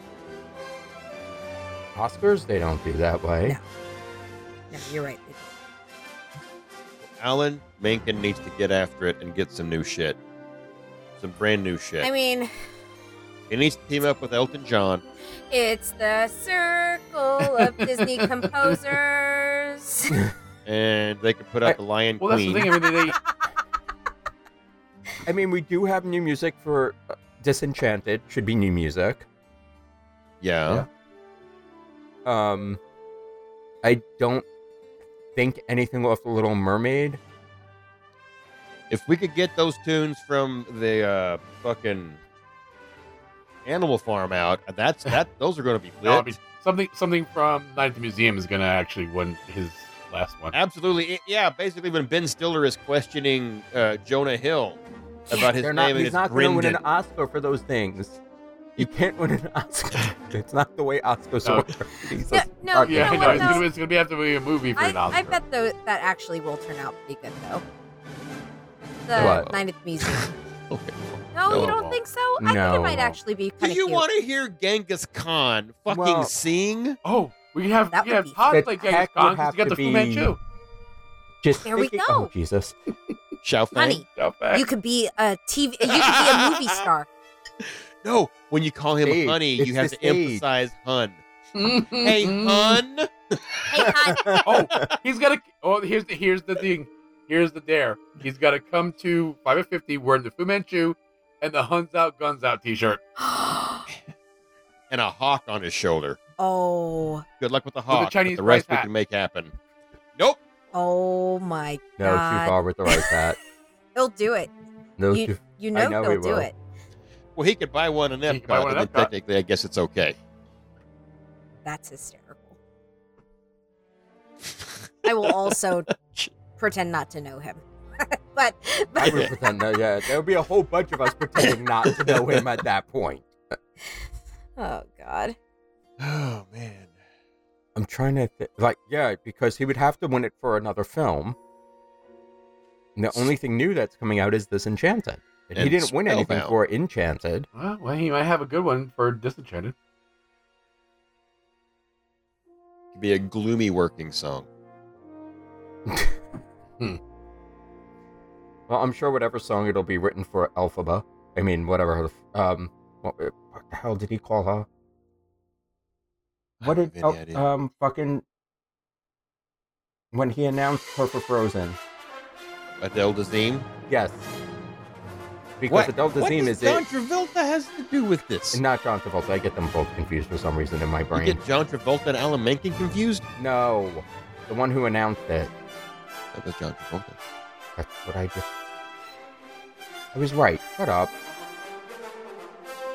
Speaker 5: Oscars they don't do that way.
Speaker 1: No. no, you're right.
Speaker 4: Alan Menken needs to get after it and get some new shit, some brand new shit.
Speaker 1: I mean,
Speaker 4: he needs to team up with Elton John.
Speaker 1: it's the circle of
Speaker 4: (laughs)
Speaker 1: Disney composers.
Speaker 4: and they could put out the Lion
Speaker 6: Well, that's
Speaker 4: Queen.
Speaker 6: the thing. I mean, they,
Speaker 5: I mean, we do have new music for uh, Disenchanted. Should be new music.
Speaker 4: Yeah.
Speaker 5: Yeah. Um, I don't think anything off the Little Mermaid.
Speaker 4: If we could get those tunes from the uh, fucking Animal Farm out,
Speaker 5: (laughs)
Speaker 4: that's that. Those are going to be
Speaker 6: No, I
Speaker 4: lit.
Speaker 6: mean, something something from Night at the Museum is going to actually win his last one.
Speaker 4: Absolutely. It- yeah. Basically, when Ben Stiller is questioning uh, Jonah Hill about his
Speaker 5: They're
Speaker 4: name
Speaker 5: not,
Speaker 4: and
Speaker 5: he's
Speaker 4: it's
Speaker 5: not going to win an
Speaker 4: Grindon.
Speaker 5: Oscar for those things. You can't win an (laughs) Oscar. it's not the way Oscars
Speaker 6: No.
Speaker 5: work. Jesus.
Speaker 1: No, (laughs) no,
Speaker 5: Okay.
Speaker 1: you
Speaker 6: Yeah,
Speaker 1: know what,
Speaker 6: I know. It's
Speaker 1: though?
Speaker 6: gonna, be, it's gonna be have to be a movie for
Speaker 1: I,
Speaker 6: an Oscar.
Speaker 1: I bet though that actually will turn out to be good though. The
Speaker 5: What?
Speaker 1: Night at the
Speaker 5: (laughs)
Speaker 1: Museum.
Speaker 4: Okay.
Speaker 1: No,
Speaker 4: No,
Speaker 1: you
Speaker 4: it
Speaker 1: don't
Speaker 4: won't.
Speaker 1: think so? I think
Speaker 5: No,
Speaker 1: it
Speaker 5: it
Speaker 1: might
Speaker 5: won't.
Speaker 1: actually be kind
Speaker 4: Do
Speaker 1: of
Speaker 4: you
Speaker 1: cute.
Speaker 4: want to hear Genghis Khan fucking
Speaker 5: Well-
Speaker 4: sing?
Speaker 6: oh, we can have
Speaker 1: That
Speaker 6: we can
Speaker 1: would be-
Speaker 6: have Todd
Speaker 5: That
Speaker 6: play Genghis
Speaker 5: heck would
Speaker 6: Khan because
Speaker 5: have
Speaker 6: he got
Speaker 5: to
Speaker 6: the Fu
Speaker 5: be-
Speaker 6: Manchu.
Speaker 5: Just
Speaker 1: There we
Speaker 5: thinking-
Speaker 1: go.
Speaker 5: Oh, Jesus.
Speaker 4: Shao Fang?
Speaker 1: Honey,
Speaker 6: Go back.
Speaker 1: you could be a TV. You could be a
Speaker 5: (laughs)
Speaker 1: movie star.
Speaker 4: No, when you call him
Speaker 5: Stage.
Speaker 4: honey, you
Speaker 5: It's
Speaker 4: have to
Speaker 5: the stage.
Speaker 4: emphasize hun. Hey, hun.
Speaker 1: Hey, hon,
Speaker 6: Mm-hmm.
Speaker 1: (gasps)
Speaker 6: oh, he's got to. Oh, here's the here's the thing. Here's the dare. He's got to come to five at fifty wearing the Fu Manchu and the Huns out, guns out T-shirt.
Speaker 4: And a hawk on his shoulder.
Speaker 1: oh,
Speaker 4: Good luck with the hawk. but
Speaker 6: Chinese
Speaker 4: the rest
Speaker 6: price
Speaker 4: we
Speaker 6: hat.
Speaker 4: can make happen. Nope.
Speaker 1: oh my
Speaker 5: No,
Speaker 1: God.
Speaker 5: too far with the right hat.
Speaker 1: he'll do it.
Speaker 5: No,
Speaker 1: You-
Speaker 5: (laughs) too
Speaker 1: You
Speaker 5: I
Speaker 1: know,
Speaker 5: know
Speaker 1: he'll
Speaker 5: he
Speaker 1: do
Speaker 5: will.
Speaker 1: it.
Speaker 4: Well, he could buy one in
Speaker 6: He could buy
Speaker 4: Epcot,
Speaker 6: one in
Speaker 4: and then
Speaker 6: Epcot.
Speaker 4: technically, I guess it's okay.
Speaker 1: That's hysterical. I will
Speaker 5: (laughs)
Speaker 1: also pretend not to know him, (laughs) but
Speaker 5: I
Speaker 1: but
Speaker 5: would pretend. No, yeah, there would be a whole bunch of us pretending not to know him at that point.
Speaker 1: (laughs) oh God.
Speaker 4: Oh man.
Speaker 5: I'm trying to th- like yeah, because he would have to win it for another film. And the only thing new that's coming out is this Enchanted, and,
Speaker 4: And
Speaker 5: he didn't win anything
Speaker 4: Spellbound.
Speaker 5: for Enchanted.
Speaker 6: Well, well, he might have a good one for Disenchanted.
Speaker 4: Could be a gloomy working song.
Speaker 5: Well, I'm sure whatever song it'll be written for Elphaba. I mean, whatever. her f- Um, what, what the hell did he call her? What
Speaker 4: I don't
Speaker 5: did
Speaker 4: have any
Speaker 5: El-
Speaker 4: idea.
Speaker 5: um fucking when he announced her for Frozen?
Speaker 4: Adele Dazeem?
Speaker 5: Yes, because
Speaker 4: What-
Speaker 5: Adele
Speaker 4: what
Speaker 5: Dazeem
Speaker 4: does
Speaker 5: is
Speaker 4: John
Speaker 5: it,
Speaker 4: Travolta has to do with this?
Speaker 5: and not John Travolta. I get them both confused for some reason in my
Speaker 4: You
Speaker 5: brain.
Speaker 4: get John Travolta and Alan Menken confused?
Speaker 5: No, the one who announced it.
Speaker 4: That was John Travolta.
Speaker 5: That's what I did. I was right. Shut up.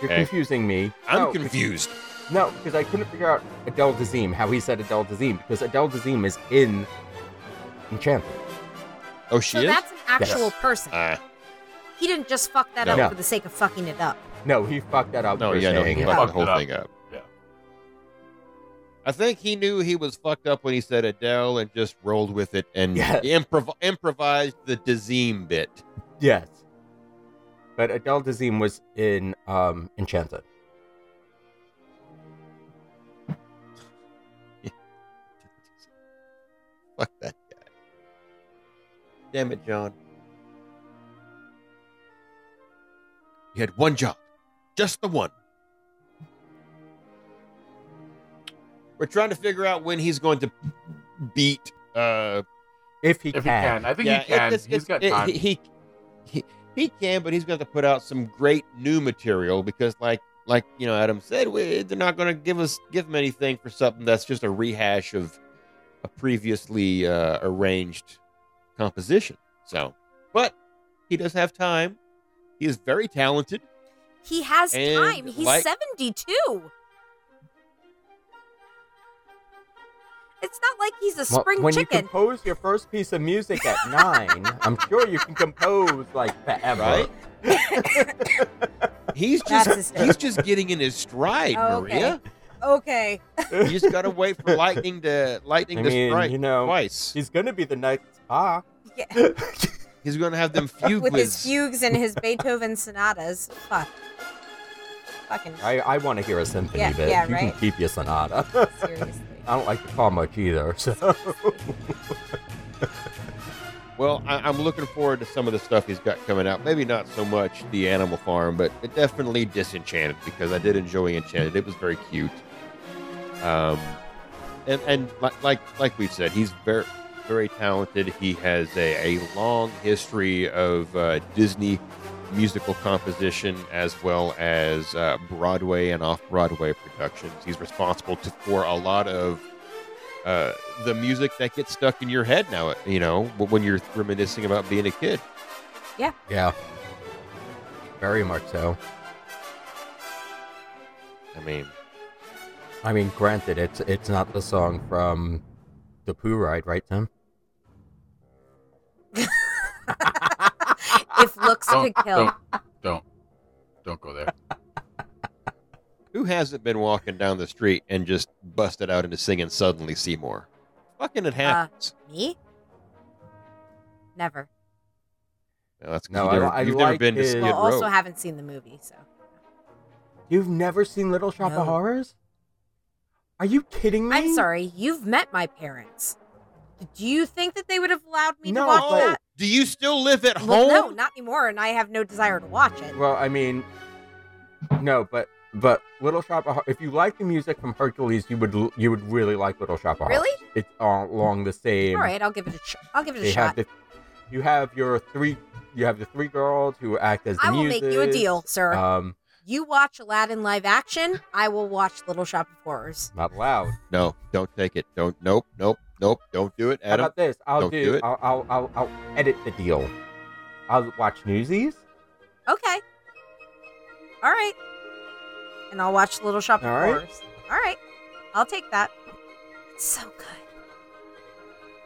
Speaker 5: You're
Speaker 4: Okay.
Speaker 5: confusing me.
Speaker 4: I'm
Speaker 5: No, be-
Speaker 4: confused.
Speaker 5: No, because I couldn't figure out Adele Dazeem, how he said Adele Dazeem, because Adele Dazeem is in Enchanted.
Speaker 4: Oh, she
Speaker 1: So
Speaker 4: is.
Speaker 1: that's an actual person.
Speaker 4: Ah,
Speaker 1: He didn't just fuck that
Speaker 5: No.
Speaker 1: up for the sake of fucking it up.
Speaker 5: No, he fucked that up.
Speaker 4: no,
Speaker 5: for
Speaker 4: yeah, no,
Speaker 5: saying
Speaker 4: he
Speaker 5: it.
Speaker 4: fucked
Speaker 6: Fucked
Speaker 4: the whole
Speaker 6: it up.
Speaker 4: thing up.
Speaker 6: Yeah.
Speaker 4: I think he knew he was fucked up when he said Adele and just rolled with it and
Speaker 5: Yeah.
Speaker 4: improv- improvised the Dazeem bit.
Speaker 5: Yes. But Adele Dazeem was in um, Enchanted.
Speaker 4: (laughs) Fuck that guy. Damn it, John. You had one job. Just the one. We're trying to figure out when he's going to beat uh
Speaker 5: If he
Speaker 6: If he
Speaker 5: can.
Speaker 6: can, I think
Speaker 4: yeah,
Speaker 6: he can.
Speaker 4: it's-
Speaker 6: he's
Speaker 4: it's-
Speaker 6: got
Speaker 4: it-
Speaker 6: time.
Speaker 4: he, he, he- he can, but he's going to put out some great new material because, like, like you know, Adam said, we, they're not going to give us give him anything for something that's just a rehash of a previously uh, arranged composition. So, but he does have time. He is very talented.
Speaker 1: He has
Speaker 4: And
Speaker 1: time. He's
Speaker 4: like-
Speaker 1: 72. It's not like he's a
Speaker 5: Well,
Speaker 1: spring
Speaker 5: when you
Speaker 1: chicken.
Speaker 5: compose your first piece of music
Speaker 1: (laughs)
Speaker 5: at nine, I'm sure you can compose like forever.
Speaker 1: (laughs)
Speaker 4: Right? He's
Speaker 1: That's
Speaker 4: just
Speaker 1: hysterical.
Speaker 4: he's just getting in his stride,
Speaker 1: Oh, okay.
Speaker 4: Maria.
Speaker 1: okay.
Speaker 4: You just got to wait for lightning to lightning
Speaker 5: I
Speaker 4: to
Speaker 5: mean,
Speaker 4: strike
Speaker 5: you know,
Speaker 4: twice.
Speaker 5: He's gonna be the next ah.
Speaker 1: Yeah.
Speaker 4: He's going to have them fugue
Speaker 1: (laughs) With his
Speaker 4: whiz.
Speaker 1: fugues and his Beethoven sonatas. Fuck. Fucking
Speaker 5: I, I want to hear a symphony,
Speaker 1: Yeah,
Speaker 5: but
Speaker 1: yeah,
Speaker 5: you
Speaker 1: right.
Speaker 5: can keep your sonata. (laughs)
Speaker 1: seriously. (laughs)
Speaker 5: I don't like the car much either, (laughs) so
Speaker 4: Well, I, I'm looking forward to some of the stuff he's got coming out. Maybe not so much the Animal Farm, but it definitely Disenchanted because I did enjoy Enchanted. It was very cute. Um, and and like like, like we've said, he's very very talented. He has a, a long history of uh, Disney musical composition as well as uh, Broadway and off Broadway productions. He's responsible to, for a lot of uh, the music that gets stuck in your head now, you know, wh- when you're reminiscing about being a kid.
Speaker 5: yeah, very much so.
Speaker 4: I mean,
Speaker 5: I mean, granted, it's it's not the song from the Pooh Ride, right, Tim?
Speaker 1: if looks could kill.
Speaker 6: don't, don't, don't go there.
Speaker 4: Who hasn't been walking down the street and just busted out into singing Suddenly Seymour? Fucking
Speaker 1: Uh,
Speaker 4: it happens.
Speaker 1: Me? Never.
Speaker 4: no, that's 'cause
Speaker 5: No,
Speaker 4: you've
Speaker 5: I-
Speaker 4: never,
Speaker 5: I
Speaker 4: you've never
Speaker 5: like
Speaker 4: been to
Speaker 5: his-
Speaker 4: Skid
Speaker 5: Kid
Speaker 1: well, also
Speaker 4: Row.
Speaker 1: haven't seen the movie, so
Speaker 5: You've never seen Little Shop
Speaker 1: No.
Speaker 5: of Horrors? Are you kidding me?
Speaker 1: I'm sorry. You've met my parents. Do you think that they would have allowed me
Speaker 5: No,
Speaker 1: to watch
Speaker 5: but-
Speaker 1: that?
Speaker 4: Do you still live at
Speaker 1: Well,
Speaker 4: home?
Speaker 1: no, not anymore, and I have no desire to watch it.
Speaker 5: Oh, Well, I mean, no, but but Little Shop of Hor- if you like the music from Hercules, you would l- you would really like Little Shop of
Speaker 1: Really?
Speaker 5: Horrors. It's all along the same.
Speaker 1: All right, I'll give it a sh- I'll give it a
Speaker 5: They have
Speaker 1: shot.
Speaker 5: the, you have your three you have the three girls who act as the
Speaker 1: I will make you a
Speaker 5: muses.
Speaker 1: deal, sir.
Speaker 5: Um,
Speaker 1: you watch Aladdin live action. I will watch Little Shop of Horrors.
Speaker 5: not allowed.
Speaker 4: No, don't take it. Don't. Nope. Nope. Nope. Don't do it,
Speaker 5: How
Speaker 4: Adam.
Speaker 5: about this? I'll
Speaker 4: don't
Speaker 5: do,
Speaker 4: do it.
Speaker 5: I'll, I'll I'll I'll edit the deal. I'll watch Newsies.
Speaker 1: Okay. All right. And I'll watch Little Shop of
Speaker 5: All right.
Speaker 1: Horrors. All right. I'll take that. It's so good.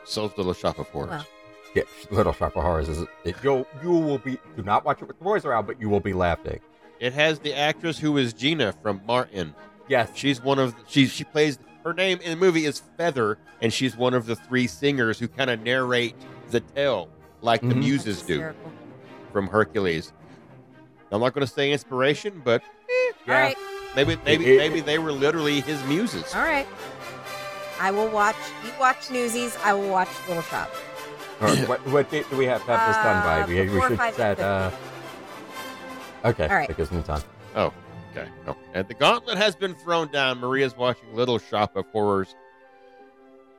Speaker 4: Sells Little Shop of Horrors.
Speaker 1: Well.
Speaker 5: Yeah, Little Shop of Horrors is it, you'll you will be do not watch it with the boys around, but you will be laughing.
Speaker 4: It has the actress who is Gina from Martin.
Speaker 5: Yes,
Speaker 4: She's one of she she plays her name in the movie is Feather, and she's one of the three singers who kind of narrate the tale like the
Speaker 5: Mhm.
Speaker 4: muses
Speaker 1: That's
Speaker 4: do
Speaker 1: hysterical.
Speaker 4: from Hercules. I'm not going to say inspiration, but
Speaker 1: All
Speaker 5: Yeah.
Speaker 1: right.
Speaker 4: maybe maybe
Speaker 5: it-
Speaker 4: maybe they were literally his muses.
Speaker 1: All right. I will watch. You watch Newsies. I will watch Little Shop.
Speaker 5: All right, what, what date do we have to have this done by?
Speaker 1: Uh,
Speaker 5: We, we
Speaker 1: before
Speaker 5: should
Speaker 1: five
Speaker 5: set. Uh... Okay,
Speaker 1: All right.
Speaker 5: that gives me time.
Speaker 4: Oh, okay. No. And the gauntlet has been thrown down. Maria's watching Little Shop of Horrors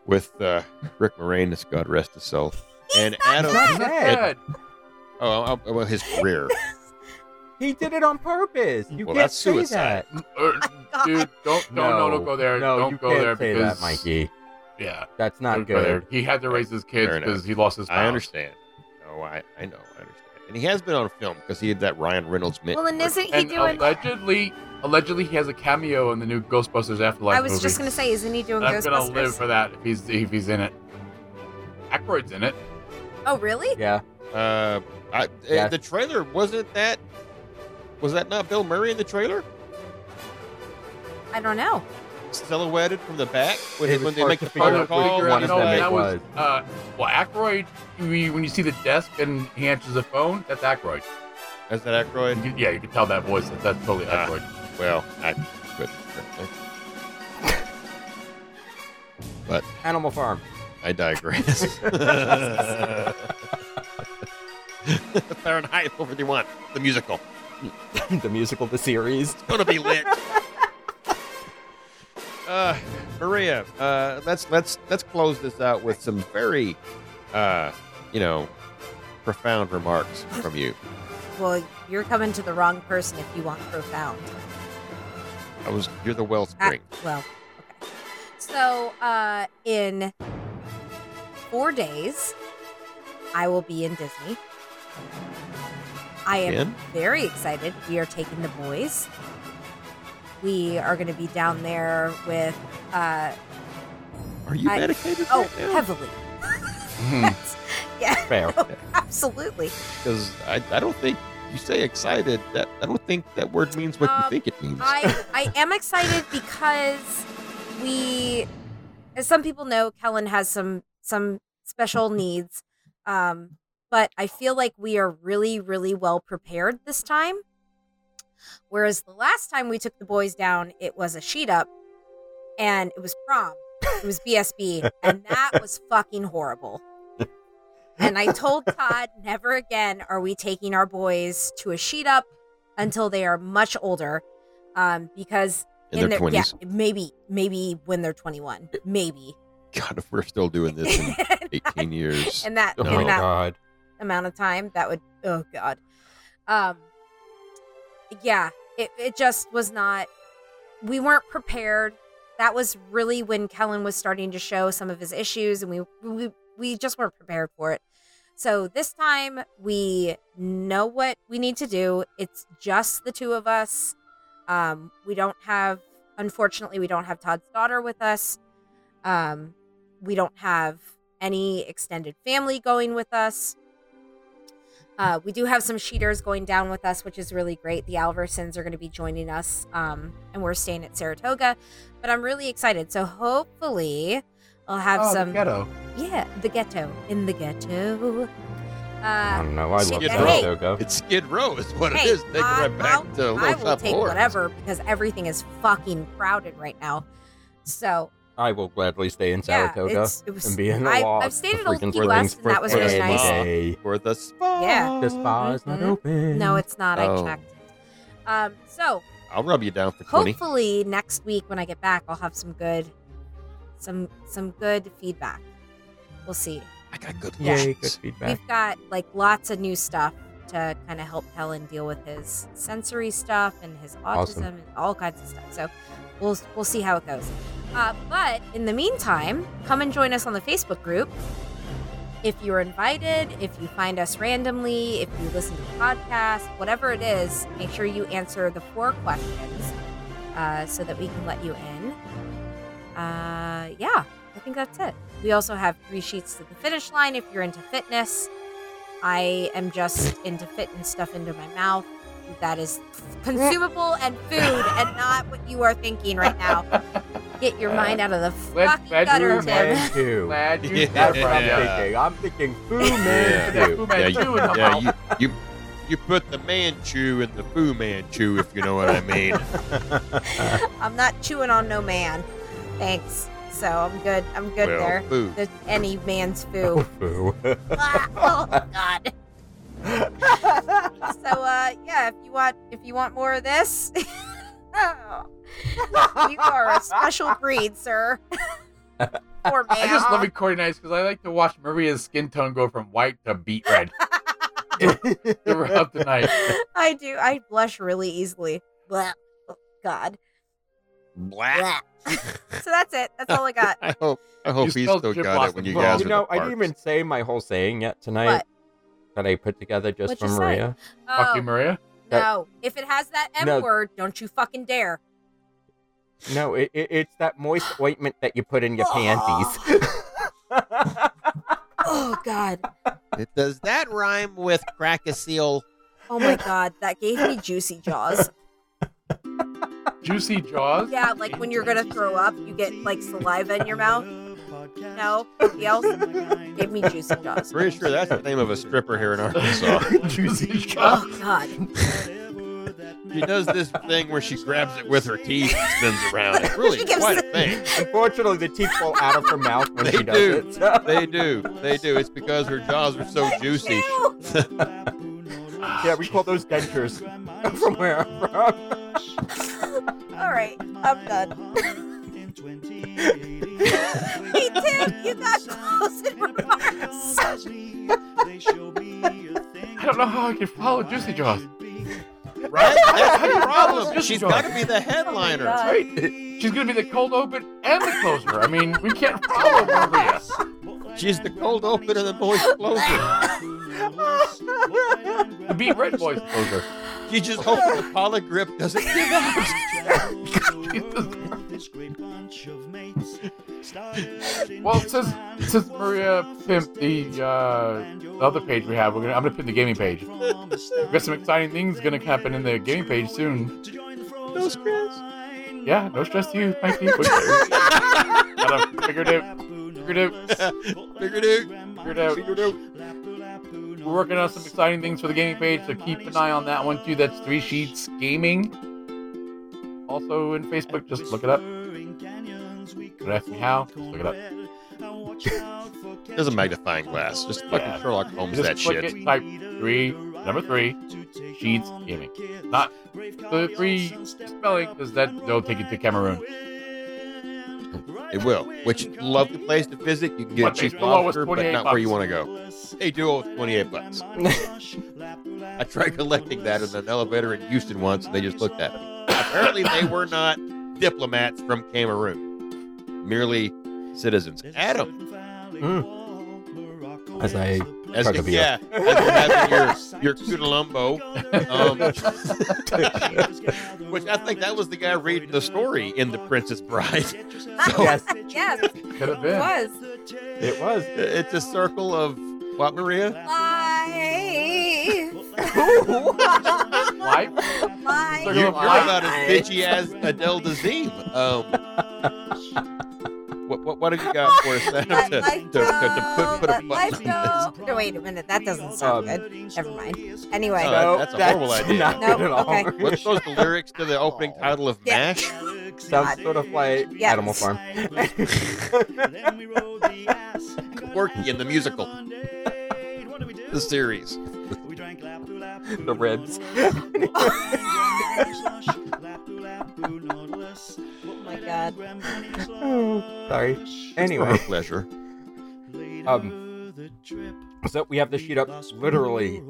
Speaker 4: with uh, Rick Moranis, God rest his soul, and Adam.
Speaker 5: Not
Speaker 6: Dead.
Speaker 4: Oh, oh, oh, well, his career.
Speaker 5: He did it on purpose. You
Speaker 4: Well,
Speaker 5: can't
Speaker 4: that's
Speaker 5: say
Speaker 4: suicide.
Speaker 5: that.
Speaker 6: Uh,
Speaker 4: (laughs)
Speaker 6: dude, don't, don't, no, don't go there.
Speaker 5: No,
Speaker 6: don't
Speaker 5: you
Speaker 6: go
Speaker 5: can't
Speaker 6: there
Speaker 5: say
Speaker 6: because
Speaker 5: that, Mikey.
Speaker 6: Yeah,
Speaker 5: That's not
Speaker 6: don't go there.
Speaker 5: good.
Speaker 6: He had to raise his kids
Speaker 4: Fair enough.
Speaker 6: because he lost his. Spouse.
Speaker 4: I understand. No, I, I know, I understand. And he has been on film because he had that Ryan Reynolds mint.
Speaker 1: Well, and isn't he
Speaker 6: And
Speaker 1: doing?
Speaker 6: allegedly, allegedly, he has a cameo in the new Ghostbusters Afterlife.
Speaker 1: I was just
Speaker 6: movie.
Speaker 1: gonna say, isn't he doing
Speaker 6: I'm
Speaker 1: Ghostbusters?
Speaker 6: gonna live for that if he's if he's in it. Aykroyd's in it.
Speaker 1: oh, really?
Speaker 5: Yeah.
Speaker 4: Uh, I, uh,
Speaker 5: Yeah.
Speaker 4: the trailer wasn't that. Was that not Bill Murray in the trailer?
Speaker 1: I don't know.
Speaker 4: Silhouetted from the back when,
Speaker 5: It
Speaker 4: they-
Speaker 5: was
Speaker 4: when they
Speaker 5: hard
Speaker 4: make
Speaker 5: to
Speaker 4: the
Speaker 5: figure
Speaker 4: phone
Speaker 5: out
Speaker 4: call.
Speaker 5: which one
Speaker 4: you
Speaker 5: of
Speaker 4: know,
Speaker 5: them it
Speaker 4: that-
Speaker 6: that was, uh,
Speaker 5: was.
Speaker 6: well, Aykroyd. we- When you see the desk and he answers the phone, that's Aykroyd.
Speaker 4: Is that
Speaker 6: You
Speaker 4: Aykroyd?
Speaker 6: can- yeah, you can tell that voice. That, that's totally
Speaker 4: Ah.
Speaker 6: Aykroyd. (laughs)
Speaker 4: Well, I quit. apparently.
Speaker 5: Animal Farm. (laughs)
Speaker 4: I digress. (laughs) Fahrenheit 451, the musical.
Speaker 5: the musical,
Speaker 1: (laughs)
Speaker 5: the series.
Speaker 4: gonna be lit. (laughs) uh, Maria, uh, let's let's let's close this out with some very, uh, you know, profound remarks from you.
Speaker 1: Well, you're coming to the wrong person if you want profound.
Speaker 4: I was you're the
Speaker 1: Ah,
Speaker 4: wellspring.
Speaker 1: well, okay. So, uh, in four days, I will be in Disney. I am
Speaker 4: Again?
Speaker 1: very excited. We are taking the boys. We are going to be down there with, uh,
Speaker 4: Are you
Speaker 1: I-
Speaker 4: medicated
Speaker 1: oh,
Speaker 4: right now?
Speaker 1: heavily. That's- yeah,
Speaker 5: Fair.
Speaker 1: absolutely.
Speaker 4: Because I, I don't think you say excited. That I don't think that word means what you
Speaker 1: Um,
Speaker 4: think it means.
Speaker 1: I I am excited because we, as some people know, Kellen has some some special needs, um, but I feel like we are really really well prepared this time. Whereas the last time we took the boys down, it was a sheet up, and it was prom, it was BSB, and that was fucking horrible. And I told Todd, never again are we taking our boys to a sheet up until they are much older um, because
Speaker 4: in, their twenties.
Speaker 1: yeah, maybe maybe when they're 21, maybe, (laughs)
Speaker 4: God, if we're still doing this in
Speaker 1: and
Speaker 4: 18 years,
Speaker 1: that
Speaker 5: Oh
Speaker 4: No.
Speaker 5: my
Speaker 1: and that
Speaker 5: god.
Speaker 1: amount of time that would oh god, um, yeah, it it just was not. We weren't prepared. That was really when Kellen was starting to show some of his issues, and we we we just weren't prepared for it. So this time we know what we need to do. It's just the two of us. Um, we don't have, unfortunately, we don't have Todd's daughter with us. Um, we don't have any extended family going with us. Uh, we do have some sheeters going down with us, which is really great. The Alversons are going to be joining us, um, and we're staying at Saratoga. But I'm really excited. So hopefully, I'll have
Speaker 6: oh, the
Speaker 1: some.
Speaker 6: ghetto.
Speaker 1: Yeah, the ghetto. In the ghetto.
Speaker 5: I
Speaker 1: Uh,
Speaker 5: don't know. I
Speaker 1: shit,
Speaker 5: love
Speaker 4: hey.
Speaker 5: Saratoga.
Speaker 4: It's Skid Row is what
Speaker 1: Hey,
Speaker 4: it is. They
Speaker 1: I-
Speaker 4: can right back
Speaker 1: I'll-
Speaker 4: to Little
Speaker 1: I will
Speaker 4: Shop
Speaker 1: take
Speaker 4: Lawrence.
Speaker 1: whatever because everything is fucking crowded right now. So
Speaker 5: I will gladly stay in Saratoga
Speaker 1: yeah, it's, it was.
Speaker 5: and be in the
Speaker 1: I,
Speaker 5: law.
Speaker 1: I've stayed
Speaker 5: the
Speaker 1: at Old
Speaker 5: freaking
Speaker 1: Key
Speaker 5: Worthing's
Speaker 1: West, and that was really
Speaker 5: freaking
Speaker 1: nice.
Speaker 5: day.
Speaker 4: For the spa.
Speaker 1: Yeah.
Speaker 5: The spa is not
Speaker 1: Mhm.
Speaker 5: open.
Speaker 1: No, it's not. I
Speaker 4: Oh.
Speaker 1: checked. Um, so
Speaker 4: I'll rub you down for 20.
Speaker 1: hopefully next week when I get back, I'll have some good, some some good feedback. We'll see.
Speaker 4: I got good
Speaker 1: Yeah.
Speaker 5: Yay, good
Speaker 4: looks.
Speaker 5: feedback.
Speaker 1: We've got like lots of new stuff to kind of help Helen deal with his sensory stuff and his autism
Speaker 5: Awesome.
Speaker 1: and all kinds of stuff. So we'll we'll see how it goes. Uh, but in the meantime, come and join us on the Facebook group. If you're invited, if you find us randomly, if you listen to the podcast, whatever it is, make sure you answer the four questions uh, so that we can let you in. Uh, yeah, I think that's it. We also have three sheets to the finish line if you're into fitness. I am just into fitting stuff into my mouth. That is consumable and food and not what you are thinking right now. Get your mind out of the
Speaker 6: Let-
Speaker 1: fucking
Speaker 6: let
Speaker 1: gutter,
Speaker 6: your
Speaker 1: Tim.
Speaker 4: (laughs)
Speaker 5: Man, too.
Speaker 6: Glad you
Speaker 4: Yeah.
Speaker 6: got
Speaker 5: That's
Speaker 6: it
Speaker 5: what I'm
Speaker 6: right.
Speaker 4: Yeah.
Speaker 5: thinking. I'm thinking Fu
Speaker 4: Yeah.
Speaker 5: Man
Speaker 6: Yeah,
Speaker 5: too.
Speaker 6: Fu Manchu
Speaker 4: Yeah,
Speaker 6: in the
Speaker 4: Yeah,
Speaker 6: mouth.
Speaker 4: you, you, you put the Manchu in the Fu Manchu, if you know what I
Speaker 1: (laughs)
Speaker 4: mean.
Speaker 1: I'm not chewing on no man. Thanks. So I'm good. I'm good
Speaker 4: well,
Speaker 1: there.
Speaker 4: Fu.
Speaker 1: There's any man's foo.
Speaker 4: (laughs)
Speaker 5: Fu. (laughs)
Speaker 1: Ah,
Speaker 6: (laughs)
Speaker 1: oh God. so uh, yeah, if you want if you want more of this, (laughs) you are a special breed, sir. (laughs) Poor man.
Speaker 6: I just love recording nights because I like to watch Maria's skin tone go from white to beet red (laughs) throughout the night.
Speaker 1: (laughs) I do. I blush really easily. Blah. Oh, God.
Speaker 4: Black.
Speaker 1: Blah. so that's it. That's all I
Speaker 6: (laughs)
Speaker 1: got.
Speaker 4: I hope I hope
Speaker 6: You
Speaker 4: he
Speaker 6: spelled
Speaker 4: still
Speaker 6: Jim
Speaker 4: got it when
Speaker 6: Blossom
Speaker 4: you
Speaker 6: wrong.
Speaker 4: guys
Speaker 5: you
Speaker 4: are
Speaker 5: know,
Speaker 4: the
Speaker 5: I didn't even
Speaker 4: parks.
Speaker 5: say my whole saying yet tonight
Speaker 1: What?
Speaker 5: that I put together just
Speaker 1: What'd
Speaker 5: for
Speaker 1: you say?
Speaker 5: Maria.
Speaker 6: Fuck you,
Speaker 1: Oh
Speaker 6: Maria.
Speaker 1: no! If it has that M
Speaker 5: No.
Speaker 1: word, don't you fucking dare.
Speaker 5: No, it, it, it's
Speaker 1: (gasps)
Speaker 5: that moist ointment that you put in your
Speaker 1: (laughs)
Speaker 5: panties. (laughs)
Speaker 1: Oh God.
Speaker 4: Does that rhyme with crack a seal?
Speaker 1: Oh my God. That gave me juicy jaws.
Speaker 6: Juicy Jaws.
Speaker 1: Yeah, like when you're gonna throw up, you get like saliva in your mouth. No, nobody else. Give me juicy jaws.
Speaker 4: Pretty sure that's the name of a stripper here in Arkansas.
Speaker 6: Juicy Jaws.
Speaker 1: Oh God.
Speaker 4: (laughs) She does this thing where she grabs it with her teeth and spins around. (laughs) It's really
Speaker 1: She gives
Speaker 4: quite a
Speaker 1: it-
Speaker 4: thing.
Speaker 5: Unfortunately, the teeth fall out of her mouth when
Speaker 4: They
Speaker 5: she does
Speaker 4: do.
Speaker 5: it.
Speaker 4: (laughs)
Speaker 5: (laughs)
Speaker 4: They do. They do. It's because her jaws are so juicy.
Speaker 1: Ew.
Speaker 5: yeah, we call those dentures (laughs) from where I'm from.
Speaker 1: All right, I'm done. (laughs) hey Tim, you got closing remarks.
Speaker 6: I don't know how I can follow Juicy Jaws.
Speaker 4: Right? That's the problem.
Speaker 6: Juicy
Speaker 4: She's
Speaker 6: Jaws.
Speaker 4: got to be
Speaker 1: (laughs)
Speaker 4: the headliner.
Speaker 1: God.
Speaker 6: Right? She's gonna be the cold open and the closer. I mean, we can't follow Maria.
Speaker 4: She's the cold open and the moist closer.
Speaker 6: The beat red voice closer.
Speaker 4: You just hope the polygrip doesn't give out.
Speaker 1: (laughs)
Speaker 6: Well, since since Maria pimped the uh, the other page we have, we're gonna I'm gonna pin the gaming page. We've got some exciting things gonna happen in the gaming page soon.
Speaker 4: No stress.
Speaker 6: Yeah, no stress to you, Mikey. Gotta figure it out. Figure it
Speaker 4: (laughs)
Speaker 6: out.
Speaker 4: Figure it out.
Speaker 6: Figure it out. Figure it out. We're working on some exciting things for the gaming page, so keep an eye on that one too. That's Three Sheets Gaming. Also in Facebook, just look it up. Don't ask me how. Just look it up.
Speaker 4: There's a magnifying glass. Just fucking
Speaker 6: Yeah.
Speaker 4: Sherlock Holmes
Speaker 6: Just
Speaker 4: that
Speaker 6: click
Speaker 4: shit.
Speaker 6: it, type three, number three, Sheets Gaming. Not the three spelling, because that they'll take you to Cameroon.
Speaker 4: It will. Which
Speaker 6: (laughs)
Speaker 4: lovely place to visit. You can
Speaker 6: But
Speaker 4: get a
Speaker 6: they
Speaker 4: cheap
Speaker 6: still owe us
Speaker 4: lobster, but
Speaker 6: 28
Speaker 4: not where you
Speaker 6: bucks.
Speaker 4: want to go. They do owe us 28 bucks. I tried collecting that in an elevator in Houston once, and they just looked at me. Apparently, they were not diplomats from Cameroon, merely citizens. Adam,
Speaker 5: As I
Speaker 4: as
Speaker 5: Try to be
Speaker 4: (laughs) yeah,
Speaker 5: a-
Speaker 4: as you have in your your Kudalumbo, um, (laughs) which I think that was the guy reading the story in The Princess Bride. (laughs) So,
Speaker 5: Yes.
Speaker 1: yes, it
Speaker 6: Could have been.
Speaker 1: was.
Speaker 5: it was.
Speaker 4: It's a circle of what, Maria?
Speaker 1: Lies.
Speaker 6: Life?
Speaker 1: Bye.
Speaker 6: You're-
Speaker 4: You,
Speaker 6: you're
Speaker 4: are about as
Speaker 5: Lies.
Speaker 4: bitchy as Adele Dazeem. Um, what, what, what have you got for us then
Speaker 1: Let
Speaker 4: to,
Speaker 1: (laughs) life
Speaker 4: to, to, to put, put a
Speaker 1: go, let life
Speaker 4: button on this? Oh,
Speaker 1: go. No, wait a minute. That doesn't sound
Speaker 5: Um,
Speaker 1: good. Never mind. Anyway,
Speaker 4: No,
Speaker 5: No,
Speaker 4: Uh, that's a
Speaker 5: (laughs)
Speaker 4: horrible idea.
Speaker 5: Not
Speaker 1: No,
Speaker 5: good at all.
Speaker 1: okay.
Speaker 4: What's those the lyrics to the opening title of
Speaker 1: Yeah.
Speaker 4: MASH?
Speaker 5: Sounds sort of like
Speaker 1: Yes.
Speaker 5: Animal Farm.
Speaker 3: (laughs)
Speaker 4: Porky in the musical. The series.
Speaker 5: the (laughs) ribs.
Speaker 1: oh my god.
Speaker 5: Sorry. Anyway,
Speaker 4: For pleasure.
Speaker 5: um, so we have the sheet up literally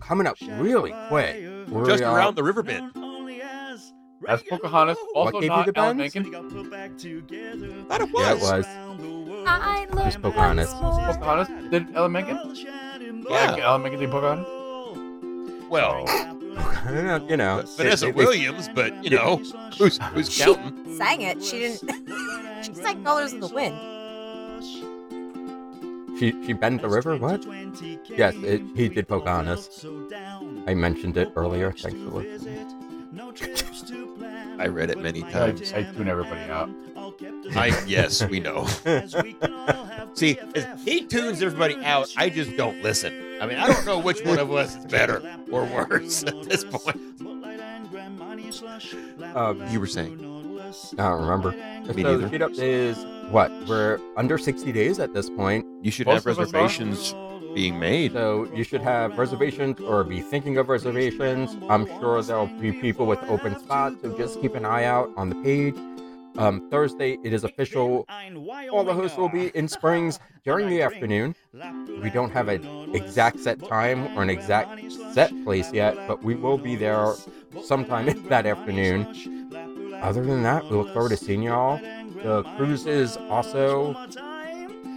Speaker 5: coming up really quick. We're,
Speaker 4: Just
Speaker 5: uh,
Speaker 4: around the river bend.
Speaker 6: That's Pocahontas. Also
Speaker 5: gave you
Speaker 6: not
Speaker 5: the
Speaker 6: Alan
Speaker 5: bends?
Speaker 6: Menken.
Speaker 4: Thought it
Speaker 5: Yeah, it
Speaker 4: was.
Speaker 5: was.
Speaker 1: I love
Speaker 5: Pocahontas.
Speaker 6: Pocahontas did Alan Menken?
Speaker 4: Yeah.
Speaker 6: Alan Menken did Pocahontas?
Speaker 4: Well,
Speaker 5: (laughs) uh, you know,
Speaker 4: Vanessa
Speaker 5: they- they-
Speaker 4: Williams, but you know, who's who's
Speaker 1: She-
Speaker 4: counting?
Speaker 1: Sang it. She didn't. (laughs) she sang Colors in the Wind.
Speaker 5: She she bent the river. What? Yes, it, he did Pocahontas. I mentioned it earlier. Thanks for listening.
Speaker 4: (laughs) I read it many
Speaker 6: I, I
Speaker 4: times.
Speaker 6: tune everybody out.
Speaker 4: I yes, we know. (laughs)
Speaker 5: (laughs)
Speaker 4: See, as he tunes everybody out. I just don't listen. I mean, I don't know which one of us is better or worse at this point.
Speaker 5: Um,
Speaker 4: You were saying
Speaker 5: I don't remember.
Speaker 4: Me
Speaker 5: so
Speaker 4: neither.
Speaker 5: the sheet up is what? We're under 60 days at this point,
Speaker 4: you should
Speaker 6: Most
Speaker 4: have
Speaker 6: of us are.
Speaker 4: reservations being made.
Speaker 5: so you should have reservations or be thinking of reservations. I'm sure there'll be people with open spots, so just keep an eye out on the page. Um, Thursday, it is official. All the hosts will be in Springs during the afternoon. We don't have an exact set time or an exact set place yet, but we will be there sometime (laughs) that afternoon. Other than that, we look forward to seeing y'all. The cruise is also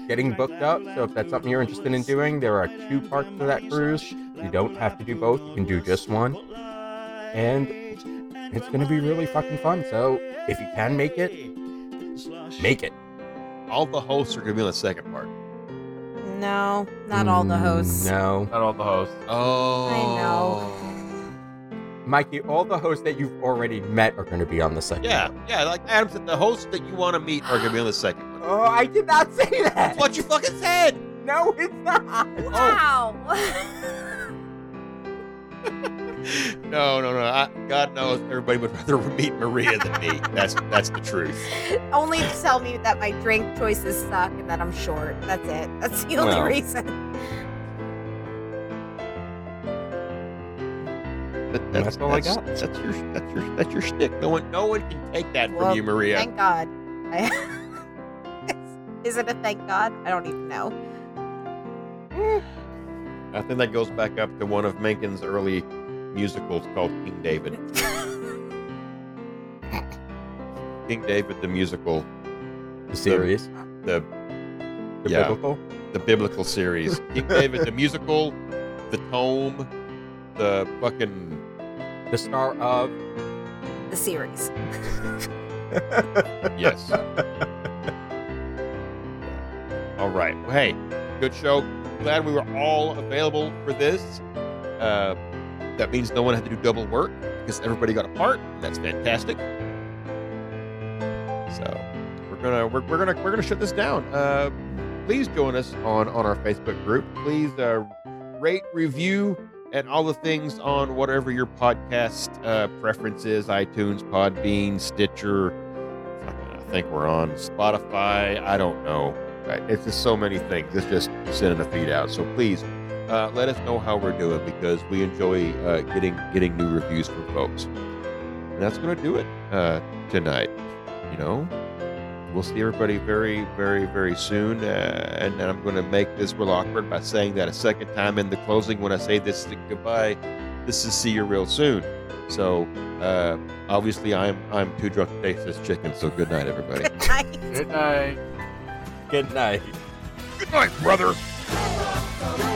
Speaker 5: getting booked up, so if that's something you're interested in doing, there are two parts to that cruise. You don't have to do both, you can do just one. And it's going to be really fucking fun, so if you can make it, make it.
Speaker 4: All the hosts are going to be on the second part.
Speaker 1: No, not all the
Speaker 5: Mm,
Speaker 1: hosts.
Speaker 5: No.
Speaker 6: Not all the hosts.
Speaker 4: Oh,
Speaker 5: Mikey, all the hosts that you've already met are going to be on the second.
Speaker 4: Yeah, yeah. Like Adam said, the hosts that you want to meet are going to be on the second one.
Speaker 5: Oh, I did not say that.
Speaker 4: That's (gasps) what you fucking said.
Speaker 5: (laughs) Mm, No, it's not.
Speaker 1: Wow.
Speaker 4: No, no, no. I, God knows everybody would rather (laughs) meet Maria than me. That's that's the truth.
Speaker 1: (laughs) only to tell me that my drink choices suck and that I'm short. That's it. That's the only
Speaker 5: Well.
Speaker 1: reason.
Speaker 4: That,
Speaker 5: That's all I got.
Speaker 4: That's, your that's your that's your shtick. No one no one can take that
Speaker 1: Well,
Speaker 4: from you, Maria.
Speaker 1: Thank God. I- (laughs) Is it a thank God? I don't even know.
Speaker 4: I think that goes back up to one of Menken's early musicals called King David. King David the musical,
Speaker 5: The series,
Speaker 4: the
Speaker 5: the
Speaker 4: yeah.
Speaker 5: biblical.
Speaker 4: the biblical series. King David
Speaker 5: (laughs)
Speaker 4: the musical, the tome, the fucking
Speaker 5: The star of
Speaker 1: (laughs) The series.
Speaker 4: yes. all right. Well, hey, good show. Glad we were all available for this. Uh, that means no one had to do double work because everybody got a part. That's fantastic. So we're gonna we're, we're gonna we're gonna shut this down. Uh, please join us on on our Facebook group. Please uh, rate, review, and all the things on whatever your podcast uh, preference is: iTunes, Podbean, Stitcher. fucking, I think we're on Spotify. I don't know. Right? It's just so many things. It's just sending a feed out. So please uh, let us know how we're doing because we enjoy uh, getting getting new reviews from folks. And that's gonna do it uh, tonight. You know, we'll see everybody very, very, very soon. Uh, and I'm going to make this real awkward by saying that a second time in the closing when I say this is goodbye. This is see you real soon. So uh, obviously I'm I'm too drunk to taste this chicken. So good night, everybody.
Speaker 1: (laughs) Good night.
Speaker 6: Good night.
Speaker 5: good night.
Speaker 4: good night, brother.
Speaker 3: Bye.